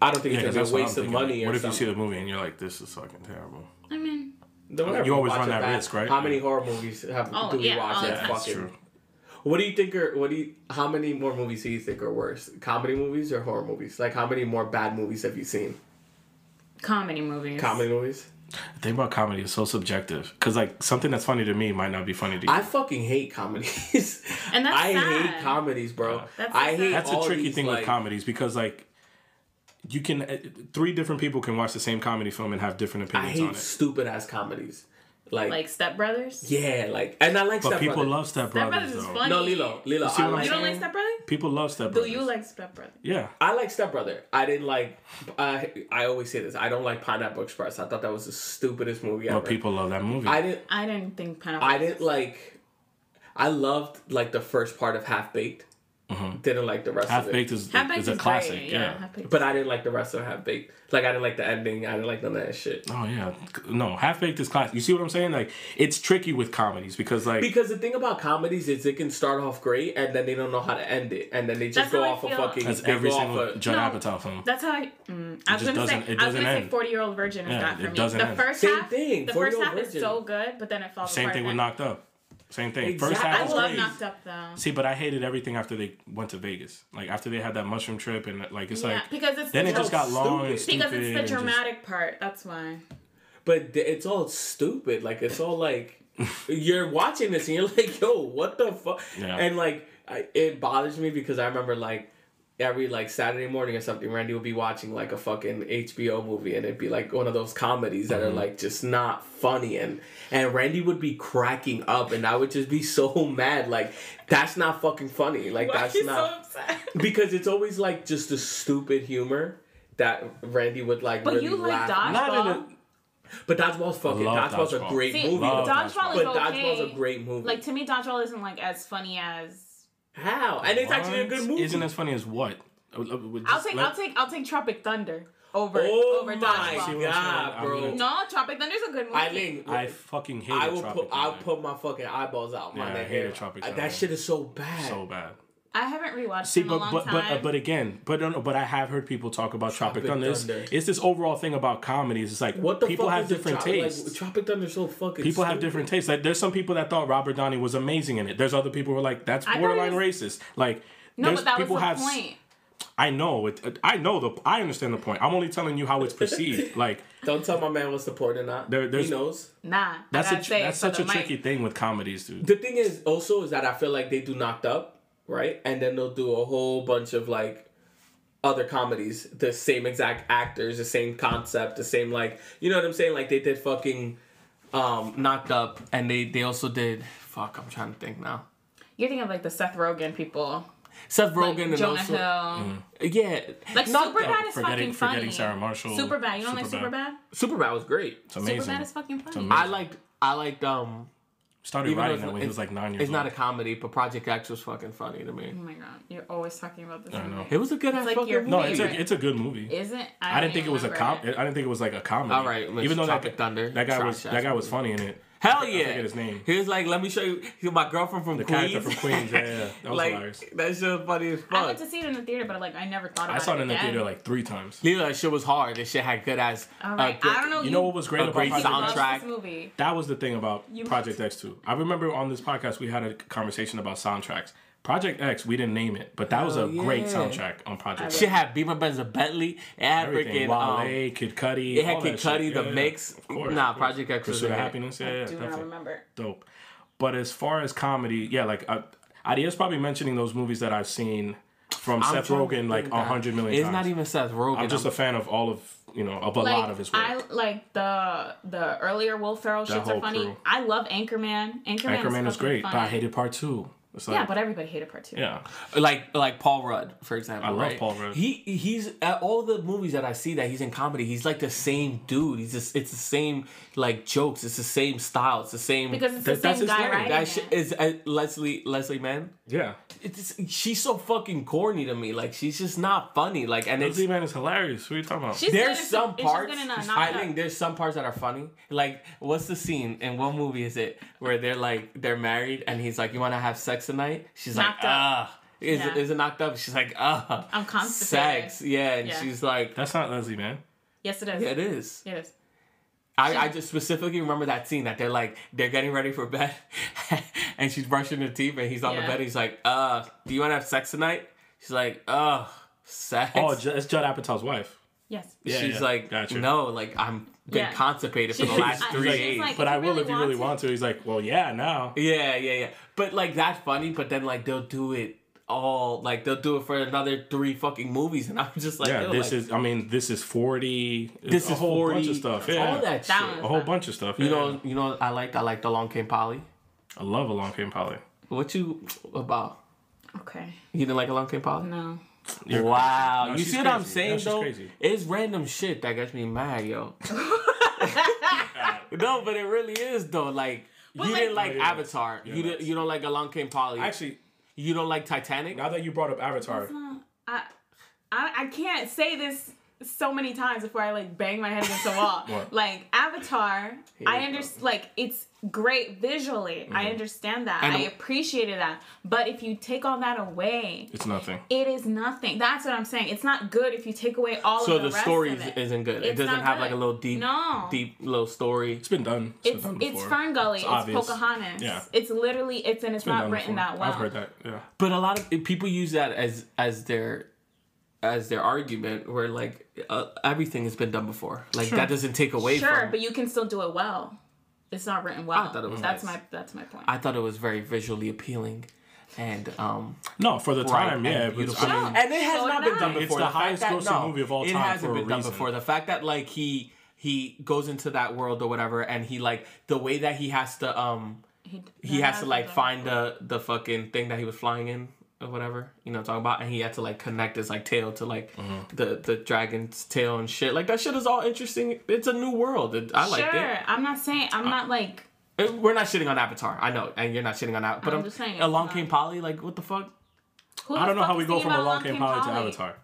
Speaker 1: I don't think
Speaker 2: yeah,
Speaker 1: it's
Speaker 2: 'cause
Speaker 1: gonna be
Speaker 2: that's what
Speaker 1: a
Speaker 2: I'm
Speaker 1: waste of
Speaker 2: thinking, like,
Speaker 1: money or
Speaker 2: What if
Speaker 1: something.
Speaker 2: you see the movie and you're like, this is fucking terrible?
Speaker 3: I mean,
Speaker 1: Then whatever,
Speaker 2: You always
Speaker 1: watch
Speaker 2: run
Speaker 1: it
Speaker 2: that
Speaker 1: back.
Speaker 2: risk, right?
Speaker 1: How many horror movies have
Speaker 3: Oh,
Speaker 1: do we
Speaker 3: yeah,
Speaker 1: watch?
Speaker 3: all
Speaker 1: that's
Speaker 3: the
Speaker 2: that's
Speaker 1: fucking.
Speaker 2: true.
Speaker 1: What do you think are what do you? How many more movies do you think are worse? Comedy movies or horror movies? Like how many more bad movies have you seen?
Speaker 3: comedy movies.
Speaker 1: Comedy movies.
Speaker 2: The thing about comedy is so subjective because like something that's funny to me might not be funny to you.
Speaker 1: I fucking hate comedies.
Speaker 3: And that's
Speaker 1: I
Speaker 3: sad.
Speaker 1: hate comedies, bro.
Speaker 3: That's so
Speaker 1: I
Speaker 3: sad.
Speaker 1: hate.
Speaker 2: that's a
Speaker 1: all
Speaker 2: tricky
Speaker 1: these,
Speaker 2: thing
Speaker 1: like,
Speaker 2: with comedies because like you can uh, three different people can watch the same comedy film and have different
Speaker 1: I
Speaker 2: opinions on
Speaker 1: hate
Speaker 2: it.
Speaker 1: stupid ass comedies. Like,
Speaker 3: Like Step Brothers.
Speaker 1: yeah, like and I like.
Speaker 2: But
Speaker 1: Step
Speaker 2: people
Speaker 1: Brothers.
Speaker 2: love Step
Speaker 3: Step
Speaker 2: Brothers
Speaker 3: Brothers is
Speaker 2: though.
Speaker 3: funny.
Speaker 1: No, Lilo, Lilo.
Speaker 2: see
Speaker 1: I
Speaker 2: what I'm
Speaker 1: like,
Speaker 3: You don't like Step Brothers?
Speaker 2: People love Step
Speaker 3: Do
Speaker 2: Brothers.
Speaker 3: you like Step Brothers?
Speaker 2: Yeah.
Speaker 1: I like Step Brother. I didn't like. I I always say this. I don't like Pineapple Express. I thought that was the stupidest movie ever.
Speaker 2: But people love that movie.
Speaker 1: I didn't.
Speaker 3: I didn't think Pineapple.
Speaker 1: I didn't like. I loved like the first part of Half Baked. Didn't like the rest
Speaker 2: Mm-hmm. Half
Speaker 1: of it.
Speaker 2: Baked is,
Speaker 3: Half Baked
Speaker 2: is a
Speaker 3: great,
Speaker 2: classic. yeah.
Speaker 3: Half Baked
Speaker 1: But I didn't like the rest of Half Baked. Like I didn't like the ending. I didn't like none of that shit.
Speaker 2: Oh yeah, no half baked is class. You see what I'm saying? Like it's tricky with comedies because like
Speaker 1: Because the thing about comedies is it can start off great and then they don't know how to end it, and then they just
Speaker 3: That's
Speaker 1: go
Speaker 3: how I
Speaker 1: off a
Speaker 3: feel.
Speaker 1: fucking.
Speaker 2: that's
Speaker 1: they
Speaker 2: every
Speaker 1: go off
Speaker 2: single
Speaker 1: a-
Speaker 2: Judd
Speaker 3: No.
Speaker 2: Apatow film.
Speaker 3: That's how I. Mm, I was
Speaker 2: just
Speaker 3: gonna
Speaker 2: doesn't- it
Speaker 3: say. I was
Speaker 2: doesn't
Speaker 3: gonna say
Speaker 2: end.
Speaker 3: forty year old virgin is
Speaker 2: Yeah,
Speaker 3: not for
Speaker 2: it
Speaker 3: me.
Speaker 2: doesn't
Speaker 3: The
Speaker 2: end.
Speaker 3: first
Speaker 1: Same
Speaker 3: half.
Speaker 1: thing,
Speaker 3: The
Speaker 1: 40
Speaker 3: first
Speaker 1: Year
Speaker 3: half
Speaker 1: Old
Speaker 3: is
Speaker 1: Virgin.
Speaker 3: so good, but then it falls
Speaker 2: Same
Speaker 3: apart.
Speaker 2: thing with
Speaker 3: at-
Speaker 2: Knocked Up. Same thing. First
Speaker 1: Exactly.
Speaker 2: half.
Speaker 3: I
Speaker 2: is
Speaker 3: love
Speaker 2: great.
Speaker 3: Knocked Up though.
Speaker 2: See, but I hated everything after they went to Vegas. Like after they had that mushroom trip and like it's
Speaker 3: Yeah,
Speaker 2: like
Speaker 3: because it's
Speaker 2: then
Speaker 3: the
Speaker 2: it just
Speaker 3: joke.
Speaker 2: got long and stupid.
Speaker 3: because it's the
Speaker 2: and just-
Speaker 3: dramatic part. That's why.
Speaker 1: But th- it's all stupid. Like it's all like you're watching this and you're like, yo, what the fuck?
Speaker 2: Yeah.
Speaker 1: And like I, it bothers me because I remember like every like Saturday morning or something, Randy would be watching like a fucking HBO movie and it'd be like one of those comedies that are like just not funny and and Randy would be cracking up and I would just be so mad like that's not fucking funny. Like
Speaker 3: Why
Speaker 1: that's
Speaker 3: are you
Speaker 1: not
Speaker 3: so upset?
Speaker 1: because it's always like just the stupid humor that Randy would like
Speaker 3: But
Speaker 1: really
Speaker 3: you like
Speaker 1: laugh.
Speaker 3: Dodgeball.
Speaker 2: Not in a-
Speaker 4: But Dodgeball's fucking.
Speaker 2: Love
Speaker 4: Dodgeball's
Speaker 2: Dodgeball.
Speaker 4: a great
Speaker 3: See,
Speaker 4: movie.
Speaker 2: Love
Speaker 4: though.
Speaker 2: Dodgeball.
Speaker 3: Dodgeball is
Speaker 4: But
Speaker 3: okay.
Speaker 4: Dodgeball's a great movie.
Speaker 3: Like to me, Dodgeball isn't like as funny as.
Speaker 4: How? And it's actually a good
Speaker 2: What?
Speaker 4: movie.
Speaker 2: Isn't as funny as what? Uh, uh, just
Speaker 3: I'll take,
Speaker 2: let-
Speaker 3: I'll take, I'll take Tropic Thunder over
Speaker 4: Oh
Speaker 3: over
Speaker 4: my
Speaker 3: Dodgeball.
Speaker 2: what I'm
Speaker 4: god,
Speaker 2: saying? I'm
Speaker 4: bro!
Speaker 2: gonna-
Speaker 3: No, Tropic Thunder's a good movie.
Speaker 4: I think
Speaker 2: I fucking hate
Speaker 4: I will
Speaker 2: Tropic
Speaker 4: put I'll
Speaker 2: Thunder.
Speaker 4: put my fucking eyeballs out.
Speaker 2: Yeah,
Speaker 4: my
Speaker 2: I
Speaker 4: nigga.
Speaker 2: hated Tropic
Speaker 4: Uh,
Speaker 2: Thunder.
Speaker 4: That shit is so bad.
Speaker 2: so bad.
Speaker 3: I haven't rewatched
Speaker 2: See,
Speaker 3: it in
Speaker 2: but
Speaker 3: a long
Speaker 2: but but, uh,
Speaker 3: time.
Speaker 2: but again, but no, no, but I have heard people talk about Tropic,
Speaker 4: Tropic
Speaker 2: Thunder. It's-
Speaker 4: Thunder.
Speaker 2: It's, this overall thing about comedies. It's like
Speaker 4: what the
Speaker 2: people
Speaker 4: fuck
Speaker 2: have
Speaker 4: is the
Speaker 2: different
Speaker 4: Tro- like,
Speaker 2: tastes.
Speaker 4: Tropic Thunder's so fucking.
Speaker 2: people have
Speaker 4: stupid.
Speaker 2: different tastes. Like there's some people that thought Robert Downey was amazing in it. There's other people who are like that's
Speaker 3: I thought it
Speaker 2: borderline
Speaker 3: was-
Speaker 2: racist. Like
Speaker 3: no,
Speaker 2: there's
Speaker 3: but that was
Speaker 2: people
Speaker 3: the
Speaker 2: have s-
Speaker 3: point.
Speaker 2: I know it. I know the. I understand the point. I'm only telling you how it's perceived. Like
Speaker 4: Don't tell my man what's the port or not.
Speaker 2: There- there's-
Speaker 4: he knows.
Speaker 3: Nah,
Speaker 2: that's
Speaker 3: I
Speaker 2: a,
Speaker 3: gotta say it
Speaker 2: that's
Speaker 3: for
Speaker 2: such
Speaker 3: the
Speaker 2: a
Speaker 3: mic.
Speaker 2: tricky thing with comedies, dude.
Speaker 4: The thing is also is that I feel like they do knocked up, right? And then they'll do a whole bunch of like other comedies, the same exact actors, the same concept, the same like you know what I'm saying? Like they did fucking um knocked up and they they also did fuck, I'm trying to think now.
Speaker 3: You're thinking of like the Seth Rogen people,
Speaker 4: Seth Rogen
Speaker 3: like
Speaker 4: and
Speaker 3: Jonah
Speaker 4: also
Speaker 3: Hill.
Speaker 4: Yeah.
Speaker 3: Like
Speaker 4: Knocked Up.
Speaker 3: Superbad is
Speaker 2: mm. Uh, Forgetting-
Speaker 3: fucking funny.
Speaker 2: forgetting Sarah Marshall.
Speaker 3: Superbad, you don't like Superbad?
Speaker 2: Superbad.
Speaker 4: Superbad was great.
Speaker 2: It's amazing.
Speaker 3: Superbad is fucking funny.
Speaker 2: amazing.
Speaker 4: I liked I liked um
Speaker 2: Started
Speaker 1: Even though
Speaker 2: writing
Speaker 1: it's-
Speaker 2: that when he
Speaker 1: it's-
Speaker 2: was like nine years
Speaker 1: It's
Speaker 2: old.
Speaker 1: not a comedy, but Project X was fucking funny to me.
Speaker 3: Oh my god, you're always talking about this.
Speaker 2: I know.
Speaker 1: It was a good ass
Speaker 3: like
Speaker 1: fucking
Speaker 3: your
Speaker 1: movie.
Speaker 2: no, it's a
Speaker 3: favorite.
Speaker 2: it's a good movie.
Speaker 3: Is it?
Speaker 2: I
Speaker 3: don't
Speaker 2: didn't think it
Speaker 3: even
Speaker 2: was a
Speaker 3: remember
Speaker 2: com.
Speaker 3: it.
Speaker 2: I didn't think it was like a comedy.
Speaker 1: All right, let's
Speaker 2: even though that,
Speaker 1: Tropic Thunder.
Speaker 2: that guy was
Speaker 1: Trash-ass
Speaker 2: that guy was funny in it.
Speaker 1: Hell
Speaker 2: I
Speaker 1: yeah!
Speaker 2: forget his name.
Speaker 1: He was like, "Let me show you he- my girlfriend from
Speaker 2: The
Speaker 1: Queens."
Speaker 2: character from Queens. Yeah, yeah. that was
Speaker 1: like
Speaker 2: hilarious.
Speaker 1: that shit was funny as
Speaker 3: I
Speaker 1: fuck.
Speaker 3: went to see it in the theater, but like I never thought about it.
Speaker 2: I saw it in the
Speaker 3: again.
Speaker 2: theater like three times.
Speaker 1: Yeah, that shit was hard. This shit had good ass.
Speaker 3: All right,
Speaker 1: uh, good-
Speaker 3: I don't know.
Speaker 2: You know what was great
Speaker 1: A
Speaker 2: about
Speaker 1: great
Speaker 2: Project
Speaker 3: love
Speaker 2: X?
Speaker 3: this
Speaker 1: soundtrack.
Speaker 3: movie.
Speaker 2: That was the thing about
Speaker 3: You-
Speaker 2: Project X too. I remember on this podcast we had a conversation about soundtracks. Project X, we didn't name it, but that was a
Speaker 1: Oh,
Speaker 2: great
Speaker 1: yeah.
Speaker 2: Project on Project X.
Speaker 1: Shit had Beamer Benz, Bentley, and freaking
Speaker 2: Everything,
Speaker 1: um,
Speaker 2: Wale, Kid Cudi,
Speaker 1: it had
Speaker 2: all
Speaker 1: Kid
Speaker 2: that
Speaker 1: Cudi,
Speaker 2: shit.
Speaker 1: the
Speaker 2: Yeah,
Speaker 1: mix.
Speaker 2: of course,
Speaker 1: Nah,
Speaker 2: of course.
Speaker 1: Project X was
Speaker 2: Pursuit of
Speaker 1: in it.
Speaker 2: Happiness, yeah, yeah,
Speaker 3: Do not
Speaker 2: definitely.
Speaker 3: remember.
Speaker 2: dope. But as far as comedy, yeah, like uh, Adia's probably mentioning those movies that I've seen from
Speaker 1: I'm
Speaker 2: Seth
Speaker 1: trying to
Speaker 2: Rogen like
Speaker 1: think
Speaker 2: a
Speaker 1: that.
Speaker 2: hundred million
Speaker 1: It's
Speaker 2: times.
Speaker 1: not even Seth Rogen.
Speaker 2: I'm just a fan of all of you know of a
Speaker 3: Like,
Speaker 2: lot of his work.
Speaker 3: I like the the earlier Will Ferrell shits
Speaker 2: whole
Speaker 3: are funny.
Speaker 2: crew.
Speaker 3: I love Anchorman. Anchorman,
Speaker 2: Anchorman is
Speaker 3: fucking
Speaker 2: great, but
Speaker 3: funny.
Speaker 2: I hated Part Two. It's like,
Speaker 3: Yeah, but everybody hated part two.
Speaker 2: yeah,
Speaker 1: like like Paul Rudd, for example.
Speaker 2: I love
Speaker 1: right?
Speaker 2: Paul Rudd.
Speaker 1: He he's at all the movies that I see that he's in comedy. He's like the same dude. He's just it's the same like jokes. It's the same style. It's the same.
Speaker 3: Because it's
Speaker 2: That-
Speaker 3: the
Speaker 2: that's
Speaker 3: same
Speaker 2: his
Speaker 3: guy
Speaker 2: name.
Speaker 3: writing
Speaker 1: that
Speaker 3: it.
Speaker 1: shit is uh, Leslie Leslie Mann.
Speaker 2: yeah.
Speaker 1: It's she's so fucking corny to me. Like she's just not funny. Like and it's
Speaker 2: Z Man is hilarious. What are you talking about?
Speaker 3: She's
Speaker 1: there's
Speaker 3: good in
Speaker 1: some
Speaker 3: it's just
Speaker 1: parts.
Speaker 3: good in, uh, Knocked
Speaker 1: I
Speaker 3: Up.
Speaker 1: think there's some parts that are funny. Like what's the scene in what movie is it where they're like they're married and he's like you want to have sex tonight? She's
Speaker 3: Knocked
Speaker 1: like
Speaker 3: Up.
Speaker 1: ah. Is,
Speaker 3: Yeah.
Speaker 1: is it knocked up? She's like, ah,
Speaker 3: I'm constipated.
Speaker 1: sex. Yeah, and
Speaker 3: Yeah.
Speaker 1: she's like,
Speaker 2: That's not Leslie Man.
Speaker 3: Yes, it is.
Speaker 1: yeah, it is.
Speaker 3: It is.
Speaker 1: I, I just specifically remember that scene that they're like they're getting ready for bed and she's brushing her teeth and he's on
Speaker 3: Yeah.
Speaker 1: the bed he's like uh do you want to have sex tonight she's like uh sex
Speaker 2: Oh, Ju- it's Judd Apatow's wife.
Speaker 3: Yes.
Speaker 2: Yeah,
Speaker 1: she's
Speaker 2: yeah.
Speaker 1: like
Speaker 2: Gotcha.
Speaker 1: no like i'm been
Speaker 3: Yeah.
Speaker 1: constipated for the
Speaker 3: She's-
Speaker 1: last
Speaker 3: I-
Speaker 1: three
Speaker 3: she's
Speaker 1: days
Speaker 3: like-
Speaker 2: But
Speaker 3: if
Speaker 2: I
Speaker 3: you
Speaker 2: will
Speaker 3: really
Speaker 2: if you really
Speaker 3: want
Speaker 2: want to. He's like, well, yeah, now.
Speaker 1: yeah yeah yeah but like that's funny but then like they'll do it all like they'll do it for another three fucking movies and i'm just like
Speaker 2: Yeah,
Speaker 1: yo,
Speaker 2: this
Speaker 1: like,
Speaker 2: is. I mean, this is forty.
Speaker 1: this
Speaker 2: a
Speaker 1: is
Speaker 2: whole
Speaker 1: 40
Speaker 2: bunch of stuff. Yeah,
Speaker 1: all that,
Speaker 3: That
Speaker 1: shit
Speaker 2: a whole bunch of stuff.
Speaker 1: you
Speaker 2: yeah.
Speaker 1: know you know i liked i liked the long came polly
Speaker 2: I love Along Came Polly.
Speaker 1: what you about
Speaker 3: Okay.
Speaker 1: you didn't like along came polly
Speaker 3: No.
Speaker 2: You're
Speaker 1: Wow,
Speaker 2: No,
Speaker 1: you
Speaker 2: she's
Speaker 1: see what I'm
Speaker 2: crazy.
Speaker 1: saying
Speaker 2: No, she's
Speaker 1: though?
Speaker 2: crazy.
Speaker 1: It's random shit that gets me mad, yo. no, but it really is though. Like you
Speaker 3: like-
Speaker 1: didn't like
Speaker 2: Yeah,
Speaker 1: Avatar. you
Speaker 2: that's-
Speaker 1: didn't, you don't like Along Came Polly.
Speaker 2: Actually,
Speaker 1: you don't like Titanic.
Speaker 2: now that you brought up Avatar,
Speaker 3: I, I I can't say this so many times before I like bang my head against the wall.
Speaker 2: What?
Speaker 3: like Avatar,
Speaker 1: you
Speaker 3: I
Speaker 1: go.
Speaker 3: understand. Like it's great visually. I understand that.
Speaker 1: Mm-hmm. And-
Speaker 3: I appreciated that. But if you take all that away,
Speaker 2: it's nothing.
Speaker 3: it is nothing. That's what I'm saying. It's not good if you take away all
Speaker 1: So
Speaker 3: of the,
Speaker 1: the,
Speaker 3: rest
Speaker 1: story
Speaker 3: of it.
Speaker 1: is- isn't good. it
Speaker 3: It's
Speaker 1: doesn't
Speaker 3: not
Speaker 1: have
Speaker 3: good.
Speaker 1: like a little deep,
Speaker 3: No.
Speaker 1: deep little story.
Speaker 2: It's been done. It's,
Speaker 3: It's
Speaker 2: been done
Speaker 3: it's
Speaker 2: before.
Speaker 3: Fern Gully. It's,
Speaker 2: obvious.
Speaker 3: Pocahontas.
Speaker 2: Yeah.
Speaker 3: It's literally it's and it's,
Speaker 2: It's been
Speaker 3: not
Speaker 2: done
Speaker 3: written
Speaker 2: before.
Speaker 3: that well.
Speaker 2: I've heard that. Yeah.
Speaker 1: But a lot of people use that as as their as their argument, where like uh, everything has been done before. Like that doesn't take away
Speaker 3: Sure,
Speaker 1: from.
Speaker 3: but you can still do it well. It's not written well.
Speaker 1: thought it was
Speaker 3: that's
Speaker 1: nice.
Speaker 3: my that's my point.
Speaker 1: I thought it was very visually appealing, and um.
Speaker 2: No, for the
Speaker 1: bright
Speaker 2: time, yeah.
Speaker 1: and
Speaker 2: It was,
Speaker 1: beautiful.
Speaker 2: I mean,
Speaker 1: and it has
Speaker 3: so
Speaker 1: not
Speaker 3: it's
Speaker 1: been done before.
Speaker 3: not.
Speaker 2: It's the
Speaker 1: fact
Speaker 2: highest
Speaker 1: that-
Speaker 2: grossing movie of all
Speaker 1: It
Speaker 2: time
Speaker 1: hasn't
Speaker 2: for a
Speaker 1: been done
Speaker 2: reason.
Speaker 1: before. The fact that like he he goes into that world or whatever, and he like the way that he has to um
Speaker 3: He,
Speaker 1: he
Speaker 3: that
Speaker 1: has to like
Speaker 3: done.
Speaker 1: find the the fucking thing that he was flying in. or whatever, you know, talking about, and he had to like connect his like tail to like
Speaker 2: Mm-hmm.
Speaker 1: the the dragon's tail and shit. Like that shit is all interesting. It's a new world. It, I liked
Speaker 3: sure,
Speaker 1: it.
Speaker 3: I'm not saying I'm not like
Speaker 1: it. We're not shitting on Avatar, I know, and you're not shitting on that. But
Speaker 3: I'm
Speaker 1: I'm,
Speaker 3: just saying it's
Speaker 1: along
Speaker 3: not-
Speaker 1: came Polly. Like what the fuck?
Speaker 3: who
Speaker 2: I
Speaker 3: the
Speaker 2: don't know
Speaker 3: fuck
Speaker 2: how we
Speaker 3: is
Speaker 2: go
Speaker 3: thinking
Speaker 2: from
Speaker 3: about
Speaker 2: Along Came Polly to
Speaker 3: Polly?
Speaker 2: Avatar.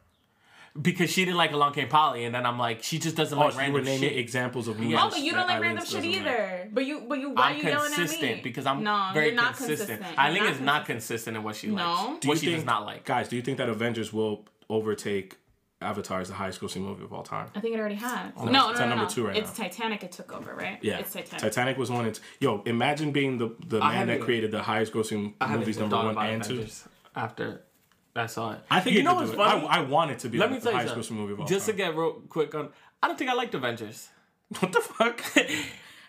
Speaker 1: Because she didn't like Along Came Polly, and then I'm like, she just doesn't
Speaker 2: Oh,
Speaker 1: like
Speaker 2: so you were
Speaker 1: random
Speaker 2: naming
Speaker 1: shit.
Speaker 2: examples of movies.
Speaker 1: Yeah.
Speaker 3: Oh, but you
Speaker 2: that
Speaker 3: don't like
Speaker 2: Eileen
Speaker 3: random shit
Speaker 2: doesn't
Speaker 3: either.
Speaker 2: like.
Speaker 3: But you, but you, why
Speaker 1: I'm
Speaker 3: you yelling
Speaker 1: consistent
Speaker 3: at me?
Speaker 1: because I'm
Speaker 3: no,
Speaker 1: very
Speaker 3: you're not
Speaker 1: consistent.
Speaker 3: consistent. You're
Speaker 1: Eileen
Speaker 3: not
Speaker 1: is not consistent in what she likes.
Speaker 3: No.
Speaker 1: What
Speaker 3: Do
Speaker 2: you
Speaker 1: she does
Speaker 2: think-
Speaker 1: not like.
Speaker 2: Guys, do you think that Avengers will overtake Avatar as the highest grossing movie of all time?
Speaker 3: I think it already has.
Speaker 2: no,
Speaker 3: no, no,
Speaker 2: Oh, it's
Speaker 3: no,
Speaker 2: at number
Speaker 3: no.
Speaker 2: two right
Speaker 3: it's
Speaker 2: now.
Speaker 3: Titanic. It took over, right?
Speaker 2: Yeah,
Speaker 3: it's Titanic.
Speaker 2: was one. It's yo. Imagine being the the man
Speaker 1: haven't
Speaker 2: that
Speaker 1: even-
Speaker 2: created the highest grossing
Speaker 1: I haven't
Speaker 2: movies
Speaker 1: even
Speaker 2: number
Speaker 1: thought
Speaker 2: one
Speaker 1: about
Speaker 2: and two.
Speaker 1: Avengers after I saw it.
Speaker 2: I think
Speaker 1: you
Speaker 2: it
Speaker 1: know
Speaker 2: could
Speaker 1: what's
Speaker 2: do it.
Speaker 1: funny.
Speaker 2: I, I want it to be
Speaker 1: Let
Speaker 2: like
Speaker 1: me
Speaker 2: the
Speaker 1: tell you
Speaker 2: highest grossing movie of all
Speaker 1: something. Just to
Speaker 2: time.
Speaker 1: get real quick on, I don't think I liked Avengers.
Speaker 2: what the fuck?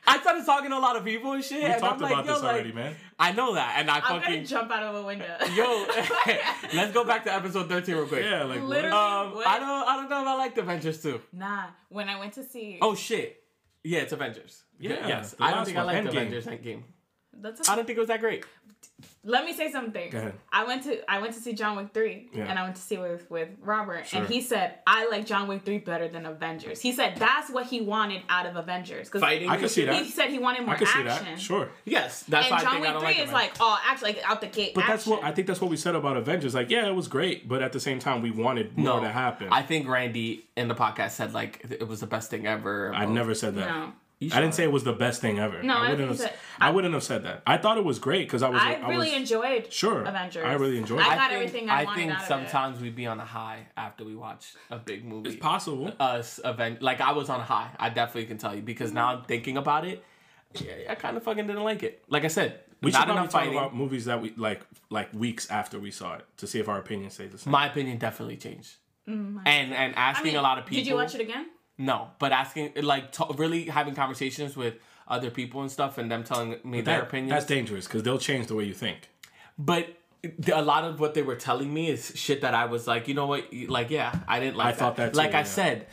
Speaker 1: I started talking to a lot of people and shit.
Speaker 2: we
Speaker 1: and
Speaker 2: talked
Speaker 1: I'm
Speaker 2: about
Speaker 1: like, yo,
Speaker 2: this
Speaker 1: like,
Speaker 2: already, man.
Speaker 1: I know that, and I
Speaker 3: I'm gonna
Speaker 1: fucking
Speaker 3: jump out of a window.
Speaker 1: yo. let's go back to episode thirteen real quick.
Speaker 2: Yeah, like uh,
Speaker 3: literally,
Speaker 2: what?
Speaker 1: Um,
Speaker 3: what?
Speaker 1: I don't, I don't know if I liked Avengers too.
Speaker 3: nah. When I went to see,
Speaker 1: Oh shit. Yeah, it's Avengers.
Speaker 2: Yeah,
Speaker 1: yes.
Speaker 2: the
Speaker 1: I don't
Speaker 2: last
Speaker 1: think I
Speaker 2: one,
Speaker 1: liked
Speaker 2: Endgame.
Speaker 1: Avengers Endgame.
Speaker 3: that's
Speaker 1: I
Speaker 3: a,
Speaker 1: don't think it was that great.
Speaker 3: let me say something.
Speaker 2: Go ahead.
Speaker 3: I went to I went to see John Wick three,
Speaker 2: Yeah.
Speaker 3: and I went to see with with Robert,
Speaker 2: Sure.
Speaker 3: and he said I like John Wick three better than Avengers. He said that's what he wanted out of Avengers because
Speaker 1: Fighting.
Speaker 2: I can see that.
Speaker 3: He said he wanted more
Speaker 2: I can see
Speaker 3: action.
Speaker 2: that. Sure.
Speaker 1: Yes, that's why
Speaker 3: And
Speaker 1: I
Speaker 3: John
Speaker 1: think I
Speaker 3: Wick
Speaker 1: don't
Speaker 3: three
Speaker 1: like
Speaker 3: is
Speaker 1: Avengers.
Speaker 3: like all action, like out the gate.
Speaker 2: But
Speaker 3: action.
Speaker 2: that's what I think. That's what we said about Avengers. Like, yeah, it was great, but at the same time, we wanted more to happen.
Speaker 1: I think Randy in the podcast said like it was the best thing ever.
Speaker 2: I never said that.
Speaker 3: No.
Speaker 2: I didn't say it was the best thing ever.
Speaker 3: No, I
Speaker 2: I wouldn't
Speaker 3: think
Speaker 2: have.
Speaker 3: that-
Speaker 2: I, wouldn't have said that. I thought it was great because I was.
Speaker 3: I really
Speaker 2: was,
Speaker 3: enjoyed
Speaker 2: Sure,
Speaker 3: Avengers.
Speaker 2: I really enjoyed
Speaker 3: I
Speaker 2: it.
Speaker 3: got everything I, wanted
Speaker 1: think
Speaker 3: out of
Speaker 1: sometimes we be on a high after we watch a big movie.
Speaker 2: It's possible.
Speaker 1: Us event like I was on a high. I definitely can tell you because now
Speaker 3: Mm-hmm.
Speaker 1: I'm thinking about it. yeah, I kind of fucking didn't like it. Like I said,
Speaker 2: We should
Speaker 1: not
Speaker 2: probably
Speaker 1: enough
Speaker 2: talk
Speaker 1: fighting.
Speaker 2: about movies that we like, like weeks after we saw it, to see if our opinions stay the same.
Speaker 1: My opinion definitely changed. and and
Speaker 3: it. Mm, I
Speaker 1: asking
Speaker 3: mean,
Speaker 1: a lot of people.
Speaker 3: Did you watch it again?
Speaker 1: No, but asking like t- really having conversations with other people and stuff, and them telling me their
Speaker 2: That-
Speaker 1: opinions.
Speaker 2: That's dangerous because they'll change the way you think.
Speaker 1: But th- a lot of what they were telling me is shit that I was like, you know what? you- Like, yeah, I didn't like.
Speaker 2: I thought that too,
Speaker 1: Like
Speaker 2: yeah.
Speaker 1: I said,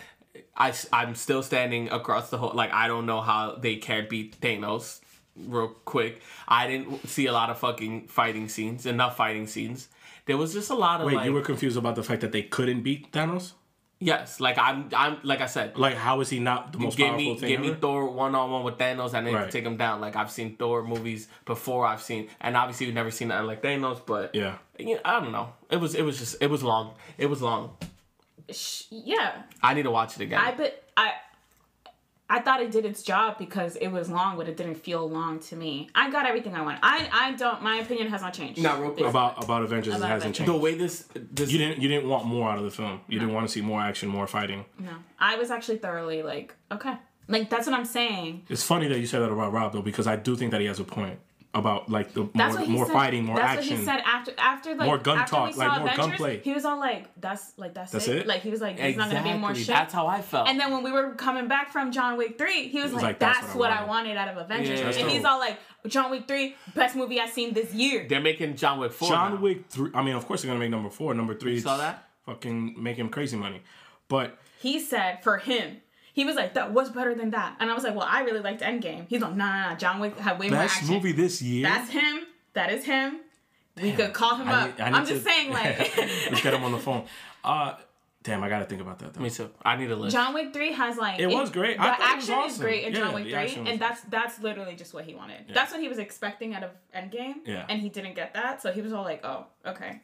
Speaker 1: I am still standing across the whole. Like I don't know how they can't beat Thanos real quick. I didn't see a lot of fucking fighting scenes. Enough fighting scenes. There was just a lot of
Speaker 2: Wait,
Speaker 1: like
Speaker 2: you were confused about the fact that they couldn't beat Thanos?
Speaker 1: yes, like I'm I'm like I said.
Speaker 2: Like, how is he not the most
Speaker 1: Give
Speaker 2: powerful
Speaker 1: me,
Speaker 2: thing
Speaker 1: give me
Speaker 2: ever?
Speaker 1: Thor one on one with Thanos, and then
Speaker 2: Right.
Speaker 1: take him down. Like I've seen Thor movies before. I've seen, and obviously we've never seen that like Thanos, but
Speaker 2: yeah.
Speaker 1: you know, I don't know. It was it was just it was long. It was long.
Speaker 3: Sh- yeah,
Speaker 1: I need to watch it again.
Speaker 3: I but I. I thought it did its job because it was long, but it didn't feel long to me. I got everything I wanted. I I don't. My opinion has not changed.
Speaker 1: Now, real quick.
Speaker 3: It's-
Speaker 2: About about Avengers,
Speaker 3: About
Speaker 2: it hasn't
Speaker 3: Avengers.
Speaker 1: the
Speaker 2: changed.
Speaker 1: way this this
Speaker 2: You didn't you didn't want more out of the film. You didn't want to see more action, more fighting.
Speaker 3: No, I was actually thoroughly like okay. Like that's what I'm saying.
Speaker 2: It's funny that you said that about Rob though, because I do think that he has a point about like the
Speaker 3: That's
Speaker 2: more,
Speaker 3: what he
Speaker 2: more
Speaker 3: said.
Speaker 2: fighting, more
Speaker 3: that's
Speaker 2: action.
Speaker 3: what he said after after like
Speaker 2: More gun
Speaker 3: after we
Speaker 2: talk, like,
Speaker 3: saw
Speaker 2: more
Speaker 3: Avengers,
Speaker 2: gunplay.
Speaker 3: He was all like, "That's like that's,
Speaker 2: That's
Speaker 3: it?
Speaker 2: it?
Speaker 3: Like he was like, "There's
Speaker 1: exactly.
Speaker 3: not gonna be more shit."
Speaker 1: That's how I felt.
Speaker 3: And then when we were coming back from John Wick 3, he was, like, that's, what, I, wanted. out of Avengers.
Speaker 1: Yeah.
Speaker 2: That's
Speaker 3: and he's
Speaker 2: dope.
Speaker 3: all like, John Wick 3, best movie I've seen this year.
Speaker 1: They're making John Wick four.
Speaker 2: John
Speaker 1: now.
Speaker 2: Wick three. I mean, of course they're gonna make number four. Number three.
Speaker 1: saw
Speaker 2: it's
Speaker 1: that?
Speaker 2: Fucking make him crazy money. But
Speaker 3: He said, for him, he was like, that was better than that. And I was like, well, I really liked Endgame. He's like, no, no, no, John Wick had way more
Speaker 2: best
Speaker 3: action.
Speaker 2: movie this year.
Speaker 3: That's him. That is him. We could call him
Speaker 2: I
Speaker 3: up.
Speaker 2: need- I
Speaker 3: I'm
Speaker 2: need
Speaker 3: just
Speaker 2: to-
Speaker 3: saying, like,
Speaker 2: Let's get him on the phone. Uh, damn, I gotta think about that. Though.
Speaker 1: Me too. I need a list.
Speaker 3: John Wick Three has like it
Speaker 2: was great.
Speaker 3: The
Speaker 2: I thought it was
Speaker 3: action is
Speaker 2: awesome.
Speaker 3: great in
Speaker 2: Yeah,
Speaker 3: John Wick
Speaker 2: the
Speaker 3: Three,
Speaker 2: action was
Speaker 3: and that's that's literally just what he wanted. That's what he was expecting out of Endgame,
Speaker 2: Yeah.
Speaker 3: and he didn't get that, so he was all like, "Oh, okay."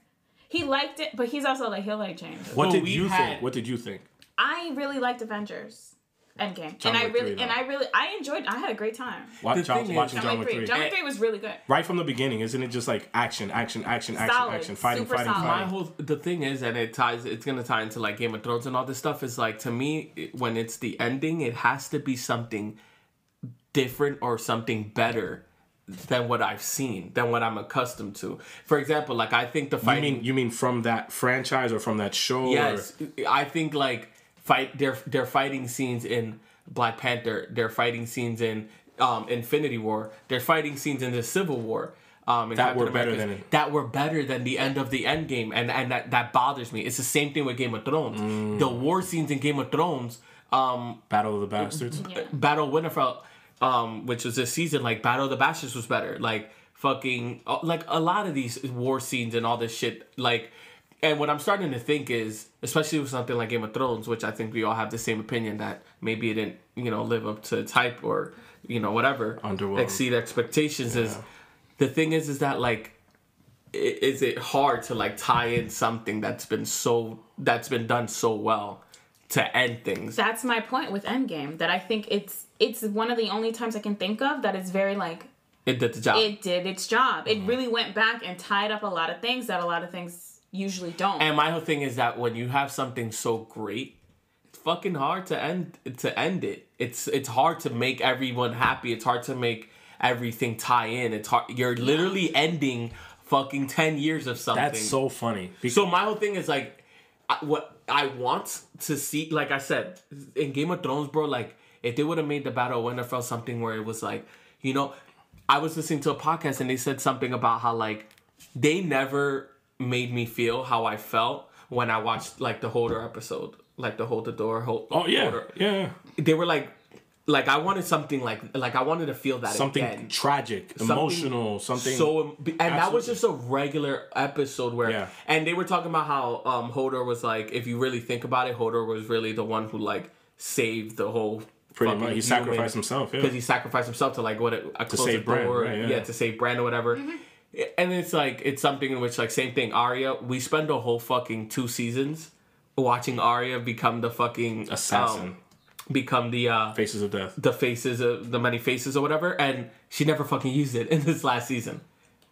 Speaker 3: He liked it, but he's also like he'll like James.
Speaker 2: What
Speaker 1: Well,
Speaker 2: did
Speaker 1: we
Speaker 2: you
Speaker 1: had-
Speaker 2: think? What did you think?
Speaker 3: I really liked Avengers, Endgame,
Speaker 2: John
Speaker 3: and I
Speaker 2: Wick
Speaker 3: really
Speaker 2: 3,
Speaker 3: and
Speaker 2: though.
Speaker 3: I really I enjoyed. I had a great time.
Speaker 2: Watch,
Speaker 1: The thing
Speaker 2: John,
Speaker 1: is-
Speaker 2: watching
Speaker 3: John
Speaker 2: John
Speaker 3: Wick
Speaker 2: Wick three.
Speaker 3: John Wick Three was really good.
Speaker 2: Right from the beginning, isn't it just like action, action, action, action,
Speaker 3: Solid.
Speaker 2: action, fighting,
Speaker 3: Super
Speaker 2: fighting,
Speaker 3: solid.
Speaker 1: my
Speaker 2: fighting?
Speaker 1: whole the thing is and it ties it's gonna tie into like game of thrones and all this stuff is like to me it- when it's the ending it has to be something different or something better than what i've seen than what i'm accustomed to for example like i think the
Speaker 2: You
Speaker 1: fighting
Speaker 2: mean you mean from that franchise or from that show?
Speaker 1: Yes, I think like fight their their fighting scenes in Black Panther, their fighting scenes in um, Infinity War, their fighting scenes in the Civil War. Um, in
Speaker 2: That
Speaker 1: Captain
Speaker 2: were better
Speaker 1: America's-
Speaker 2: than it.
Speaker 1: that were better than the end of the end game, and and that, that bothers me. It's the same thing with Game of Thrones.
Speaker 2: Mm.
Speaker 1: The war scenes in Game of Thrones, um,
Speaker 2: Or Battle of the Bastards.
Speaker 3: Yeah.
Speaker 1: Battle of Winterfell, um, which was this season, like Battle of the Bastards was better. Like fucking uh, like a lot of these war scenes and all this shit like and what I'm starting to think is, especially with something like Game of Thrones, which I think we all have the same opinion that maybe it didn't, you know, live up to its hype or, you know, whatever,
Speaker 2: Underwhelmed.
Speaker 1: exceed expectations. Is the thing is, is that like, i- is it hard to like tie in something that's been so that's been done so well to end things?
Speaker 3: That's my point with Endgame. That I think it's it's one of the only times I can think of that is very like
Speaker 1: It did the job.
Speaker 3: it did its job.
Speaker 1: Mm-hmm.
Speaker 3: It really went back and tied up a lot of things that a lot of things usually don't.
Speaker 1: And my whole thing is that when you have something so great, it's fucking hard to end to end it. It's it's hard to make everyone happy. It's hard to make everything tie in. It's hard. You're literally ending fucking ten years of something.
Speaker 2: That's so funny. Because
Speaker 1: So my whole thing is like, I, what I want to see, like I said in Game of Thrones, bro. Like if they would have made the Battle of Winterfell something where it was like, you know, I was listening to a podcast and they said something about how like they never made me feel how I felt when I watched like the Holder episode, like the Hold the Door. Hold,
Speaker 2: oh yeah,
Speaker 1: Holder.
Speaker 2: yeah, yeah.
Speaker 1: They were like, like I wanted something like like I wanted to feel that
Speaker 2: something
Speaker 1: again.
Speaker 2: tragic, emotional, something.
Speaker 1: So and that was
Speaker 2: Absolutely.
Speaker 1: just a regular episode where
Speaker 2: Yeah.
Speaker 1: and they were talking about how um Hodor was like if you really think about it Hodor was really the one who like saved the whole
Speaker 2: pretty much he sacrificed himself. Yeah.
Speaker 1: because he sacrificed himself to like what a, a close
Speaker 2: save
Speaker 1: the
Speaker 2: Bran,
Speaker 1: door
Speaker 2: right,
Speaker 1: yeah.
Speaker 2: yeah.
Speaker 1: to save Bran or whatever and it's like it's something in which like same thing Arya we spend a whole fucking two seasons watching Arya become the fucking
Speaker 2: Assassin,
Speaker 1: um, become the uh
Speaker 2: faces of death.
Speaker 1: the faces of the many faces or whatever and she never fucking used it in this last season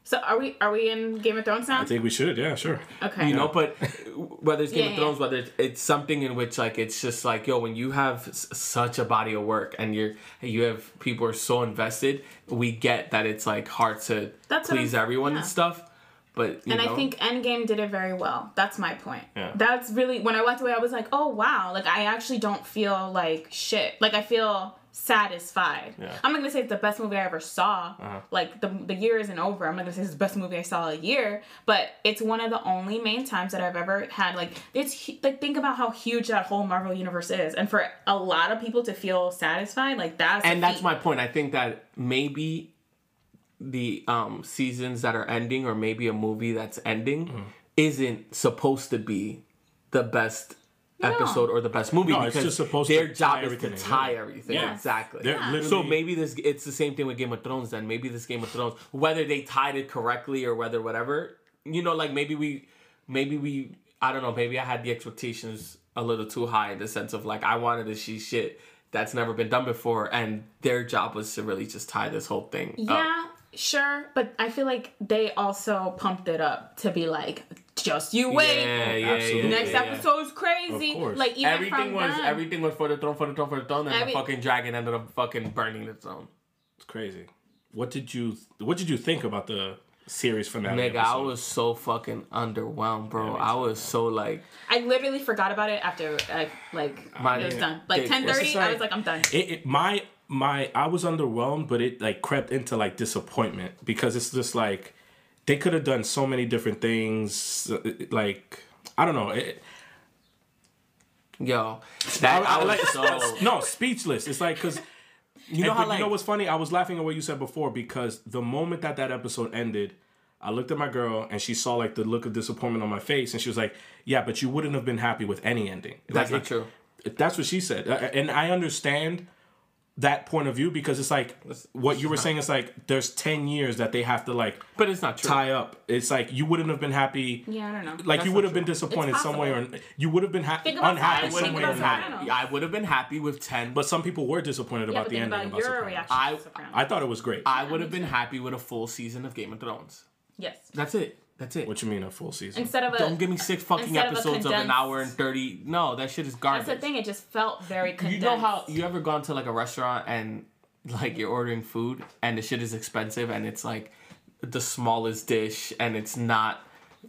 Speaker 3: so are we are we in Game of Thrones now?
Speaker 2: I think we should. Yeah, sure.
Speaker 3: okay.
Speaker 1: you know but uh, whether it's game
Speaker 3: Yeah,
Speaker 1: of
Speaker 3: yeah.
Speaker 1: thrones whether it's, it's something in which like it's just like yo when you have s- such a body of work and you're you have people are so invested we get that it's like hard to
Speaker 3: That's what
Speaker 1: please
Speaker 3: I'm-
Speaker 1: everyone
Speaker 3: yeah.
Speaker 1: and stuff but you
Speaker 3: and
Speaker 1: know,
Speaker 3: I think Endgame did it very well. That's my point.
Speaker 2: Yeah.
Speaker 3: That's really when I walked away. I was like, oh wow! Like I actually don't feel like shit. Like I feel satisfied.
Speaker 2: Yeah.
Speaker 3: I'm not gonna say it's the best movie I ever saw.
Speaker 1: Uh-huh.
Speaker 3: Like the the year isn't over. I'm not gonna say it's the best movie I saw a year, but it's one of the only main times that I've ever had. Like it's hu- like think about how huge that whole Marvel universe is, and for a lot of people to feel satisfied, like that's a
Speaker 1: and that's
Speaker 3: feat.
Speaker 1: my point i think that maybe the um seasons that are ending or maybe a movie that's ending
Speaker 2: Mm-hmm.
Speaker 1: isn't supposed to be the best episode or the best movie
Speaker 2: No, it's
Speaker 1: because
Speaker 2: just supposed to
Speaker 1: their
Speaker 2: tie
Speaker 1: job is to
Speaker 2: everything in,
Speaker 1: tie
Speaker 2: yeah.
Speaker 1: everything
Speaker 3: Yes.
Speaker 1: exactly
Speaker 2: They're literally
Speaker 1: So maybe this it's the same thing with Game of Thrones then. Maybe this Game of Thrones, whether they tied it correctly or whether whatever, you know, like maybe we maybe we I don't know, maybe I had the expectations a little too high in the sense of like I wanted to see shit that's never been done before and their job was to really just tie this whole thing. Up.
Speaker 3: Yeah, sure, but I feel like they also pumped it up to be like, just you wait.
Speaker 1: Yeah, yeah,
Speaker 2: Absolutely.
Speaker 1: yeah,
Speaker 3: Next
Speaker 1: yeah, yeah.
Speaker 3: episode's crazy.
Speaker 2: Of course.
Speaker 3: Like even
Speaker 1: Everything
Speaker 3: from
Speaker 1: was
Speaker 3: them.
Speaker 1: everything was for the throne, for the throne, for the throne, and
Speaker 3: Every-
Speaker 1: the fucking dragon ended up fucking burning the throne.
Speaker 2: It's crazy. What did you What did you think about the series finale?
Speaker 1: Nigga, I
Speaker 2: episode?
Speaker 1: was so fucking underwhelmed, bro.
Speaker 2: me
Speaker 1: I
Speaker 2: too,
Speaker 1: was so like
Speaker 3: I literally forgot about it after I, like
Speaker 1: My-
Speaker 3: it was done. Like
Speaker 1: It's
Speaker 3: ten thirty,
Speaker 2: just
Speaker 3: I
Speaker 2: like-
Speaker 3: was like, I'm done.
Speaker 2: it, it my my I was underwhelmed, but it like crept into like disappointment because it's just like they could have done so many different things. uh, Like I don't know. It,
Speaker 1: Yo, that I,
Speaker 2: I
Speaker 1: was
Speaker 2: like-
Speaker 1: so
Speaker 2: no, speechless. It's like because you know
Speaker 1: how,
Speaker 2: but
Speaker 1: like-
Speaker 2: you know what's funny? I was laughing at what you said before because the moment that that episode ended, I looked at my girl and she saw like the look of disappointment on my face, and she was like, "Yeah, but you wouldn't have been happy with any ending."
Speaker 1: That's
Speaker 2: Like,
Speaker 1: not true.
Speaker 2: it- That's what she said, Uh, and I understand that point of view because it's like what you were saying is like there's 10 years that they have to like
Speaker 1: But it's not true.
Speaker 2: tie up it's like you wouldn't have been happy
Speaker 3: Yeah, I don't know.
Speaker 2: like you
Speaker 1: not
Speaker 2: would have
Speaker 1: true.
Speaker 2: been disappointed
Speaker 3: It's
Speaker 2: some way or you would have been ha-
Speaker 3: Think about
Speaker 2: unhappy
Speaker 3: Sopranos,
Speaker 2: some
Speaker 3: think
Speaker 2: way
Speaker 3: about
Speaker 2: or not
Speaker 3: Sopranos.
Speaker 1: I would have been happy with ten, but
Speaker 2: but some people were disappointed
Speaker 3: yeah,
Speaker 2: about
Speaker 3: but
Speaker 2: the
Speaker 3: think
Speaker 2: ending.
Speaker 3: about
Speaker 2: about
Speaker 3: your
Speaker 2: Sopranos.
Speaker 3: reaction
Speaker 1: I-
Speaker 3: to Sopranos.
Speaker 2: I thought it was great.
Speaker 1: I would have been happy with a full season of Game of Thrones.
Speaker 3: yes.
Speaker 1: That's it. That's it.
Speaker 2: what you mean a full season?
Speaker 3: Instead of a
Speaker 1: Don't give me six fucking
Speaker 3: instead of a
Speaker 1: episodes of, an
Speaker 3: condensed-
Speaker 1: hour and thirty. No, that shit is garbage.
Speaker 3: that's the thing, it just felt very
Speaker 1: You
Speaker 3: condensed.
Speaker 1: know how you ever gone to like a restaurant and like you're ordering food and the shit is expensive and it's like the smallest dish and it's not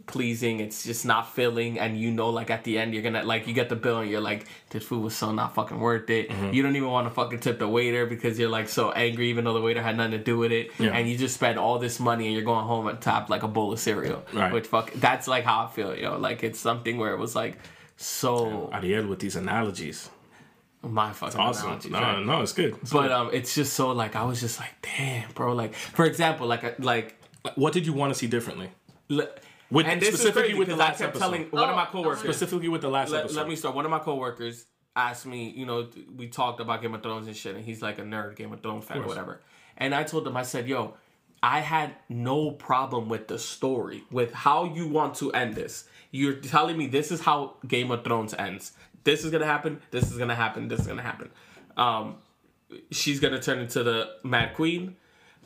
Speaker 1: pleasing it's just not filling and you know like at the end you're gonna like you get the bill and you're like this food was so not fucking worth it
Speaker 2: Mm-hmm.
Speaker 1: you don't even want to fucking tip the waiter because you're like so angry even though the waiter had nothing to do with it
Speaker 2: Yeah.
Speaker 1: and you just spend all this money and you're going home on top like a bowl of cereal
Speaker 2: Right.
Speaker 1: which fuck that's like how i feel yo like it's something where it was like so
Speaker 2: Ariel with these analogies.
Speaker 1: my fucking
Speaker 2: Awesome.
Speaker 1: analogies,
Speaker 2: no,
Speaker 1: right?
Speaker 2: no, it's good. It's
Speaker 1: but um, it's just so like I was just like, damn, bro. Like for example, like I- like
Speaker 2: What did you want to see differently?
Speaker 1: Le-
Speaker 2: With
Speaker 1: and this is
Speaker 2: specifically
Speaker 1: crazy
Speaker 2: with the
Speaker 1: because I
Speaker 2: last
Speaker 1: kept
Speaker 2: episode.
Speaker 1: telling one of my
Speaker 3: Oh,
Speaker 1: coworkers.
Speaker 3: okay.
Speaker 2: specifically with the last
Speaker 1: let,
Speaker 2: episode.
Speaker 1: let me start. One of my coworkers asked me, you know, th- we talked about Game of Thrones and shit, and he's like a nerd, Game of Thrones fan or whatever. And I told him, I said, yo, I had no problem with the story, with how you want to end this. You're telling me this is how Game of Thrones ends. This is gonna happen. This is gonna happen. This is gonna happen. Um, she's gonna turn into the Mad Queen.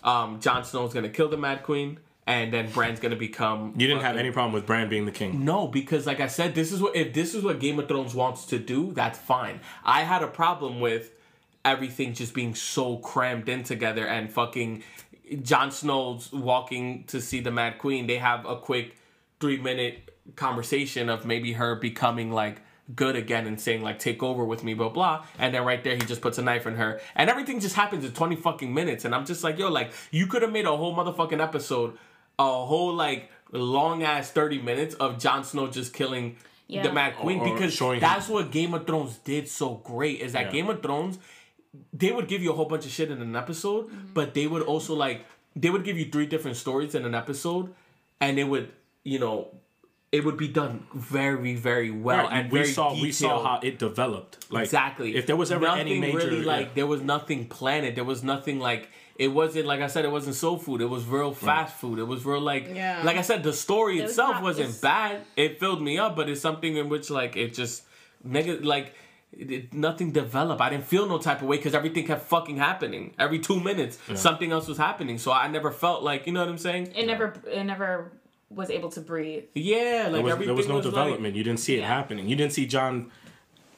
Speaker 1: Um, Jon Snow's gonna kill the Mad Queen, and then Bran's gonna become.
Speaker 2: you didn't have any problem with Bran being the king.
Speaker 1: No, because like I said, this is what if this is what Game of Thrones wants to do, that's fine. I had a problem with everything just being so crammed in together and fucking Jon Snow's walking to see the Mad Queen. They have a quick three minute conversation of maybe her becoming like good again and saying like take over with me blah blah and then right there he just puts a knife in her and everything just happens in 20 fucking minutes and i'm just like yo like you could have made a whole motherfucking episode a whole like long ass 30 minutes of Jon Snow just killing
Speaker 3: Yeah.
Speaker 1: the Mad Queen
Speaker 2: Or- or
Speaker 1: because
Speaker 2: showing him-
Speaker 1: that's what Game of Thrones did so great is that
Speaker 2: Yeah.
Speaker 1: Game of Thrones they would give you a whole bunch of shit in an episode but they would also like they would give you three different stories in an episode and it would you know it would be done very very well
Speaker 2: Right,
Speaker 1: and
Speaker 2: we
Speaker 1: very
Speaker 2: saw we saw
Speaker 1: detailed.
Speaker 2: how it developed. Like
Speaker 1: Exactly.
Speaker 2: If there was ever any major,
Speaker 1: really like
Speaker 2: yeah.
Speaker 1: there was nothing planned. There was nothing like it wasn't like I said it wasn't soul food. It was real fast food. It was real like
Speaker 3: Yeah.
Speaker 1: like I said the story
Speaker 3: was
Speaker 1: itself
Speaker 3: not-
Speaker 1: was not
Speaker 3: it's-
Speaker 1: bad. It filled me up, but it's something in which like it just nigga like it, it- nothing developed. I didn't feel no type of way because everything kept fucking happening. Every two minutes, something else was happening. So I never felt like you know what I'm saying.
Speaker 3: It never it never was able to breathe.
Speaker 1: Yeah, like
Speaker 2: there was,
Speaker 1: everything
Speaker 2: there was no
Speaker 1: like-
Speaker 2: development. you didn't see it happening. You didn't see John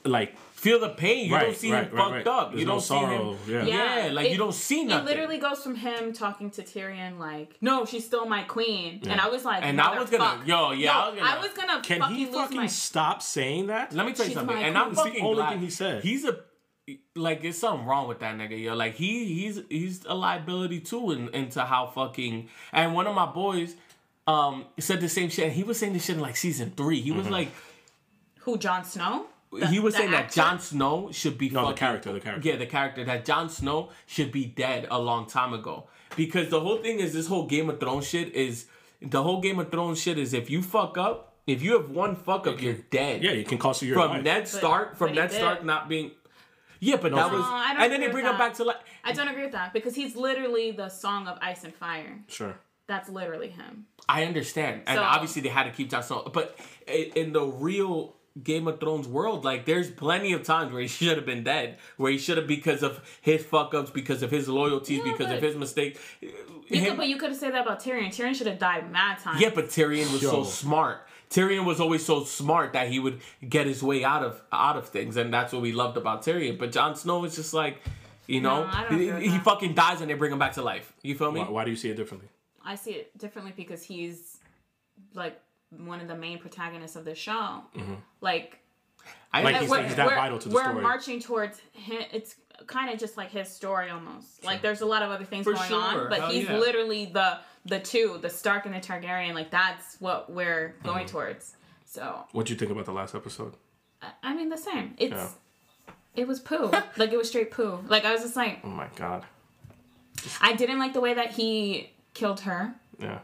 Speaker 2: like
Speaker 1: feel the pain. You don't
Speaker 2: right,
Speaker 1: see
Speaker 2: right,
Speaker 1: him
Speaker 2: right,
Speaker 1: fucked
Speaker 2: right.
Speaker 1: up.
Speaker 2: There's
Speaker 1: you
Speaker 2: no
Speaker 1: don't
Speaker 2: sorrow.
Speaker 1: see him.
Speaker 2: Yeah.
Speaker 1: Yeah, like, you don't see nothing.
Speaker 3: It literally goes from him talking to Tyrion like, "No, she's still my queen," and I was like,
Speaker 1: And I was gonna-
Speaker 3: "Motherfuck."
Speaker 1: yo, yeah, I
Speaker 3: No,
Speaker 1: was gonna-
Speaker 3: I was gonna
Speaker 2: Can
Speaker 3: fucking
Speaker 2: he
Speaker 3: lose
Speaker 2: fucking
Speaker 3: my.
Speaker 2: stop saying that?
Speaker 1: Let me tell you
Speaker 3: She's
Speaker 1: something,
Speaker 3: my
Speaker 1: and
Speaker 3: queen.
Speaker 1: I'm
Speaker 3: It's the
Speaker 1: fucking
Speaker 2: only
Speaker 1: glad-
Speaker 2: thing he said.
Speaker 1: He's a like it's something wrong with that nigga, yo. Like he he's he's a liability too, in, into how fucking. And one of my boys um said the same shit. and He was saying this shit in like season three. He was
Speaker 2: Mm-hmm.
Speaker 1: like
Speaker 3: Who Jon Snow?
Speaker 1: he was
Speaker 3: the
Speaker 1: saying that
Speaker 3: actor?
Speaker 1: Jon Snow should be
Speaker 2: no, the
Speaker 1: fucking-
Speaker 2: character, the character.
Speaker 1: yeah, the character that Jon Snow should be dead a long time ago. Because the whole thing is this whole Game of Thrones shit is the whole Game of Thrones shit is if you fuck up, if you have one fuck up, you're dead
Speaker 2: Yeah, it can cost you your
Speaker 1: from
Speaker 2: life.
Speaker 1: Ned Stark, from
Speaker 3: but he
Speaker 1: Ned
Speaker 3: did.
Speaker 1: Stark not being. Yeah, but that
Speaker 2: for-
Speaker 1: was,
Speaker 3: No, I don't
Speaker 1: and then they
Speaker 3: agree
Speaker 1: bring
Speaker 3: with
Speaker 1: him
Speaker 3: that.
Speaker 1: back to life.
Speaker 3: I don't agree with that because he's literally the song of ice and fire.
Speaker 2: Sure.
Speaker 3: That's literally him.
Speaker 1: I understand, and
Speaker 3: So-
Speaker 1: obviously they had to keep Jon Snow, but i- in the real Game of Thrones world, like there's plenty of times where he should have been dead, where he should have because of his fuck ups, because of his loyalties,
Speaker 3: Yeah,
Speaker 1: because of
Speaker 3: but-
Speaker 1: his mistakes.
Speaker 3: You
Speaker 1: Him-
Speaker 3: could, but you could have said that about Tyrion. Tyrion should have died mad times.
Speaker 1: Yeah, but Tyrion was
Speaker 2: Yo.
Speaker 1: so smart. Tyrion was always so smart that he would get his way out of out of things, and that's what we loved about Tyrion. But Jon Snow is just like, you know,
Speaker 3: I don't agree with
Speaker 1: he, he
Speaker 3: that.
Speaker 1: fucking dies and they bring him back to life. You feel me?
Speaker 2: Why, why do you see it differently?
Speaker 3: I see it differently because he's like one of the main protagonists of the show.
Speaker 1: Mm-hmm.
Speaker 3: Like
Speaker 1: I
Speaker 2: Like,
Speaker 1: like
Speaker 2: he's-
Speaker 3: we're-
Speaker 2: that
Speaker 3: we're-
Speaker 2: vital to the
Speaker 3: we're
Speaker 2: story.
Speaker 3: marching towards him. It's kind of just like his story almost. Like there's a lot of other things
Speaker 1: For
Speaker 3: going
Speaker 1: sure.
Speaker 3: on, but
Speaker 1: Hell
Speaker 3: he's
Speaker 1: yeah.
Speaker 3: literally the the two, the Stark and the Targaryen. Like that's what we're going towards. So
Speaker 2: What do you think about the last episode?
Speaker 3: I- I mean the same. It's
Speaker 2: Yeah.
Speaker 3: it was poo. like it was straight poo. Like I was just like
Speaker 2: Oh my god.
Speaker 3: I didn't like the way that he killed her.
Speaker 2: Yeah.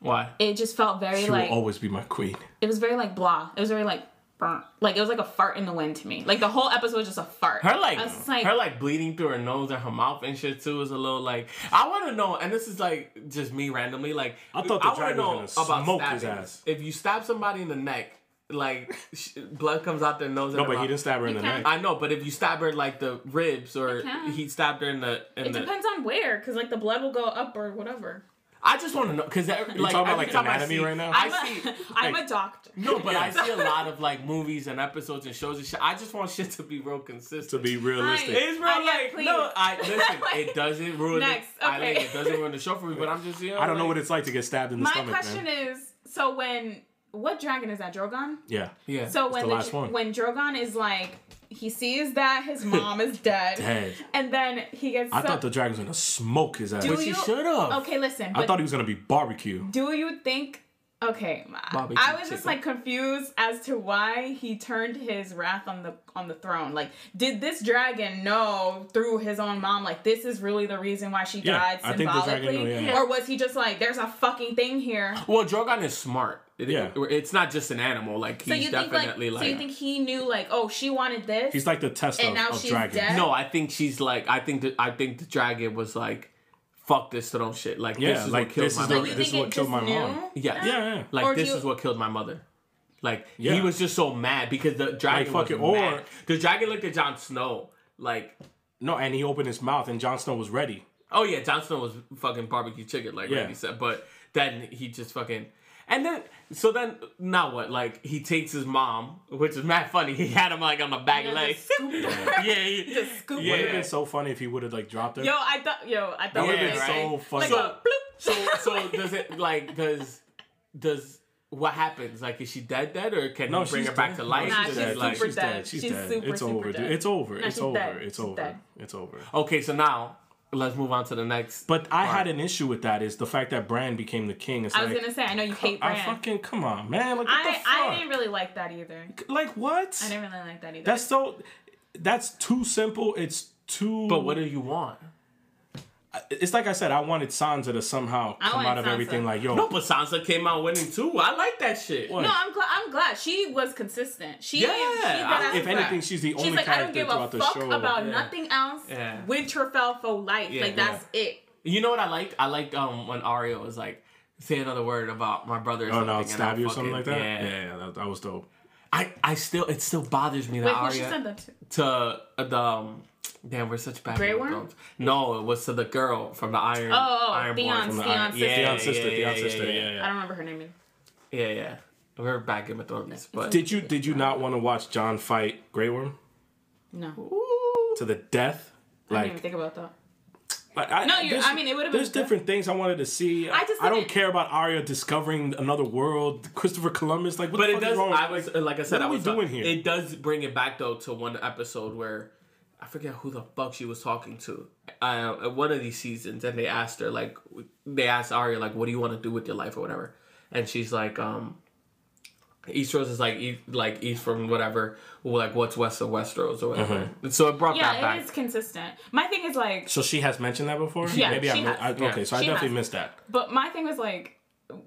Speaker 1: why?
Speaker 3: It just felt very
Speaker 2: She
Speaker 3: like
Speaker 2: will always be my queen.
Speaker 3: it was very like blah. It was very like burnt. Like it was like a fart in the wind to me. Like the whole episode was just a fart.
Speaker 1: Her like,
Speaker 3: I was just like
Speaker 1: her like bleeding through her nose and her mouth and shit too is a little like I want to know and this is like just me randomly like
Speaker 2: I thought the
Speaker 1: wanna
Speaker 2: dragon was gonna smoke his
Speaker 1: stabbings.
Speaker 2: ass.
Speaker 1: If you stab somebody in the neck, like sh- blood comes out their nose.
Speaker 2: No, but he didn't stab her in the
Speaker 3: can't-
Speaker 2: neck.
Speaker 1: I know, but if you stab her like the ribs or
Speaker 3: can.
Speaker 1: he stabbed her in the in
Speaker 3: It
Speaker 1: the,
Speaker 3: depends on where, because like the blood will go up or whatever.
Speaker 1: I just want to know because like you
Speaker 2: talking about, like,
Speaker 1: time
Speaker 2: anatomy
Speaker 1: I see,
Speaker 2: right now?
Speaker 1: I
Speaker 3: I'm a-
Speaker 1: see.
Speaker 3: I'm
Speaker 2: like-
Speaker 3: a doctor.
Speaker 1: No, but I see a lot of like movies and episodes and shows and shit. I just want shit to be real consistent.
Speaker 2: To be realistic.
Speaker 3: Hi.
Speaker 1: It's real
Speaker 3: Anya,
Speaker 1: like
Speaker 3: Oh, please.
Speaker 1: no. I listen. it doesn't ruin.
Speaker 3: Next,
Speaker 1: The, I
Speaker 3: okay.
Speaker 1: like it doesn't ruin the show for me. But I'm just you know.
Speaker 2: I don't know
Speaker 1: like-
Speaker 2: what it's like to get stabbed in the
Speaker 3: My
Speaker 2: stomach,
Speaker 3: question
Speaker 2: man.
Speaker 3: is, so when what dragon is that? Drogon.
Speaker 2: yeah.
Speaker 1: Yeah.
Speaker 3: So when
Speaker 2: the
Speaker 3: the
Speaker 2: last one.
Speaker 3: when Drogon is like, he sees that his mom is dead,
Speaker 2: Dead.
Speaker 3: and then he gets.
Speaker 2: I
Speaker 3: so-
Speaker 2: thought the dragon was gonna smoke his ass.
Speaker 3: Do
Speaker 1: she
Speaker 3: you-
Speaker 1: should have.
Speaker 3: Okay, listen.
Speaker 2: I
Speaker 3: But
Speaker 2: thought he was gonna be barbecue.
Speaker 3: do you think Okay,
Speaker 1: Barbecue
Speaker 3: I was just
Speaker 1: chicken.
Speaker 3: like confused as to why he turned his wrath on the on the throne. Like, did this dragon know through his own mom? Like, this is really the reason why she
Speaker 2: Yeah,
Speaker 3: died
Speaker 2: I think the dragon
Speaker 3: symbolically,
Speaker 2: knew, yeah.
Speaker 3: or was he just like, "There's a fucking thing here"?
Speaker 1: Well, Drogon is smart. It-
Speaker 2: Yeah.
Speaker 1: it's not just an animal. Like
Speaker 3: So
Speaker 1: he's
Speaker 3: you think like,
Speaker 1: definitely
Speaker 3: so you think he knew like, oh, she wanted this?
Speaker 2: He's like the test
Speaker 3: And
Speaker 2: of,
Speaker 3: now
Speaker 2: of
Speaker 3: she's
Speaker 2: dragons.
Speaker 3: dead?
Speaker 1: No, I think she's like I think the, I think the dragon was like, fuck this throne shit. Like
Speaker 2: Yeah,
Speaker 1: this is
Speaker 2: like,
Speaker 1: what killed
Speaker 2: this
Speaker 1: my
Speaker 2: is
Speaker 3: so
Speaker 2: the-
Speaker 1: mother.
Speaker 3: you
Speaker 2: this
Speaker 3: think
Speaker 2: is what
Speaker 3: it
Speaker 2: killed
Speaker 3: just
Speaker 2: my
Speaker 3: knew?
Speaker 2: mom.
Speaker 1: yeah,
Speaker 2: Yeah, yeah.
Speaker 1: Like
Speaker 3: Or do
Speaker 1: this
Speaker 3: you-
Speaker 1: is what killed my mother. Like
Speaker 2: Yeah.
Speaker 1: he was just so mad because the dragon
Speaker 2: Like, fuck
Speaker 1: was
Speaker 2: it, or-
Speaker 1: mad. The dragon looked at Jon Snow like,
Speaker 2: No, and he opened his mouth, and Jon Snow was ready.
Speaker 1: oh yeah, Jon Snow was fucking barbecue chicken, like
Speaker 2: Yeah.
Speaker 1: Randy said. But then he just fucking. And then, so then, now what? Like, he takes his mom, which is mad funny. He had him, like, on the back
Speaker 3: And
Speaker 1: leg.
Speaker 3: just scooped her.
Speaker 1: yeah, he-
Speaker 3: Just scooped
Speaker 1: Yeah.
Speaker 2: Would have
Speaker 3: her.
Speaker 2: been so funny if he would have like dropped her.
Speaker 3: Yo, I thought. Yo, I
Speaker 2: that
Speaker 3: thought.
Speaker 2: would have
Speaker 1: Yeah,
Speaker 2: been
Speaker 1: right.
Speaker 2: so funny.
Speaker 3: Like a
Speaker 1: So,
Speaker 3: bloop.
Speaker 1: so does it like does does what happens? Like, is she dead, dead, or can
Speaker 2: no,
Speaker 1: you bring
Speaker 2: she's
Speaker 1: her back
Speaker 2: dead.
Speaker 1: to
Speaker 2: No,
Speaker 1: life?
Speaker 3: Nah,
Speaker 1: Just
Speaker 3: she's
Speaker 1: like-
Speaker 3: super
Speaker 2: She's
Speaker 3: dead.
Speaker 2: dead. She's
Speaker 3: She's
Speaker 2: dead.
Speaker 3: super,
Speaker 2: it's over,
Speaker 3: super
Speaker 2: dude.
Speaker 3: dead.
Speaker 2: It's over.
Speaker 3: Nah,
Speaker 2: it's
Speaker 3: she's
Speaker 2: over.
Speaker 3: dead.
Speaker 2: It's
Speaker 3: She's
Speaker 2: over.
Speaker 3: dead.
Speaker 2: It's over.
Speaker 1: okay, so now let's move on to the next.
Speaker 2: But I
Speaker 1: part.
Speaker 2: had an issue with that is the fact that Bran became the king. It's
Speaker 3: I was
Speaker 2: like
Speaker 3: gonna say, I know you hate
Speaker 2: I
Speaker 3: Bran.
Speaker 2: fucking come on, man. Like what
Speaker 3: I,
Speaker 2: the
Speaker 3: I didn't
Speaker 2: fuck?
Speaker 3: really like that either.
Speaker 2: like what?
Speaker 3: I didn't really like that either.
Speaker 2: That's so. That's too simple. It's too.
Speaker 1: but what do you want?
Speaker 2: It's like I said. I wanted Sansa to somehow come
Speaker 3: wanted
Speaker 2: out of
Speaker 3: Sansa.
Speaker 2: everything. Like yo,
Speaker 1: No, but Sansa came out winning too. I like that shit.
Speaker 2: What?
Speaker 3: no, I'm glad. I'm glad she was consistent. She,
Speaker 1: Yeah,
Speaker 3: she did
Speaker 1: I-
Speaker 3: that
Speaker 2: if
Speaker 3: as well.
Speaker 2: anything, she's the only
Speaker 3: She's like, I don't
Speaker 2: character
Speaker 3: give a
Speaker 2: throughout the
Speaker 3: fuck
Speaker 2: show.
Speaker 3: about
Speaker 1: Yeah.
Speaker 3: nothing else.
Speaker 1: Yeah.
Speaker 3: Winterfell for life.
Speaker 1: Yeah,
Speaker 3: like that's it.
Speaker 1: You know what I liked? I liked um when Arya was like, say another word about my brother. Or
Speaker 2: oh
Speaker 1: something,
Speaker 2: no, I'll
Speaker 1: and
Speaker 2: stab
Speaker 1: I'll
Speaker 2: you or something like
Speaker 1: fucking-
Speaker 2: that.
Speaker 1: Yeah.
Speaker 2: yeah, that, that was dope.
Speaker 1: I I still it still bothers me that
Speaker 3: Wait, who she
Speaker 1: Arya
Speaker 3: said that to?
Speaker 1: to uh, the. Um, Damn, we're such bad.
Speaker 3: Grey
Speaker 1: with
Speaker 3: Worm?
Speaker 1: those. No, it was to the girl from the Iron.
Speaker 3: Oh, oh,
Speaker 1: Iron
Speaker 3: Theon's-
Speaker 2: From the
Speaker 3: Theon's
Speaker 2: Iron-
Speaker 3: sister.
Speaker 2: Theon's
Speaker 1: Yeah,
Speaker 2: sister,
Speaker 1: yeah,
Speaker 2: Theon's
Speaker 1: yeah,
Speaker 2: sister.
Speaker 1: yeah,
Speaker 2: Yeah,
Speaker 1: yeah.
Speaker 3: I
Speaker 2: yeah.
Speaker 3: don't remember her name. Either.
Speaker 1: Yeah, yeah. We're back Game of Thrones, but
Speaker 2: Did you did you not want to watch John fight Grey Worm
Speaker 3: No,
Speaker 2: to the death?
Speaker 3: I didn't
Speaker 2: Like
Speaker 3: even think about that.
Speaker 2: Like, I,
Speaker 3: No, you're-
Speaker 2: there's-
Speaker 3: I mean, it would've been
Speaker 2: There's
Speaker 3: good.
Speaker 2: different things I wanted to see. I
Speaker 3: just
Speaker 2: I don't
Speaker 3: didn't-
Speaker 2: care about Arya discovering another world, Christopher Columbus. Like, what
Speaker 1: But
Speaker 2: the
Speaker 1: it
Speaker 2: fuck
Speaker 1: does.
Speaker 2: is wrong?
Speaker 1: I was uh, like I said.
Speaker 2: what
Speaker 1: I
Speaker 2: are we
Speaker 1: was
Speaker 2: doing here?
Speaker 1: It does bring it back though to one episode where I forget who the fuck she was talking to. Uh, at one of these seasons, and they asked her like, they asked Arya like, "What do you want to do with your life or whatever?" And she's like, um, "East Rose is like, e- like east from whatever, like what's west of Westeros or whatever."
Speaker 2: Uh-huh.
Speaker 1: And so it brought that
Speaker 3: Yeah,
Speaker 1: back.
Speaker 3: it is consistent. My thing is like,
Speaker 2: so she has mentioned that before.
Speaker 3: Yeah,
Speaker 2: maybe I,
Speaker 3: she
Speaker 2: mi-
Speaker 3: has.
Speaker 2: I okay.
Speaker 1: Yeah.
Speaker 2: So I
Speaker 3: She
Speaker 2: definitely
Speaker 3: has.
Speaker 2: missed that.
Speaker 3: but my thing was like.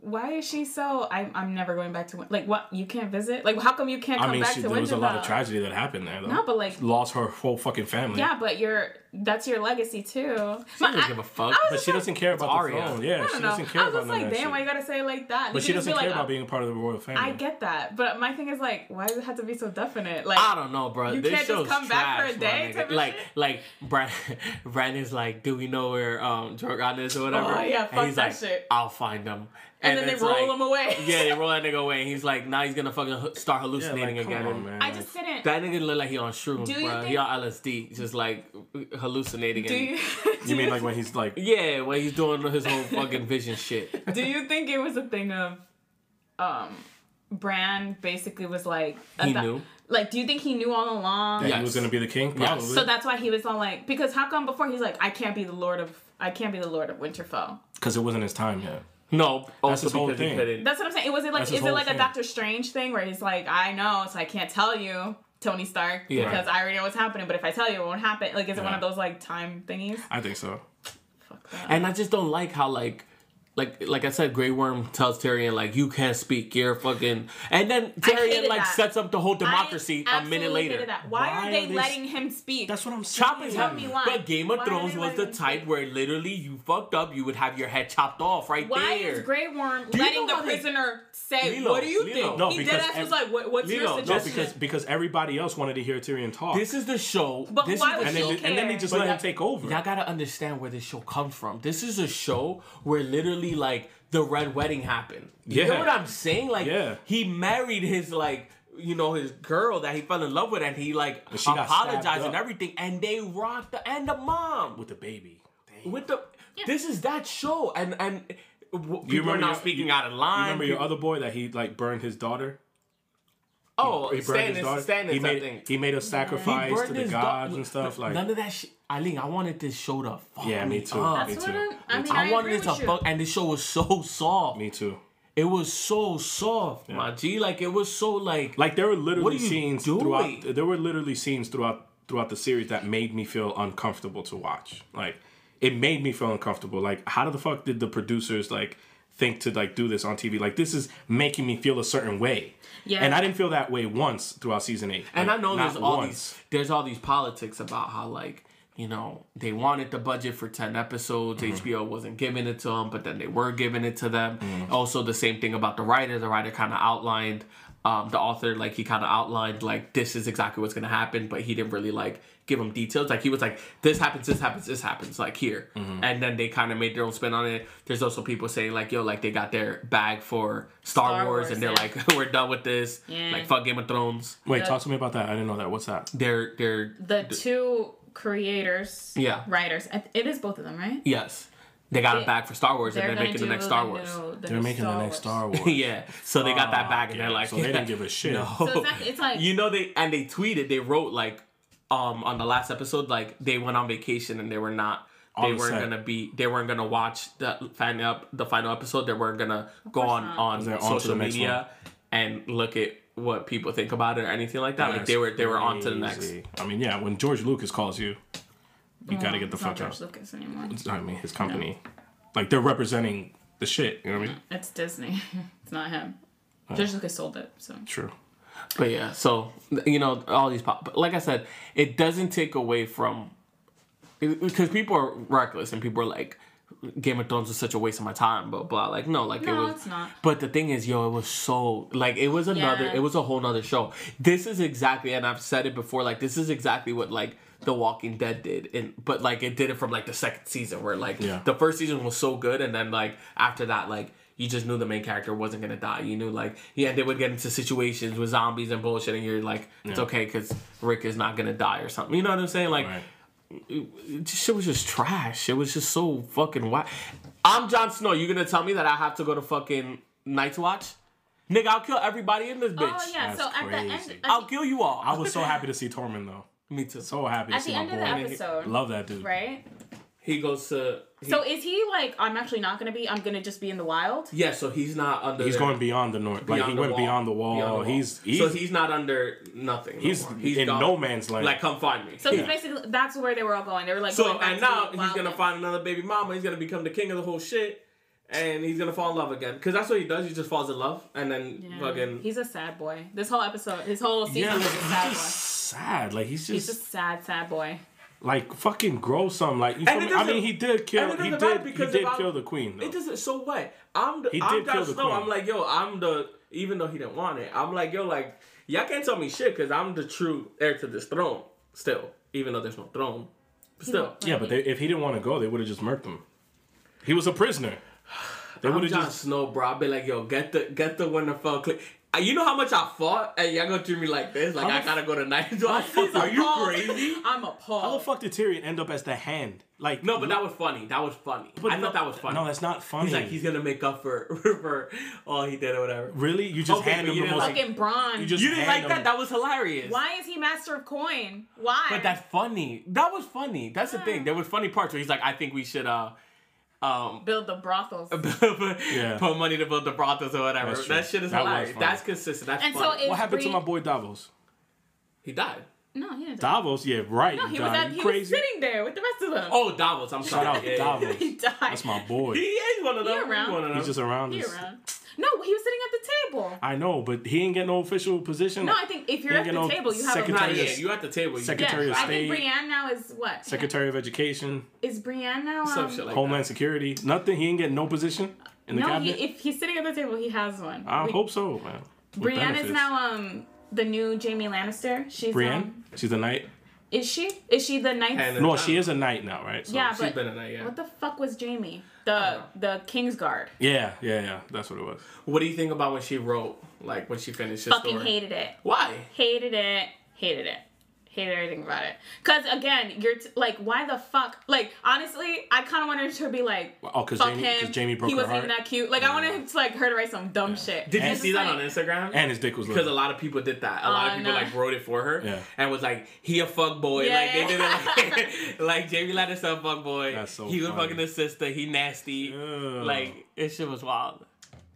Speaker 3: Why is she so? I, I'm never going back to like what you can't visit. Like how come you can't come
Speaker 2: I mean,
Speaker 3: back
Speaker 2: she,
Speaker 3: to
Speaker 2: there was a lot of
Speaker 3: Winterfell?
Speaker 2: tragedy that happened there. Though.
Speaker 3: No, but, like-
Speaker 2: lost her whole fucking family.
Speaker 3: Yeah, but your that's your legacy too. She
Speaker 1: doesn't give a fuck.
Speaker 2: but she doesn't care about the
Speaker 1: Arya.
Speaker 2: throne. Yeah,
Speaker 3: I
Speaker 2: she
Speaker 3: don't know.
Speaker 2: doesn't care
Speaker 3: I was
Speaker 2: about
Speaker 3: just
Speaker 2: none of
Speaker 3: like,
Speaker 2: that
Speaker 3: damn, why you
Speaker 2: shit.
Speaker 3: gotta say it like that?
Speaker 2: But
Speaker 3: You could
Speaker 2: she
Speaker 3: just
Speaker 2: doesn't
Speaker 3: be
Speaker 2: care
Speaker 3: like,
Speaker 2: about
Speaker 3: "Oh,
Speaker 2: being part of the royal family.
Speaker 3: I get that, but my thing is like, why does it have to be so definite? Like,
Speaker 1: I don't know, bro.
Speaker 3: You
Speaker 1: this
Speaker 3: can't just
Speaker 1: show's
Speaker 3: come back for a
Speaker 1: trash,
Speaker 3: day
Speaker 1: my nigga.
Speaker 3: type of
Speaker 1: Like,
Speaker 3: shit?
Speaker 1: like Bran, Bran is like, "Do we know where um Drogon is or whatever?"
Speaker 3: Oh, yeah, fuck
Speaker 1: and he's
Speaker 3: that
Speaker 1: like,
Speaker 3: shit.
Speaker 1: "I'll find him."
Speaker 3: and, then
Speaker 1: it's
Speaker 3: they roll
Speaker 1: like-
Speaker 3: them away.
Speaker 1: Yeah, they roll that nigga away, and he's like, "Now he's gonna fucking h- start
Speaker 2: Yeah, like,
Speaker 1: hallucinating
Speaker 2: come
Speaker 1: again."
Speaker 2: on,
Speaker 1: And
Speaker 2: man.
Speaker 3: I just didn't.
Speaker 1: That nigga look like he on shrooms,
Speaker 3: Do you
Speaker 1: bro. He
Speaker 3: think-
Speaker 1: on LSD, just like hallucinating.
Speaker 3: do
Speaker 1: and-
Speaker 3: you,
Speaker 2: you mean like when he's like,
Speaker 1: Yeah, when he's doing his whole fucking vision shit.
Speaker 3: do you think it was a thing of, um, Bran basically was like a
Speaker 1: He
Speaker 3: thou-
Speaker 1: knew.
Speaker 3: Like, do you think he knew all along?
Speaker 2: he was
Speaker 1: Yes.
Speaker 2: gonna be the king? Probably.
Speaker 3: So that's why he was all like, because how come before he's like, I can't be the lord of, I can't be the lord of Winterfell.
Speaker 2: Because it wasn't his time yet.
Speaker 1: No, also
Speaker 2: his whole
Speaker 1: because he
Speaker 2: thing.
Speaker 1: couldn't.
Speaker 3: That's what I'm saying. It was it like
Speaker 2: That's his
Speaker 3: is it
Speaker 2: whole
Speaker 3: like
Speaker 2: thing.
Speaker 3: a Doctor Strange thing where he's like, I know, so I can't tell you, Tony Stark,
Speaker 1: Yeah.
Speaker 3: because I already know what's happening. But if I tell you, it won't happen. Like, is it one
Speaker 2: Yeah.
Speaker 3: of those like time thingies?
Speaker 2: I think so.
Speaker 3: Fuck that.
Speaker 1: And I just don't like how like like like I said, Grey Worm tells Tyrion like you can't speak, you're fucking, and then Tyrion
Speaker 3: hated
Speaker 1: like
Speaker 3: that.
Speaker 1: sets up the whole democracy
Speaker 3: I
Speaker 1: a minute
Speaker 3: absolutely
Speaker 1: later.
Speaker 3: hated that.
Speaker 2: Why
Speaker 3: Why, are
Speaker 2: are
Speaker 3: they
Speaker 2: they s-
Speaker 3: letting him speak?
Speaker 2: That's what I'm saying.
Speaker 1: Chop his
Speaker 3: Tell
Speaker 1: head.
Speaker 3: me why.
Speaker 1: But Game of
Speaker 3: Why are
Speaker 1: Thrones
Speaker 3: they
Speaker 1: was the
Speaker 3: letting him
Speaker 1: type
Speaker 3: speak?
Speaker 1: where literally you fucked up, you would have your head chopped off right
Speaker 3: why
Speaker 1: there.
Speaker 3: is Grey Worm
Speaker 1: you know
Speaker 3: letting the
Speaker 1: how they-
Speaker 3: prisoner say,
Speaker 1: Lilo,
Speaker 3: "What do you
Speaker 1: Lilo.
Speaker 3: think?"
Speaker 2: No,
Speaker 3: he
Speaker 2: because
Speaker 3: dead ass
Speaker 2: ev-
Speaker 3: was like, "what, "What's
Speaker 1: Lilo,
Speaker 3: your
Speaker 1: no,
Speaker 2: No,
Speaker 3: suggestion?"
Speaker 2: because because everybody else wanted to hear Tyrion talk.
Speaker 1: This is the show.
Speaker 3: But
Speaker 1: this is the
Speaker 3: why would
Speaker 2: and,
Speaker 1: show-
Speaker 2: then,
Speaker 3: she
Speaker 2: and then they
Speaker 3: care.
Speaker 2: just
Speaker 1: But
Speaker 2: let him
Speaker 1: y'all-
Speaker 2: take over.
Speaker 1: Y'all gotta understand where this show comes from. This is a show where literally like the red wedding happened. You
Speaker 2: Yeah.
Speaker 1: know what I'm saying? Like
Speaker 2: Yeah.
Speaker 1: he married his like you know his girl that he fell in love with and he like
Speaker 2: she got stabbed
Speaker 1: apologized and
Speaker 2: up.
Speaker 1: everything and they rocked the and the mom
Speaker 2: with the baby. Dang.
Speaker 1: with the this is that show and and w- people are
Speaker 2: remember
Speaker 1: now
Speaker 2: your-
Speaker 1: speaking
Speaker 2: you-
Speaker 1: out of line.
Speaker 2: You remember your
Speaker 1: People-
Speaker 2: other boy that he like burned his daughter?
Speaker 1: oh
Speaker 2: He burned his daughter.
Speaker 1: Stannis, Stannis
Speaker 2: he
Speaker 1: I
Speaker 2: made
Speaker 1: think.
Speaker 2: he made a sacrifice to
Speaker 1: burned
Speaker 2: the
Speaker 1: his dau-
Speaker 2: gods and stuff like.
Speaker 1: none of that shit. Eileen, I wanted this show to fuck
Speaker 2: yeah, me
Speaker 1: me
Speaker 2: too.
Speaker 1: up.
Speaker 2: Me
Speaker 3: That's
Speaker 2: too.
Speaker 3: what I'm- I
Speaker 2: Me
Speaker 3: mean,
Speaker 2: too.
Speaker 1: I
Speaker 3: I
Speaker 1: wanted
Speaker 3: agree
Speaker 1: it to
Speaker 3: with you.
Speaker 1: fuck, and the show was so soft.
Speaker 2: Me too.
Speaker 4: It was so soft, my G. Like it was so like
Speaker 2: Like there were literally
Speaker 4: you
Speaker 2: scenes
Speaker 4: doing?
Speaker 2: throughout. There were literally scenes throughout throughout the series that made me feel uncomfortable to watch. Like it made me feel uncomfortable. Like how the fuck did the producers like think to like do this on TV? Like this is making me feel a certain way.
Speaker 3: Yeah.
Speaker 2: And I didn't feel that way once throughout season eight.
Speaker 1: And
Speaker 2: Like,
Speaker 1: I know
Speaker 2: not
Speaker 1: there's all
Speaker 2: once.
Speaker 1: these there's all these politics about how like you know they wanted the budget for ten episodes.
Speaker 2: Mm-hmm.
Speaker 1: HBO wasn't giving it to them, but then they were giving it to them.
Speaker 2: Mm-hmm.
Speaker 1: Also, the same thing about the writer. The writer kind of outlined. Um, the author like he kind of outlined like this is exactly what's gonna happen but he didn't really like give them details like he was like this happens this happens this happens like here
Speaker 2: Mm-hmm.
Speaker 1: and then they kind of made their own spin on it there's also people saying like yo like they got their bag for star,
Speaker 3: Star
Speaker 1: wars,
Speaker 3: Wars,
Speaker 1: and they're
Speaker 3: yeah.
Speaker 1: like we're done with this
Speaker 3: Yeah.
Speaker 1: like fuck game of thrones
Speaker 2: Wait,
Speaker 3: the-
Speaker 2: talk to me about that. I didn't know that. What's that?
Speaker 1: they're they're
Speaker 3: the two creators,
Speaker 1: Yeah.
Speaker 3: writers. I- It is both of them, right?
Speaker 1: yes they got
Speaker 3: They-
Speaker 1: a bag for Star Wars and they're
Speaker 3: gonna
Speaker 1: making
Speaker 3: do
Speaker 1: the next Star Wars.
Speaker 3: new- the
Speaker 2: They're
Speaker 3: new
Speaker 2: making the next Star Wars.
Speaker 1: yeah, so they got that bag and
Speaker 2: Oh, Yeah,
Speaker 1: they're like,
Speaker 2: so they didn't give a shit.
Speaker 1: No.
Speaker 3: So it's, not, it's like
Speaker 1: you know they and they tweeted, they wrote like, um, on the last episode, like they went on vacation and they were not. They
Speaker 2: the
Speaker 1: weren't
Speaker 2: set.
Speaker 1: gonna be. They weren't gonna watch the final up the final episode. They weren't gonna go on
Speaker 3: not.
Speaker 1: on
Speaker 2: They're on to
Speaker 1: social
Speaker 2: the next
Speaker 1: media and look at what people think about it or anything like that. like
Speaker 2: That's
Speaker 1: they were they were on to the next.
Speaker 2: crazy. I mean, yeah, when George Lucas calls you, you
Speaker 3: Oh,
Speaker 2: gotta get the
Speaker 3: it's not
Speaker 2: fuck out.
Speaker 3: George Lucas anymore.
Speaker 2: I mean, his company, like they're representing the shit. You know what I mean?
Speaker 3: It's Disney. it's not him. George Lucas sold it. So
Speaker 2: True.
Speaker 1: But yeah, so you know all these pop. But like I said, it doesn't take away from because people are reckless and people are like, Game of Thrones was such a waste of my time, but blah. Like no, like
Speaker 3: No,
Speaker 1: it was.
Speaker 3: it's not.
Speaker 1: But the thing is, yo, it was so like it was another.
Speaker 3: Yeah.
Speaker 1: It was a whole nother show. This is exactly, and I've said it before. Like this is exactly what like The Walking Dead did, and but like it did it from like the second season where like
Speaker 2: Yeah.
Speaker 1: the first season was so good, and then like after that like. You just knew the main character wasn't gonna die. You knew like yeah they would get into situations with zombies and bullshit, and you're like it's
Speaker 2: Yeah.
Speaker 1: okay because Rick is not gonna die or something. You know what I'm saying? Like
Speaker 2: Right.
Speaker 1: it just, shit was just trash. It was just so fucking whack. I'm Jon Snow. You're gonna tell me that I have to go to fucking Night's Watch? Nigga, I'll kill everybody in this bitch.
Speaker 3: oh yeah. So
Speaker 2: That's
Speaker 3: at the end,
Speaker 2: crazy.
Speaker 3: at
Speaker 1: I'll
Speaker 3: the,
Speaker 1: kill you all.
Speaker 2: I was so happy to see Tormund though.
Speaker 1: Me too.
Speaker 2: So happy to
Speaker 3: At
Speaker 2: see
Speaker 3: the
Speaker 2: my
Speaker 3: end
Speaker 2: boy.
Speaker 3: of the episode-
Speaker 2: Love that dude.
Speaker 3: right.
Speaker 1: He goes to. He,
Speaker 3: So is he like? I'm actually not gonna be. I'm gonna just be in the wild.
Speaker 1: yeah, so he's not under.
Speaker 2: He's
Speaker 1: their-
Speaker 2: going beyond the north. Like he
Speaker 1: the
Speaker 2: went
Speaker 1: wall.
Speaker 2: beyond the wall.
Speaker 1: Beyond the wall.
Speaker 2: He's he's
Speaker 1: so he's not under nothing. no
Speaker 2: he's,
Speaker 1: more.
Speaker 2: in
Speaker 1: gone.
Speaker 2: no man's land.
Speaker 1: Like, come find me.
Speaker 3: So he's
Speaker 2: Yeah.
Speaker 3: basically that's where they were all going. They were like.
Speaker 1: So
Speaker 3: going back
Speaker 1: and
Speaker 3: to
Speaker 1: now he's
Speaker 3: the
Speaker 1: gonna
Speaker 3: wildness.
Speaker 1: find another baby mama. He's gonna become the king of the whole shit, and he's gonna fall in love again. Cause that's what he does. He just falls in love, and then
Speaker 3: Yeah.
Speaker 1: fucking.
Speaker 3: He's a sad boy. This whole episode, his whole season
Speaker 2: yeah,
Speaker 3: was a sad
Speaker 2: he's just
Speaker 3: boy.
Speaker 2: sad. Like he's just,
Speaker 3: He's just sad, sad boy.
Speaker 2: like fucking grow some. Like you feel
Speaker 1: it
Speaker 2: me? I
Speaker 1: doesn't-
Speaker 2: mean, he did
Speaker 1: and
Speaker 2: kill.
Speaker 1: it
Speaker 2: He
Speaker 1: doesn't matter
Speaker 2: did. He
Speaker 1: because
Speaker 2: did
Speaker 1: if I-
Speaker 2: kill the queen. Though.
Speaker 1: It doesn't. So what? I'm the.
Speaker 2: He
Speaker 1: I'm
Speaker 2: did kill
Speaker 1: Jon
Speaker 2: the
Speaker 1: Snow.
Speaker 2: queen.
Speaker 1: I'm like yo. I'm the. Even though he didn't want it, I'm like yo. Like y'all can't tell me shit because I'm the true heir to this throne. Still, even though there's no throne, but still.
Speaker 2: Yeah, but they, if he didn't want to go, they would have just murked him. He was a prisoner. They
Speaker 1: I'm
Speaker 2: would have
Speaker 1: Jon
Speaker 2: just.
Speaker 1: Snow, bro. I'll be like yo. Get the get the Winterfell. Cle- Uh, you know how much I fought, and y'all gonna treat me like this? Like
Speaker 2: How
Speaker 1: I
Speaker 2: the
Speaker 1: gotta go to night watch. Are you crazy?
Speaker 2: How
Speaker 3: I'm
Speaker 2: the
Speaker 3: appalled.
Speaker 2: fuck did Tyrion end up as the hand? Like
Speaker 1: No, but that was funny. That was funny. I
Speaker 2: no-
Speaker 1: thought that was funny.
Speaker 2: No, that's not funny.
Speaker 1: he's like he's gonna make up for for all he did or whatever.
Speaker 2: really you just
Speaker 1: Okay,
Speaker 2: hand
Speaker 1: but
Speaker 2: him
Speaker 1: you
Speaker 2: the
Speaker 1: didn't
Speaker 2: most.
Speaker 1: like-
Speaker 3: Fucking Braun.
Speaker 2: you just
Speaker 1: You didn't like
Speaker 2: hand him-
Speaker 1: that? That was hilarious.
Speaker 3: Why is he master of coin? Why?
Speaker 1: But that's funny. That was funny. That's the
Speaker 3: Yeah.
Speaker 1: thing. There was funny parts where he's like, I think we should uh um
Speaker 3: build the brothels.
Speaker 2: Yeah.
Speaker 1: put money to build the brothels or whatever.
Speaker 2: That's true.
Speaker 1: That shit is
Speaker 2: That was
Speaker 1: hilarious.
Speaker 2: funny.
Speaker 1: That's consistent. That's
Speaker 3: And so
Speaker 1: funny.
Speaker 3: it-
Speaker 2: What happened to
Speaker 3: Reed-
Speaker 2: my boy Davos?
Speaker 1: he died.
Speaker 3: No, he didn't. die.
Speaker 2: Davos, yeah, right.
Speaker 3: no, he
Speaker 2: you
Speaker 3: was,
Speaker 2: died.
Speaker 3: at,
Speaker 2: You
Speaker 3: he was
Speaker 2: crazy.
Speaker 3: sitting there with the rest of them.
Speaker 1: Oh Davos, I'm sorry.
Speaker 2: Shout out
Speaker 1: Yeah, yeah, yeah.
Speaker 2: Davos.
Speaker 3: he died.
Speaker 2: That's my boy.
Speaker 1: He is one of them. He's
Speaker 3: around.
Speaker 1: one of them.
Speaker 2: He's just around.
Speaker 3: He
Speaker 2: this-
Speaker 3: around. No, he was sitting at the table.
Speaker 2: I know, but he ain't get no official position.
Speaker 3: No, I think if you're
Speaker 2: You
Speaker 3: at the
Speaker 2: know,
Speaker 3: table, you have
Speaker 1: Nah,
Speaker 2: secretary
Speaker 3: a
Speaker 2: of-
Speaker 1: yeah, you at the table. You
Speaker 3: yeah.
Speaker 2: Secretary of
Speaker 3: I think
Speaker 2: State.
Speaker 3: Brienne now is what?
Speaker 2: Secretary of Education,
Speaker 3: Is Brienne now? Um,
Speaker 1: some shit like
Speaker 2: Homeland Security, nothing. He ain't get no position in the
Speaker 3: no, he,
Speaker 2: cabinet.
Speaker 3: if he's sitting at the table, he has one.
Speaker 2: I
Speaker 3: Bri-
Speaker 2: hope so, man. With
Speaker 3: Brienne is
Speaker 2: benefits.
Speaker 3: now um the new Jamie Lannister. She's
Speaker 2: Brienne.
Speaker 3: Um,
Speaker 2: She's a knight.
Speaker 3: is she? Is she the ninth?
Speaker 1: that.
Speaker 2: No, she is a knight now, right? So-
Speaker 1: uh,
Speaker 3: yeah,
Speaker 1: She's
Speaker 3: but
Speaker 1: been in that, yeah.
Speaker 3: what the fuck was Jamie? The the Kingsguard.
Speaker 2: Yeah, yeah, yeah. That's what it was.
Speaker 1: What do you think about when she wrote, like when she finished his
Speaker 3: Fucking
Speaker 1: story?
Speaker 3: hated it.
Speaker 1: Why?
Speaker 3: Hated it. Hated it. Hated everything about it. Cause again, you're t- like, why the fuck? Like, honestly, I kind of wanted her to be like,
Speaker 2: Oh, because
Speaker 3: fuck
Speaker 2: Jamie,
Speaker 3: him.
Speaker 2: 'cause Jamie broke
Speaker 3: he
Speaker 2: her
Speaker 3: wasn't
Speaker 2: heart,
Speaker 3: even that cute. Like, I wanted him to like her to write some dumb shit.
Speaker 1: Did you
Speaker 2: And-
Speaker 1: see that on Instagram?
Speaker 2: and his dick was
Speaker 1: because a
Speaker 2: little.
Speaker 1: lot of people did that. A lot
Speaker 3: Oh,
Speaker 1: of people
Speaker 3: no.
Speaker 1: like wrote it for her
Speaker 2: Yeah.
Speaker 1: and was like, "He a fuck boy."
Speaker 3: Yeah,
Speaker 1: like they did
Speaker 3: yeah.
Speaker 1: it like, like Jamie Lannister a fuck boy.
Speaker 2: That's so
Speaker 1: he was
Speaker 2: funny.
Speaker 1: fucking his sister. He nasty.
Speaker 2: Ew.
Speaker 1: Like this shit was wild.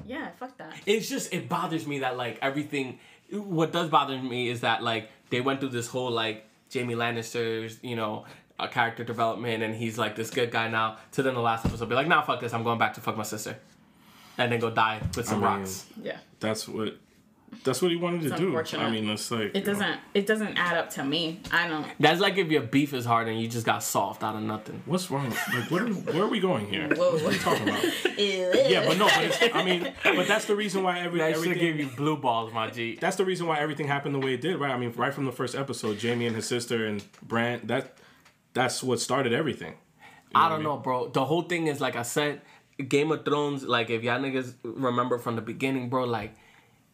Speaker 3: Yeah, fuck that.
Speaker 1: it's just it bothers me that like everything what does bother me is that like they went through this whole like Jamie Lannister's, you know, uh, character development and he's like this good guy now to then the last episode be like, nah fuck this, I'm going back to fuck my sister. And then go die with some
Speaker 2: I mean,
Speaker 1: rocks.
Speaker 3: Yeah.
Speaker 2: That's what. That's what he wanted to do. I
Speaker 3: unfortunate.
Speaker 2: mean, it's like
Speaker 3: It doesn't it doesn't add up to me. I don't
Speaker 1: That's like if your beef is hard and you just got soft out of nothing.
Speaker 2: What's wrong? Like, what are, where are we going here?
Speaker 3: Whoa.
Speaker 2: What are we talking about? yeah, but no, but it's, I mean, but that's the reason why every
Speaker 1: I should
Speaker 2: everything.
Speaker 1: give you blue balls, my G.
Speaker 2: that's the reason why everything happened the way it did, right? I mean, right from the first episode, Jamie and his sister and Brant. That that's what started everything.
Speaker 1: I don't know, bro. The whole thing is like I said, Game of Thrones. Like if y'all niggas remember from the beginning, bro, like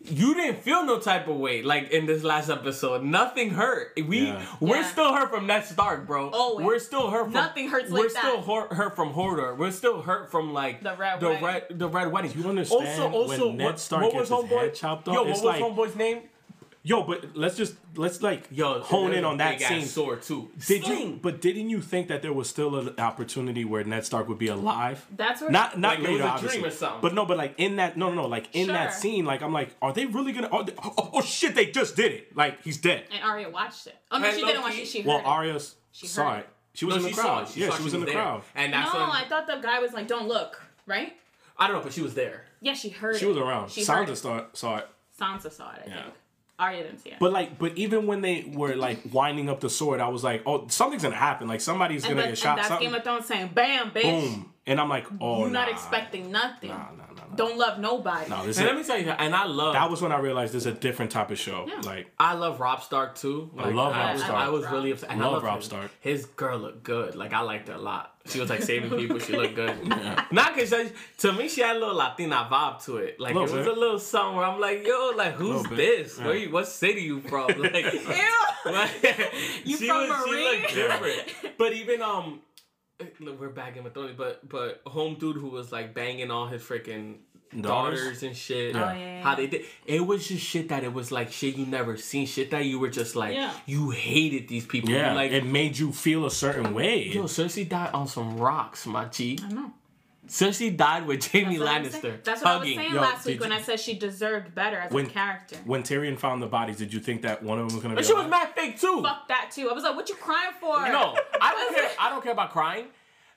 Speaker 1: you didn't feel no type of way. Like in this last episode, nothing hurt. We
Speaker 2: Yeah.
Speaker 1: we're
Speaker 3: Yeah.
Speaker 1: still hurt from Ned Stark, bro.
Speaker 3: Always.
Speaker 1: we're still hurt. From,
Speaker 3: Nothing hurts like
Speaker 1: We're still
Speaker 3: that.
Speaker 1: hor- hurt from Hoarder. We're still hurt from like
Speaker 3: The Red
Speaker 1: the
Speaker 3: Wedding.
Speaker 1: red the red wedding.
Speaker 2: You understand when Ned Stark gets his head chopped off?
Speaker 1: Yo, what
Speaker 2: It's
Speaker 1: was
Speaker 2: like-
Speaker 1: homeboy's name?
Speaker 2: Yo, but let's just let's like
Speaker 1: Yo,
Speaker 2: hone in on that
Speaker 1: big-ass
Speaker 2: scene.
Speaker 1: sword too.
Speaker 2: Did you?
Speaker 1: Sling.
Speaker 2: But didn't you think that there was still an opportunity where Ned Stark would be alive?
Speaker 3: That's where-
Speaker 2: not
Speaker 1: Like,
Speaker 2: not
Speaker 1: it was a
Speaker 2: later,
Speaker 1: dream
Speaker 2: obviously.
Speaker 1: or something.
Speaker 2: But no, but like in that no no no like in that
Speaker 3: Sure.
Speaker 2: scene, like I'm like, are they really gonna? Are they, oh, oh shit, they just did it. Like he's dead.
Speaker 3: and Arya watched it. Oh no,
Speaker 1: And
Speaker 3: she didn't
Speaker 1: low-key-
Speaker 3: watch it. She heard
Speaker 2: Well,
Speaker 3: it.
Speaker 2: Arya s- saw
Speaker 3: heard
Speaker 2: it. She was
Speaker 1: No,
Speaker 2: in the
Speaker 1: she saw
Speaker 2: crowd.
Speaker 1: it. She
Speaker 2: yeah,
Speaker 1: saw
Speaker 2: she was in the
Speaker 1: there.
Speaker 2: crowd.
Speaker 1: and
Speaker 3: No,
Speaker 1: that's when
Speaker 3: I
Speaker 1: I,
Speaker 3: thought the guy was like, "Don't look," right?
Speaker 1: don't know, but she was there.
Speaker 3: Yeah, she heard.
Speaker 2: She
Speaker 3: it.
Speaker 2: was around.
Speaker 3: She heard
Speaker 2: Sansa
Speaker 3: it.
Speaker 2: saw, saw it.
Speaker 3: Sansa saw it. I
Speaker 2: Yeah.
Speaker 3: think. Arya didn't see it.
Speaker 2: But like, but even when they were like winding up the sword, I was like, oh, something's gonna happen. Like somebody's
Speaker 3: and,
Speaker 2: gonna
Speaker 3: but,
Speaker 2: get
Speaker 3: and
Speaker 2: shot.
Speaker 3: that's
Speaker 2: Something.
Speaker 3: Game of Thrones saying, "Bam, bitch,
Speaker 2: Boom. And I'm like, oh,
Speaker 3: you're not
Speaker 2: nah.
Speaker 3: expecting nothing.
Speaker 2: Nah, nah, nah, nah.
Speaker 3: Don't love nobody."
Speaker 2: No, this
Speaker 1: And
Speaker 2: is,
Speaker 1: let me tell you, and I love
Speaker 2: that was when I realized this is a different type of show. Like,
Speaker 1: I love Rob Stark too. Like,
Speaker 2: love
Speaker 1: I,
Speaker 2: Robb Stark.
Speaker 1: I was really upset. And I
Speaker 2: Love
Speaker 1: love
Speaker 2: Robb
Speaker 1: him.
Speaker 2: Stark.
Speaker 1: His girl looked good. Like I liked her a lot. She was like saving people. She looked good. Not because to me she had a little Latina vibe to it. Like
Speaker 2: Little
Speaker 1: it was
Speaker 2: bit.
Speaker 1: a little something where I'm like, yo, like who's
Speaker 2: Little bit.
Speaker 1: this? Where you? What city you from? Like,
Speaker 3: Ew.
Speaker 1: you
Speaker 3: from Marine?
Speaker 1: different. But even um, look, we're back in Mathoni, but but home dude who was like banging all his freaking
Speaker 2: Daughters?
Speaker 1: daughters? and shit.
Speaker 2: Yeah.
Speaker 3: Oh, yeah,
Speaker 1: How
Speaker 3: yeah.
Speaker 1: they did it was just shit that it was like shit you never seen, shit that you were just like
Speaker 3: Yeah.
Speaker 1: you hated these people. You
Speaker 2: yeah,
Speaker 1: like
Speaker 2: it made you feel a certain way.
Speaker 1: yo, Cersei died on some rocks, my G.
Speaker 3: I know.
Speaker 1: Cersei died with Jamie
Speaker 3: That's what I'm saying.
Speaker 1: Lannister.
Speaker 3: That's what
Speaker 1: hugging.
Speaker 3: I was saying
Speaker 2: Yo,
Speaker 3: last
Speaker 2: did
Speaker 3: week when
Speaker 2: you-
Speaker 3: I said she deserved better as
Speaker 2: When-
Speaker 3: a character.
Speaker 2: when Tyrion found the bodies, did you think that one of them was gonna be?
Speaker 1: And she was
Speaker 2: alive?
Speaker 1: mad fake too.
Speaker 3: Fuck that too. I was like, "What you crying for?"
Speaker 1: No, I don't care. I don't care about crying.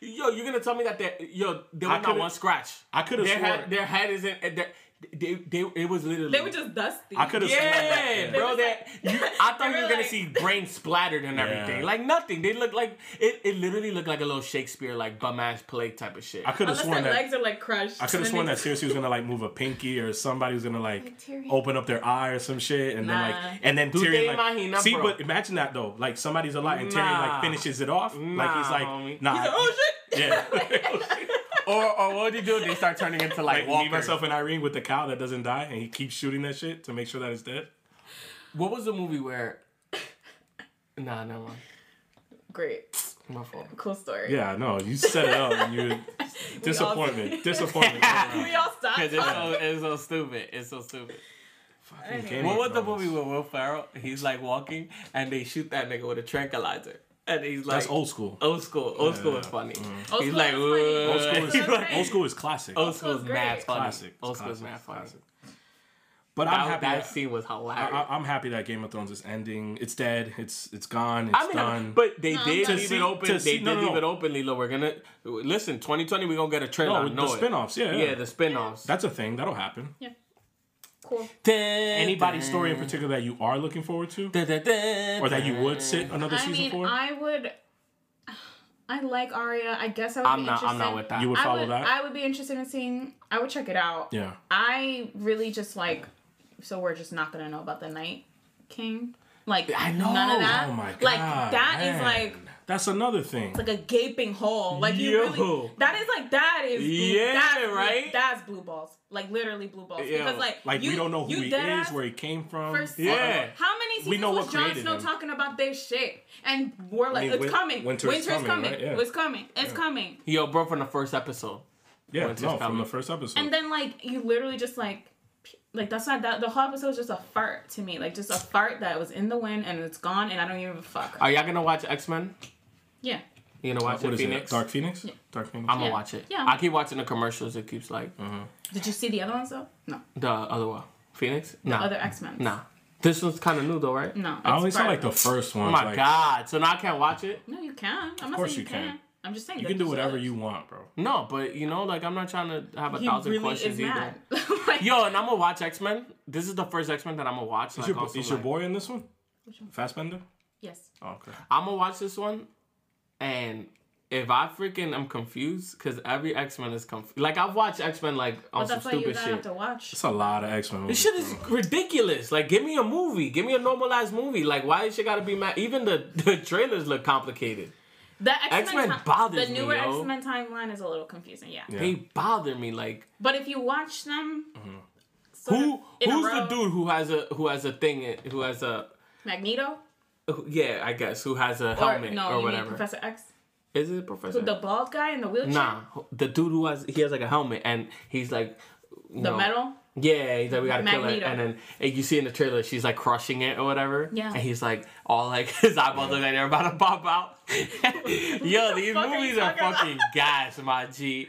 Speaker 1: Yo, you're gonna tell me that they yo there
Speaker 2: I
Speaker 1: was not
Speaker 2: could've-
Speaker 1: one scratch.
Speaker 2: I could've
Speaker 1: Their
Speaker 2: swore-
Speaker 1: head, their head isn't. uh, Their, they, they, it was literally.
Speaker 3: They were just dusty.
Speaker 2: I could have.
Speaker 1: Yeah, bro.
Speaker 3: was
Speaker 1: That
Speaker 3: like-
Speaker 1: you, I thought
Speaker 3: they
Speaker 1: you were
Speaker 3: were
Speaker 1: gonna
Speaker 3: like-
Speaker 1: see brain splattered and everything. Like nothing. They looked like it. It literally looked like a little Shakespeare like bum ass play type of shit.
Speaker 2: I could have
Speaker 3: Unless their
Speaker 2: sworn that.
Speaker 3: legs are like crushed.
Speaker 2: I could have
Speaker 3: and
Speaker 2: sworn
Speaker 3: they-
Speaker 2: that Cersei was gonna like move a pinky or somebody was gonna like
Speaker 3: Tyrion.
Speaker 2: open up their eye or some shit, and then
Speaker 3: Nah.
Speaker 2: like, and then
Speaker 1: te
Speaker 2: Tyrion like,
Speaker 1: imaginas,
Speaker 2: see,
Speaker 1: bro?
Speaker 2: but imagine that though, like somebody's alive and Tyrion
Speaker 1: Nah.
Speaker 2: like finishes it off, like he's
Speaker 1: Nah,
Speaker 2: like,
Speaker 1: homie.
Speaker 2: nah,
Speaker 3: He's like, "Oh shit!" oh,
Speaker 2: yeah.
Speaker 1: or or what would you do? They start turning into like,
Speaker 2: like me,
Speaker 1: walkers.
Speaker 2: myself, and Irene with the cow that doesn't die, and he keeps shooting that shit to make sure that it's dead.
Speaker 1: What was the movie where? Nah, never mind.
Speaker 3: Great,
Speaker 1: My fault.
Speaker 3: cool story.
Speaker 2: Yeah, no, you set it up, and you disappointment, disappointment. all around.
Speaker 3: We all stopped.
Speaker 1: Cause it's so, it's so stupid. It's so stupid.
Speaker 2: Game
Speaker 1: What
Speaker 2: of
Speaker 1: was the
Speaker 2: Thrones.
Speaker 1: movie with Will Ferrell? He's like walking and they shoot that nigga with a tranquilizer. And he's like
Speaker 2: That's old school.
Speaker 1: Old school. Old school is funny.
Speaker 3: Old
Speaker 1: he's
Speaker 3: school
Speaker 1: like
Speaker 3: is funny.
Speaker 2: Old school is
Speaker 1: "Whoa."
Speaker 3: That's
Speaker 2: old school is classic.
Speaker 1: Old school is
Speaker 3: school's
Speaker 1: mad
Speaker 3: great.
Speaker 1: funny.
Speaker 2: Classic.
Speaker 1: Old school is mad
Speaker 2: Classic.
Speaker 1: funny.
Speaker 2: Classic. But I'm
Speaker 1: That,
Speaker 2: happy.
Speaker 1: that
Speaker 2: that-
Speaker 1: scene was
Speaker 2: I,
Speaker 1: hilarious. I,
Speaker 2: I- I'm happy that Game of Thrones is ending. It's dead. It's it's gone. It's
Speaker 1: mean,
Speaker 2: done.
Speaker 1: but they
Speaker 3: No,
Speaker 1: did
Speaker 3: I'm
Speaker 1: leave
Speaker 2: done.
Speaker 1: it open.
Speaker 2: To
Speaker 1: They
Speaker 2: see-
Speaker 1: did
Speaker 2: no, no,
Speaker 1: leave
Speaker 2: no.
Speaker 1: it open, Lilo. We're gonna listen. 2020, we're gonna get a trailer.
Speaker 2: no,
Speaker 1: I
Speaker 2: with
Speaker 1: know
Speaker 2: Oh, the
Speaker 1: it.
Speaker 2: spin-offs. Yeah,
Speaker 1: Yeah, the spin-offs.
Speaker 2: that's a thing. That'll happen.
Speaker 3: cool.
Speaker 2: Anybody's story in particular that you are looking forward to, or that you would sit
Speaker 1: Mm.
Speaker 2: another
Speaker 3: I
Speaker 2: season
Speaker 3: mean,
Speaker 2: for,
Speaker 3: I would. I like Arya. I guess I would
Speaker 1: I'm
Speaker 3: be
Speaker 1: not.
Speaker 3: interested.
Speaker 1: I'm not with that.
Speaker 2: you would
Speaker 3: I
Speaker 2: follow
Speaker 3: would,
Speaker 2: that.
Speaker 3: I would be interested in seeing. I would check it out.
Speaker 2: yeah.
Speaker 3: I really just like. So we're just not gonna know about the Night King. Like
Speaker 1: I know.
Speaker 3: none of that.
Speaker 2: Oh my god.
Speaker 3: Like that is
Speaker 2: man.
Speaker 3: like
Speaker 2: that's another thing.
Speaker 3: like a gaping hole. Like you
Speaker 1: Yo.
Speaker 3: really that is like that is blue,
Speaker 1: Yeah,
Speaker 3: that's, blue-
Speaker 1: right?
Speaker 3: That's blue balls. Like literally blue balls.
Speaker 1: Yo,
Speaker 3: Because like
Speaker 2: Like
Speaker 3: you,
Speaker 2: we don't know who
Speaker 3: you
Speaker 2: he
Speaker 3: dead
Speaker 2: is,
Speaker 3: ass
Speaker 2: where he came from.
Speaker 3: For
Speaker 2: Yeah.
Speaker 1: Yeah.
Speaker 3: yeah. How many seasons
Speaker 2: We know
Speaker 3: was
Speaker 2: what
Speaker 3: Jon
Speaker 2: created
Speaker 3: Snow
Speaker 2: him.
Speaker 3: talking about their shit? And we're like,
Speaker 2: mean,
Speaker 3: it's
Speaker 2: win-
Speaker 3: coming.
Speaker 2: winter is coming,
Speaker 3: coming.
Speaker 2: right? Yeah.
Speaker 3: It's coming. It's coming.
Speaker 1: Yo, bro, from the first episode.
Speaker 2: Yeah,
Speaker 1: Winter's
Speaker 2: no, from
Speaker 1: coming.
Speaker 2: the first episode.
Speaker 3: And then like you literally just like like that's not that the whole episode was just a fart to me. Like just a fart that was in the wind and it's gone and I don't even give a fuck.
Speaker 1: Are y'all gonna watch X Men?
Speaker 3: yeah.
Speaker 1: You know, watching
Speaker 2: Uh, What is
Speaker 1: Phoenix.
Speaker 2: it? Dark Phoenix. Dark Phoenix.
Speaker 1: I'm gonna
Speaker 3: Yeah.
Speaker 1: watch it.
Speaker 3: Yeah.
Speaker 1: I keep watching the commercials. It keeps like
Speaker 2: Mm-hmm.
Speaker 3: Did you see the other ones though? No.
Speaker 1: the other one. Phoenix. Nah.
Speaker 3: Other Mm. X Men.
Speaker 1: nah. This one's kind of new though, right?
Speaker 3: No.
Speaker 2: I only saw
Speaker 3: Spider-
Speaker 2: like the first one.
Speaker 1: Oh my
Speaker 2: like,
Speaker 1: god! So now I can't watch it.
Speaker 3: No, you can. I'm not
Speaker 2: course
Speaker 3: saying you
Speaker 2: you can.
Speaker 3: can. I'm just saying
Speaker 2: You
Speaker 3: that
Speaker 2: can do
Speaker 3: there's
Speaker 2: whatever
Speaker 3: others.
Speaker 2: you want, bro.
Speaker 1: No, but you know, like I'm not trying to have a
Speaker 3: He
Speaker 1: thousand
Speaker 3: really
Speaker 1: questions
Speaker 3: is
Speaker 1: either.
Speaker 3: mad. Like-
Speaker 1: Yo, and I'm gonna watch X Men. This is the first X Men that I'm gonna watch.
Speaker 2: Is
Speaker 1: Like,
Speaker 2: your,
Speaker 1: also,
Speaker 2: is your
Speaker 1: like-
Speaker 2: boy in this one?
Speaker 3: Which one?
Speaker 2: Fastbender.
Speaker 3: Yes.
Speaker 2: Oh, okay.
Speaker 1: I'm gonna watch this one, and if I freaking am confused, because every X Men is confused. Like I've watched X Men like on
Speaker 3: But
Speaker 1: some
Speaker 3: that's why you
Speaker 1: stupid
Speaker 3: gotta have
Speaker 1: shit.
Speaker 3: to watch.
Speaker 2: It's a lot of X Men movies.
Speaker 1: This shit is ridiculous. Like, give me a movie. Give me a normalized movie. Like, why is shit gotta be mad? Even the, the trailers look complicated.
Speaker 3: The X
Speaker 1: X-Men
Speaker 3: Men
Speaker 1: bothers
Speaker 3: The
Speaker 1: me,
Speaker 3: newer
Speaker 1: yo.
Speaker 3: X Men timeline is a little confusing. Yeah.
Speaker 2: Yeah.
Speaker 1: They bother me. Like,
Speaker 3: But if you watch them, sort
Speaker 1: Mm-hmm. who
Speaker 3: of in a
Speaker 1: who's the
Speaker 3: row-
Speaker 1: dude who has a who has a thing who has a
Speaker 3: Magneto
Speaker 1: who- yeah I guess who has a
Speaker 3: or
Speaker 1: helmet
Speaker 3: no?
Speaker 1: or
Speaker 3: you mean
Speaker 1: whatever?
Speaker 3: Professor X?
Speaker 1: is it Professor?
Speaker 3: The bald guy in the wheelchair.
Speaker 1: Nah, the dude who has he has like a helmet and he's like you
Speaker 3: The
Speaker 1: know,
Speaker 3: metal.
Speaker 1: Yeah, he's like we gotta kill it,
Speaker 3: Magneto.
Speaker 1: and then and you see in the trailer she's like crushing it or whatever.
Speaker 3: Yeah.
Speaker 1: and he's like all like his eyeballs look like they're about to pop out. yo,
Speaker 3: the
Speaker 1: these
Speaker 3: fuck are you
Speaker 1: movies are,
Speaker 3: talking about?
Speaker 1: fucking gas, my G.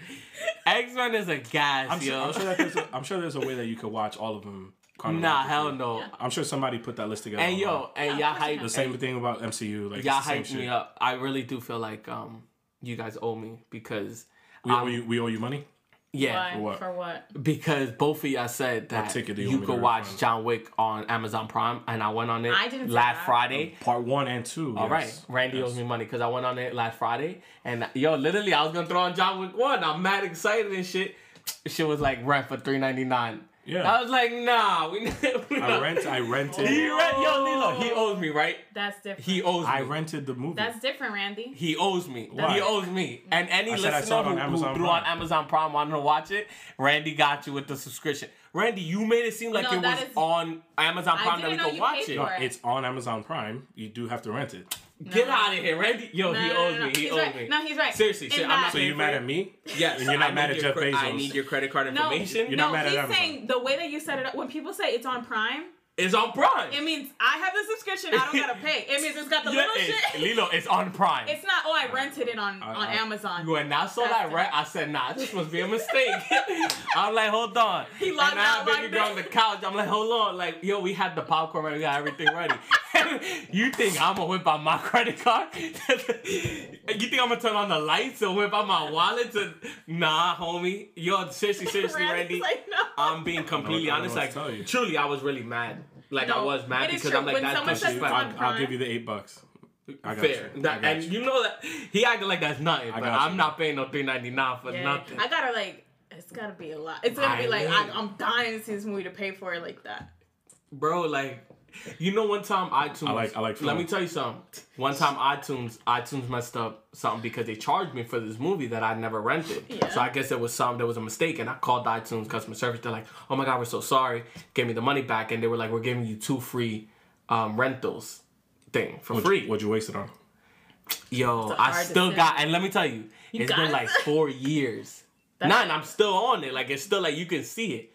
Speaker 1: X Men is a gas,
Speaker 2: I'm, sure,
Speaker 1: yo.
Speaker 2: I'm sure that there's a, I'm sure there's a way that you could watch all of them.
Speaker 1: nah,
Speaker 2: chronologically.
Speaker 1: hell no.
Speaker 2: I'm sure somebody put that list together.
Speaker 1: And
Speaker 2: online.
Speaker 1: yo, and
Speaker 3: Yeah,
Speaker 1: y'all
Speaker 3: of course you
Speaker 1: hype,
Speaker 2: the same thing about MCU. Like
Speaker 1: y'all
Speaker 2: it's the same
Speaker 1: hype
Speaker 2: shit.
Speaker 1: me up. I really do feel like um you guys owe me because
Speaker 2: We owe you. We owe you money.
Speaker 1: yeah,
Speaker 3: Why?
Speaker 2: what?
Speaker 3: For what?
Speaker 1: because both of y'all said that
Speaker 2: ticket do you
Speaker 1: you
Speaker 2: want me to
Speaker 1: could watch
Speaker 2: refund?
Speaker 1: John Wick on Amazon Prime, and I went on it
Speaker 3: I didn't say
Speaker 1: last
Speaker 3: that.
Speaker 1: Friday.
Speaker 2: Part one and two.
Speaker 1: All right, Randy owes me money because I went on it last Friday, and yo, literally, I was gonna throw on John Wick one. I'm mad excited and shit. Shit was like rent for three ninety nine.
Speaker 2: Yeah.
Speaker 1: I was like, nah, we. we
Speaker 2: I rent. I rented.
Speaker 1: He rent, yo, Lilo, he owes me, right?
Speaker 3: That's different.
Speaker 1: He owes me.
Speaker 2: I rented the movie.
Speaker 3: That's different, Randy.
Speaker 1: He owes me.
Speaker 2: Why?
Speaker 1: He owes me. And any
Speaker 2: I
Speaker 1: listener
Speaker 2: said I saw it on
Speaker 1: who, who
Speaker 2: Amazon
Speaker 1: threw
Speaker 2: Prime.
Speaker 1: on Amazon Prime wanted to watch it, Randy got you with the subscription. Randy, you made it seem like
Speaker 3: No,
Speaker 1: it was
Speaker 3: that is-
Speaker 1: on Amazon
Speaker 3: I
Speaker 1: Prime that we
Speaker 3: didn't know
Speaker 1: could
Speaker 3: you
Speaker 1: watch
Speaker 3: paid
Speaker 1: it.
Speaker 2: No,
Speaker 3: for it.
Speaker 2: it's on Amazon Prime. You do have to rent it.
Speaker 1: Get
Speaker 3: No.
Speaker 1: out of here, Randy. Yo,
Speaker 3: No,
Speaker 1: he
Speaker 3: no, no,
Speaker 1: owes
Speaker 3: no.
Speaker 1: me. He
Speaker 3: He's
Speaker 1: owes
Speaker 3: right.
Speaker 1: me.
Speaker 3: No, he's right.
Speaker 1: Seriously,
Speaker 3: In
Speaker 1: sir, I'm not
Speaker 3: that-
Speaker 2: So you mad at me?
Speaker 1: Yes,
Speaker 2: And you're not
Speaker 1: I
Speaker 2: mad
Speaker 1: need
Speaker 2: at
Speaker 1: your
Speaker 2: Jeff
Speaker 1: cre- I
Speaker 2: Bezos.
Speaker 1: need your credit card
Speaker 3: No,
Speaker 1: information.
Speaker 2: You're
Speaker 3: no,
Speaker 2: not mad at
Speaker 3: he's
Speaker 2: Amazon.
Speaker 3: saying the way that you set it up. When people say it's on Prime,
Speaker 1: It's on Prime.
Speaker 3: it means I have the subscription. I don't gotta pay. It means it's got the
Speaker 1: Yeah,
Speaker 3: little
Speaker 1: it's- Uh,
Speaker 3: shit.
Speaker 1: Lilo, it's on Prime.
Speaker 3: It's not. Oh, I rented it on
Speaker 2: I-
Speaker 3: on
Speaker 2: I-
Speaker 3: Amazon.
Speaker 1: when I saw that rent, I said, nah, this must be a mistake. I'm like, hold on.
Speaker 3: He logged
Speaker 1: and I had
Speaker 3: out
Speaker 1: baby
Speaker 3: like
Speaker 1: girl
Speaker 3: this.
Speaker 1: on the couch. I'm like, hold on. Like, yo, we had the popcorn ready. We got everything ready. you think I'm going to whip out my credit card? you think I'm going to turn on the lights or whip out my wallet? To... Nah, homie. Yo, seriously, seriously, Randy.
Speaker 3: Randy's like, no.
Speaker 1: I'm being completely
Speaker 2: I don't know
Speaker 1: honest.
Speaker 2: what
Speaker 1: Like,
Speaker 2: to tell you.
Speaker 1: truly, I was really mad. Like, I
Speaker 3: No,
Speaker 1: was mad
Speaker 3: it is
Speaker 1: because
Speaker 3: true.
Speaker 1: I'm like,
Speaker 3: When
Speaker 1: that's
Speaker 3: someone says it's
Speaker 1: disrespectful.
Speaker 3: on
Speaker 2: I'll, I'll
Speaker 3: Prime.
Speaker 2: give you the eight bucks. I got
Speaker 1: Fair.
Speaker 2: you. I
Speaker 1: That,
Speaker 2: got
Speaker 1: and
Speaker 2: you.
Speaker 1: you know that he acted like that's nothing, but
Speaker 2: got you.
Speaker 1: I'm not paying no three ninety nine for
Speaker 3: Yeah,
Speaker 1: nothing.
Speaker 3: I gotta like. It's gotta be a lot. It's gonna
Speaker 1: I
Speaker 3: be like I,
Speaker 1: know.
Speaker 3: I'm dying to see this movie to pay for it like that.
Speaker 1: Bro, like you know one time iTunes
Speaker 2: I like- I like
Speaker 1: Let
Speaker 2: film.
Speaker 1: me tell you something. One time iTunes iTunes messed up something because they charged me for this movie that I never rented.
Speaker 3: Yeah.
Speaker 1: So I guess there was some there was a mistake and I called iTunes customer service. They're like, "Oh my god, we're so sorry. Give me the money back." And they were like, "We're giving you two free um, rentals." Thing for
Speaker 2: What'd
Speaker 1: free.
Speaker 2: you- What'd you waste it on?
Speaker 1: Yo,
Speaker 3: a
Speaker 1: I
Speaker 3: hard
Speaker 1: still
Speaker 3: decision.
Speaker 1: got, and let me tell you, it's
Speaker 3: got
Speaker 1: been like
Speaker 3: it.
Speaker 1: four years.
Speaker 3: That's-
Speaker 1: Nine, I'm still on it. Like it's still like you can see it.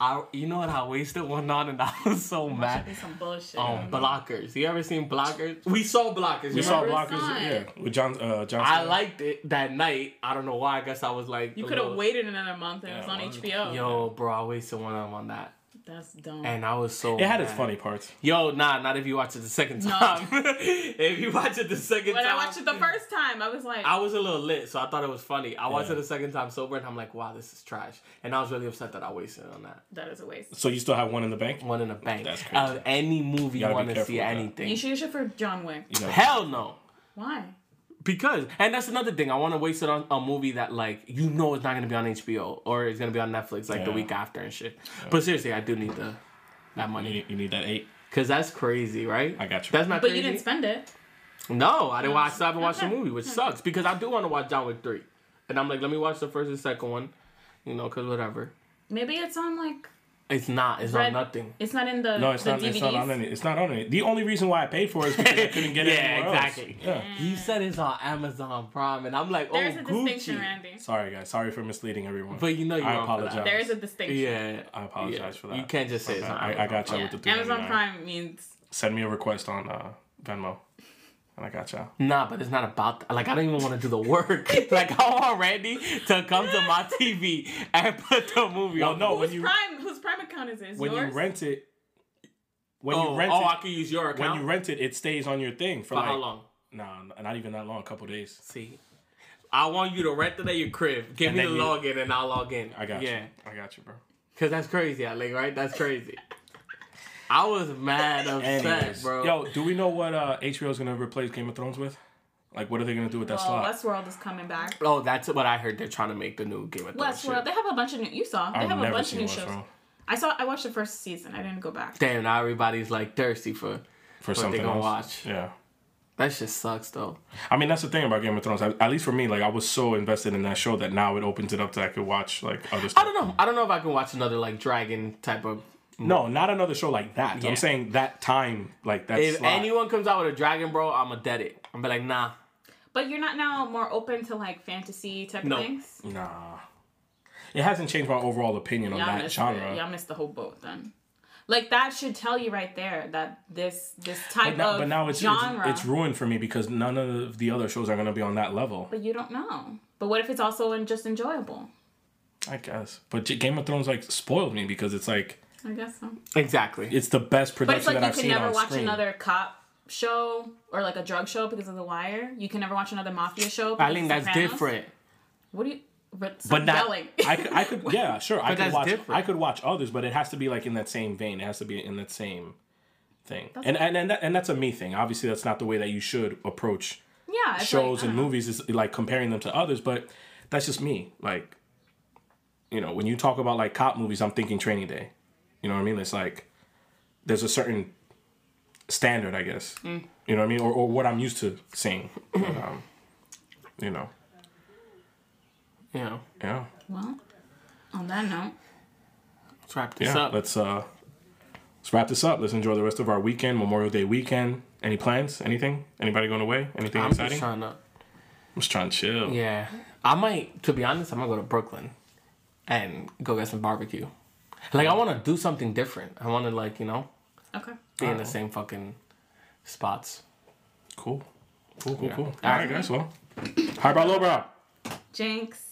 Speaker 1: I, you know what? I wasted one on, and I was so mad.
Speaker 3: Be some bullshit.
Speaker 1: Um, blockers. You ever seen blockers? We saw blockers.
Speaker 2: We saw
Speaker 3: remember
Speaker 2: blockers.
Speaker 3: Sign.
Speaker 2: Yeah, with John. Uh, John.
Speaker 1: I
Speaker 2: Cena.
Speaker 1: liked it that night. I don't know why. I guess I was like,
Speaker 3: you
Speaker 1: a
Speaker 3: could have
Speaker 1: little-
Speaker 3: waited another month and it's
Speaker 2: Yeah,
Speaker 3: on
Speaker 2: why-
Speaker 3: HBO.
Speaker 1: Yo, bro, I wasted one on on that,
Speaker 3: that's dumb.
Speaker 1: and I was so.
Speaker 2: It had its
Speaker 1: mad.
Speaker 2: funny parts.
Speaker 1: Yo, nah, not if you watch it the second
Speaker 3: No.
Speaker 1: time. if you watch it the second
Speaker 3: when
Speaker 1: time,
Speaker 3: I watched it the first time, I was like,
Speaker 1: I was a little lit, so I thought it was funny. I watched
Speaker 2: Yeah.
Speaker 1: it a second time sober, and I'm like, wow, this is trash. And I was really upset that I wasted on that.
Speaker 3: that is a waste.
Speaker 2: So you still have one in the bank?
Speaker 1: One in a bank.
Speaker 2: That's crazy.
Speaker 1: Of any movie you,
Speaker 2: gotta be
Speaker 1: want to
Speaker 2: careful
Speaker 1: see,
Speaker 2: with that.
Speaker 1: anything.
Speaker 3: You should use it for John Wick.
Speaker 2: You know,
Speaker 1: Hell no.
Speaker 3: Why?
Speaker 1: Because, and that's another thing, I want to waste it on a movie that, like, you know it's not going to be on HBO or it's going to be on Netflix, like, the
Speaker 2: Yeah.
Speaker 1: week after and shit. But seriously, I do need the that
Speaker 2: you
Speaker 1: money.
Speaker 2: need, you need that eight.
Speaker 1: Because that's crazy, right?
Speaker 2: I got you.
Speaker 1: That's not
Speaker 3: But
Speaker 1: crazy.
Speaker 3: you didn't spend it.
Speaker 1: No, I didn't watch. I still haven't watched the
Speaker 3: Okay.
Speaker 1: movie, which sucks because I do want to watch John Wick three, and I'm like, let me watch the first and second one, you know, because whatever.
Speaker 3: Maybe it's on like
Speaker 1: It's not. It's
Speaker 3: Red-
Speaker 1: on nothing.
Speaker 3: it's not in the
Speaker 2: No, it's
Speaker 3: the
Speaker 2: not.
Speaker 3: DVDs.
Speaker 2: It's not on any. It's not on any. The only reason why I paid for it is because I couldn't get it
Speaker 1: Yeah,
Speaker 2: anywhere
Speaker 1: exactly.
Speaker 2: Else. Yeah.
Speaker 1: He said it's on Amazon Prime, and I'm like,
Speaker 3: Mm. There's
Speaker 1: oh,
Speaker 3: a distinction,
Speaker 1: Gucci.
Speaker 3: Randy.
Speaker 2: Sorry, guys. Sorry for misleading everyone.
Speaker 1: But you know you
Speaker 2: I
Speaker 1: wrong for that.
Speaker 2: apologize.
Speaker 3: There is a distinction.
Speaker 1: Yeah,
Speaker 2: I apologize
Speaker 1: yeah.
Speaker 2: for that.
Speaker 1: You can't just say it's
Speaker 2: Okay,
Speaker 1: on.
Speaker 2: I, I got you
Speaker 3: Yeah.
Speaker 2: with the three.
Speaker 3: Amazon Prime means
Speaker 2: Send me a request on uh, Venmo. And I got y'all.
Speaker 1: Nah, but it's not about that. Like, I don't even want to do the work. like, I want Randy to come to my TV and put the movie
Speaker 2: Well,
Speaker 1: on.
Speaker 2: no,
Speaker 3: Whose
Speaker 2: when you
Speaker 3: prime whose prime account is this?
Speaker 2: when
Speaker 3: Yours?
Speaker 2: you rent it, when
Speaker 1: oh,
Speaker 2: you rent
Speaker 1: oh, I
Speaker 2: it,
Speaker 1: can use your
Speaker 2: when
Speaker 1: account.
Speaker 2: you rent it, it stays on your thing for,
Speaker 1: For
Speaker 2: like
Speaker 1: how long?
Speaker 2: Nah, n- not even that long. A couple days.
Speaker 1: See, I want you to rent it at your crib. Give
Speaker 2: And
Speaker 1: me the
Speaker 2: then you-
Speaker 1: login and I'll log in.
Speaker 2: I got
Speaker 1: yeah.
Speaker 2: you. I got you, bro.
Speaker 1: Cause that's crazy, like right? That's crazy. I was mad upset,
Speaker 2: Anyways,
Speaker 1: bro.
Speaker 2: yo, do we know what uh, HBO is gonna replace Game of Thrones with? Like, what are they gonna do with that
Speaker 3: Oh,
Speaker 2: slot? Oh,
Speaker 3: Westworld is coming back.
Speaker 1: oh, that's what I heard. They're trying to make the new Game of Thrones.
Speaker 3: Westworld.
Speaker 1: Shit.
Speaker 3: They have a bunch of new. You saw. They
Speaker 2: I've
Speaker 3: have a
Speaker 2: never
Speaker 3: bunch of
Speaker 2: seen
Speaker 3: new
Speaker 2: Westworld.
Speaker 3: shows. I saw. I watched the first season. I didn't go back.
Speaker 1: Damn, now everybody's like thirsty for.
Speaker 2: for
Speaker 1: they
Speaker 2: something
Speaker 1: gonna
Speaker 2: else.
Speaker 1: watch.
Speaker 2: Yeah,
Speaker 1: That shit sucks though.
Speaker 2: I mean that's the thing about Game of Thrones. At, at least for me, like I was so invested in that show that now it opens it up that I could watch like other
Speaker 1: I
Speaker 2: stuff.
Speaker 1: don't know. I don't know if I can watch another like dragon type of.
Speaker 2: No, not another show like that.
Speaker 1: Yeah.
Speaker 2: I'm saying that time, like that
Speaker 1: If
Speaker 2: slot.
Speaker 1: anyone comes out with a dragon, bro, I'ma dead it. I'm be like, nah.
Speaker 3: But you're not now more open to like fantasy type
Speaker 1: No.
Speaker 3: of things.
Speaker 2: nah, it hasn't changed my overall opinion on
Speaker 3: Y'all
Speaker 2: that
Speaker 3: missed
Speaker 2: genre.
Speaker 3: It. Y'all missed the whole boat then. Like that should tell you right there that this this
Speaker 2: But
Speaker 3: type
Speaker 2: now,
Speaker 3: of
Speaker 2: but now it's, it's-
Speaker 3: genre.
Speaker 2: it's ruined for me because none of the other shows are gonna be on that level.
Speaker 3: but you don't know. But what if it's also in- just enjoyable?
Speaker 2: I guess. But J- Game of Thrones like spoiled me because it's like
Speaker 3: I guess so.
Speaker 1: Exactly.
Speaker 2: it's the best
Speaker 3: But it's
Speaker 2: production
Speaker 3: like
Speaker 2: that
Speaker 3: you
Speaker 2: I've
Speaker 3: can
Speaker 2: seen
Speaker 3: never
Speaker 2: on
Speaker 3: watch
Speaker 2: screen.
Speaker 3: another cop show or like a drug show because of The Wire. You can never watch another mafia show.
Speaker 1: I
Speaker 3: because
Speaker 1: think
Speaker 3: of
Speaker 1: that's
Speaker 3: Sopranos.
Speaker 1: different.
Speaker 3: What do you? But,
Speaker 2: but
Speaker 3: stop
Speaker 2: not
Speaker 3: yelling.
Speaker 2: I could, I could yeah sure I could
Speaker 1: that's
Speaker 2: watch
Speaker 1: different.
Speaker 2: I could watch others but it has to be like in that same vein it has to be in that same thing
Speaker 3: That's-
Speaker 2: and and and, that, and that's a me thing obviously that's not the way that you should approach
Speaker 3: yeah, it's like, uh,
Speaker 2: shows
Speaker 3: I
Speaker 2: and
Speaker 3: don't know.
Speaker 2: movies is like comparing them to others but that's just me like you know when you talk about like cop movies I'm thinking Training Day you know what I mean it's like there's a certain standard I guess
Speaker 3: Mm.
Speaker 2: you know what I mean or, or what I'm used to seeing But, um, you know
Speaker 1: Yeah.
Speaker 2: yeah
Speaker 3: Well, on that note,
Speaker 1: Let's wrap this
Speaker 2: yeah,
Speaker 1: up.
Speaker 2: let's uh let's wrap this up. Let's enjoy the rest of our weekend, Memorial Day weekend. Any plans? Anything? Anybody going away? Anything
Speaker 1: I'm
Speaker 2: exciting?
Speaker 1: just trying to.
Speaker 2: I'm just trying to chill.
Speaker 1: Yeah. I might, to be honest, I might go to Brooklyn and go get some barbecue. Like, I want to do something different. I want to, like, you know,
Speaker 3: okay.
Speaker 1: be in the same fucking spots.
Speaker 2: Cool. Cool, cool, cool.
Speaker 1: Yeah.
Speaker 2: All right, guys. Well, high brow, low brow.
Speaker 3: Jinx.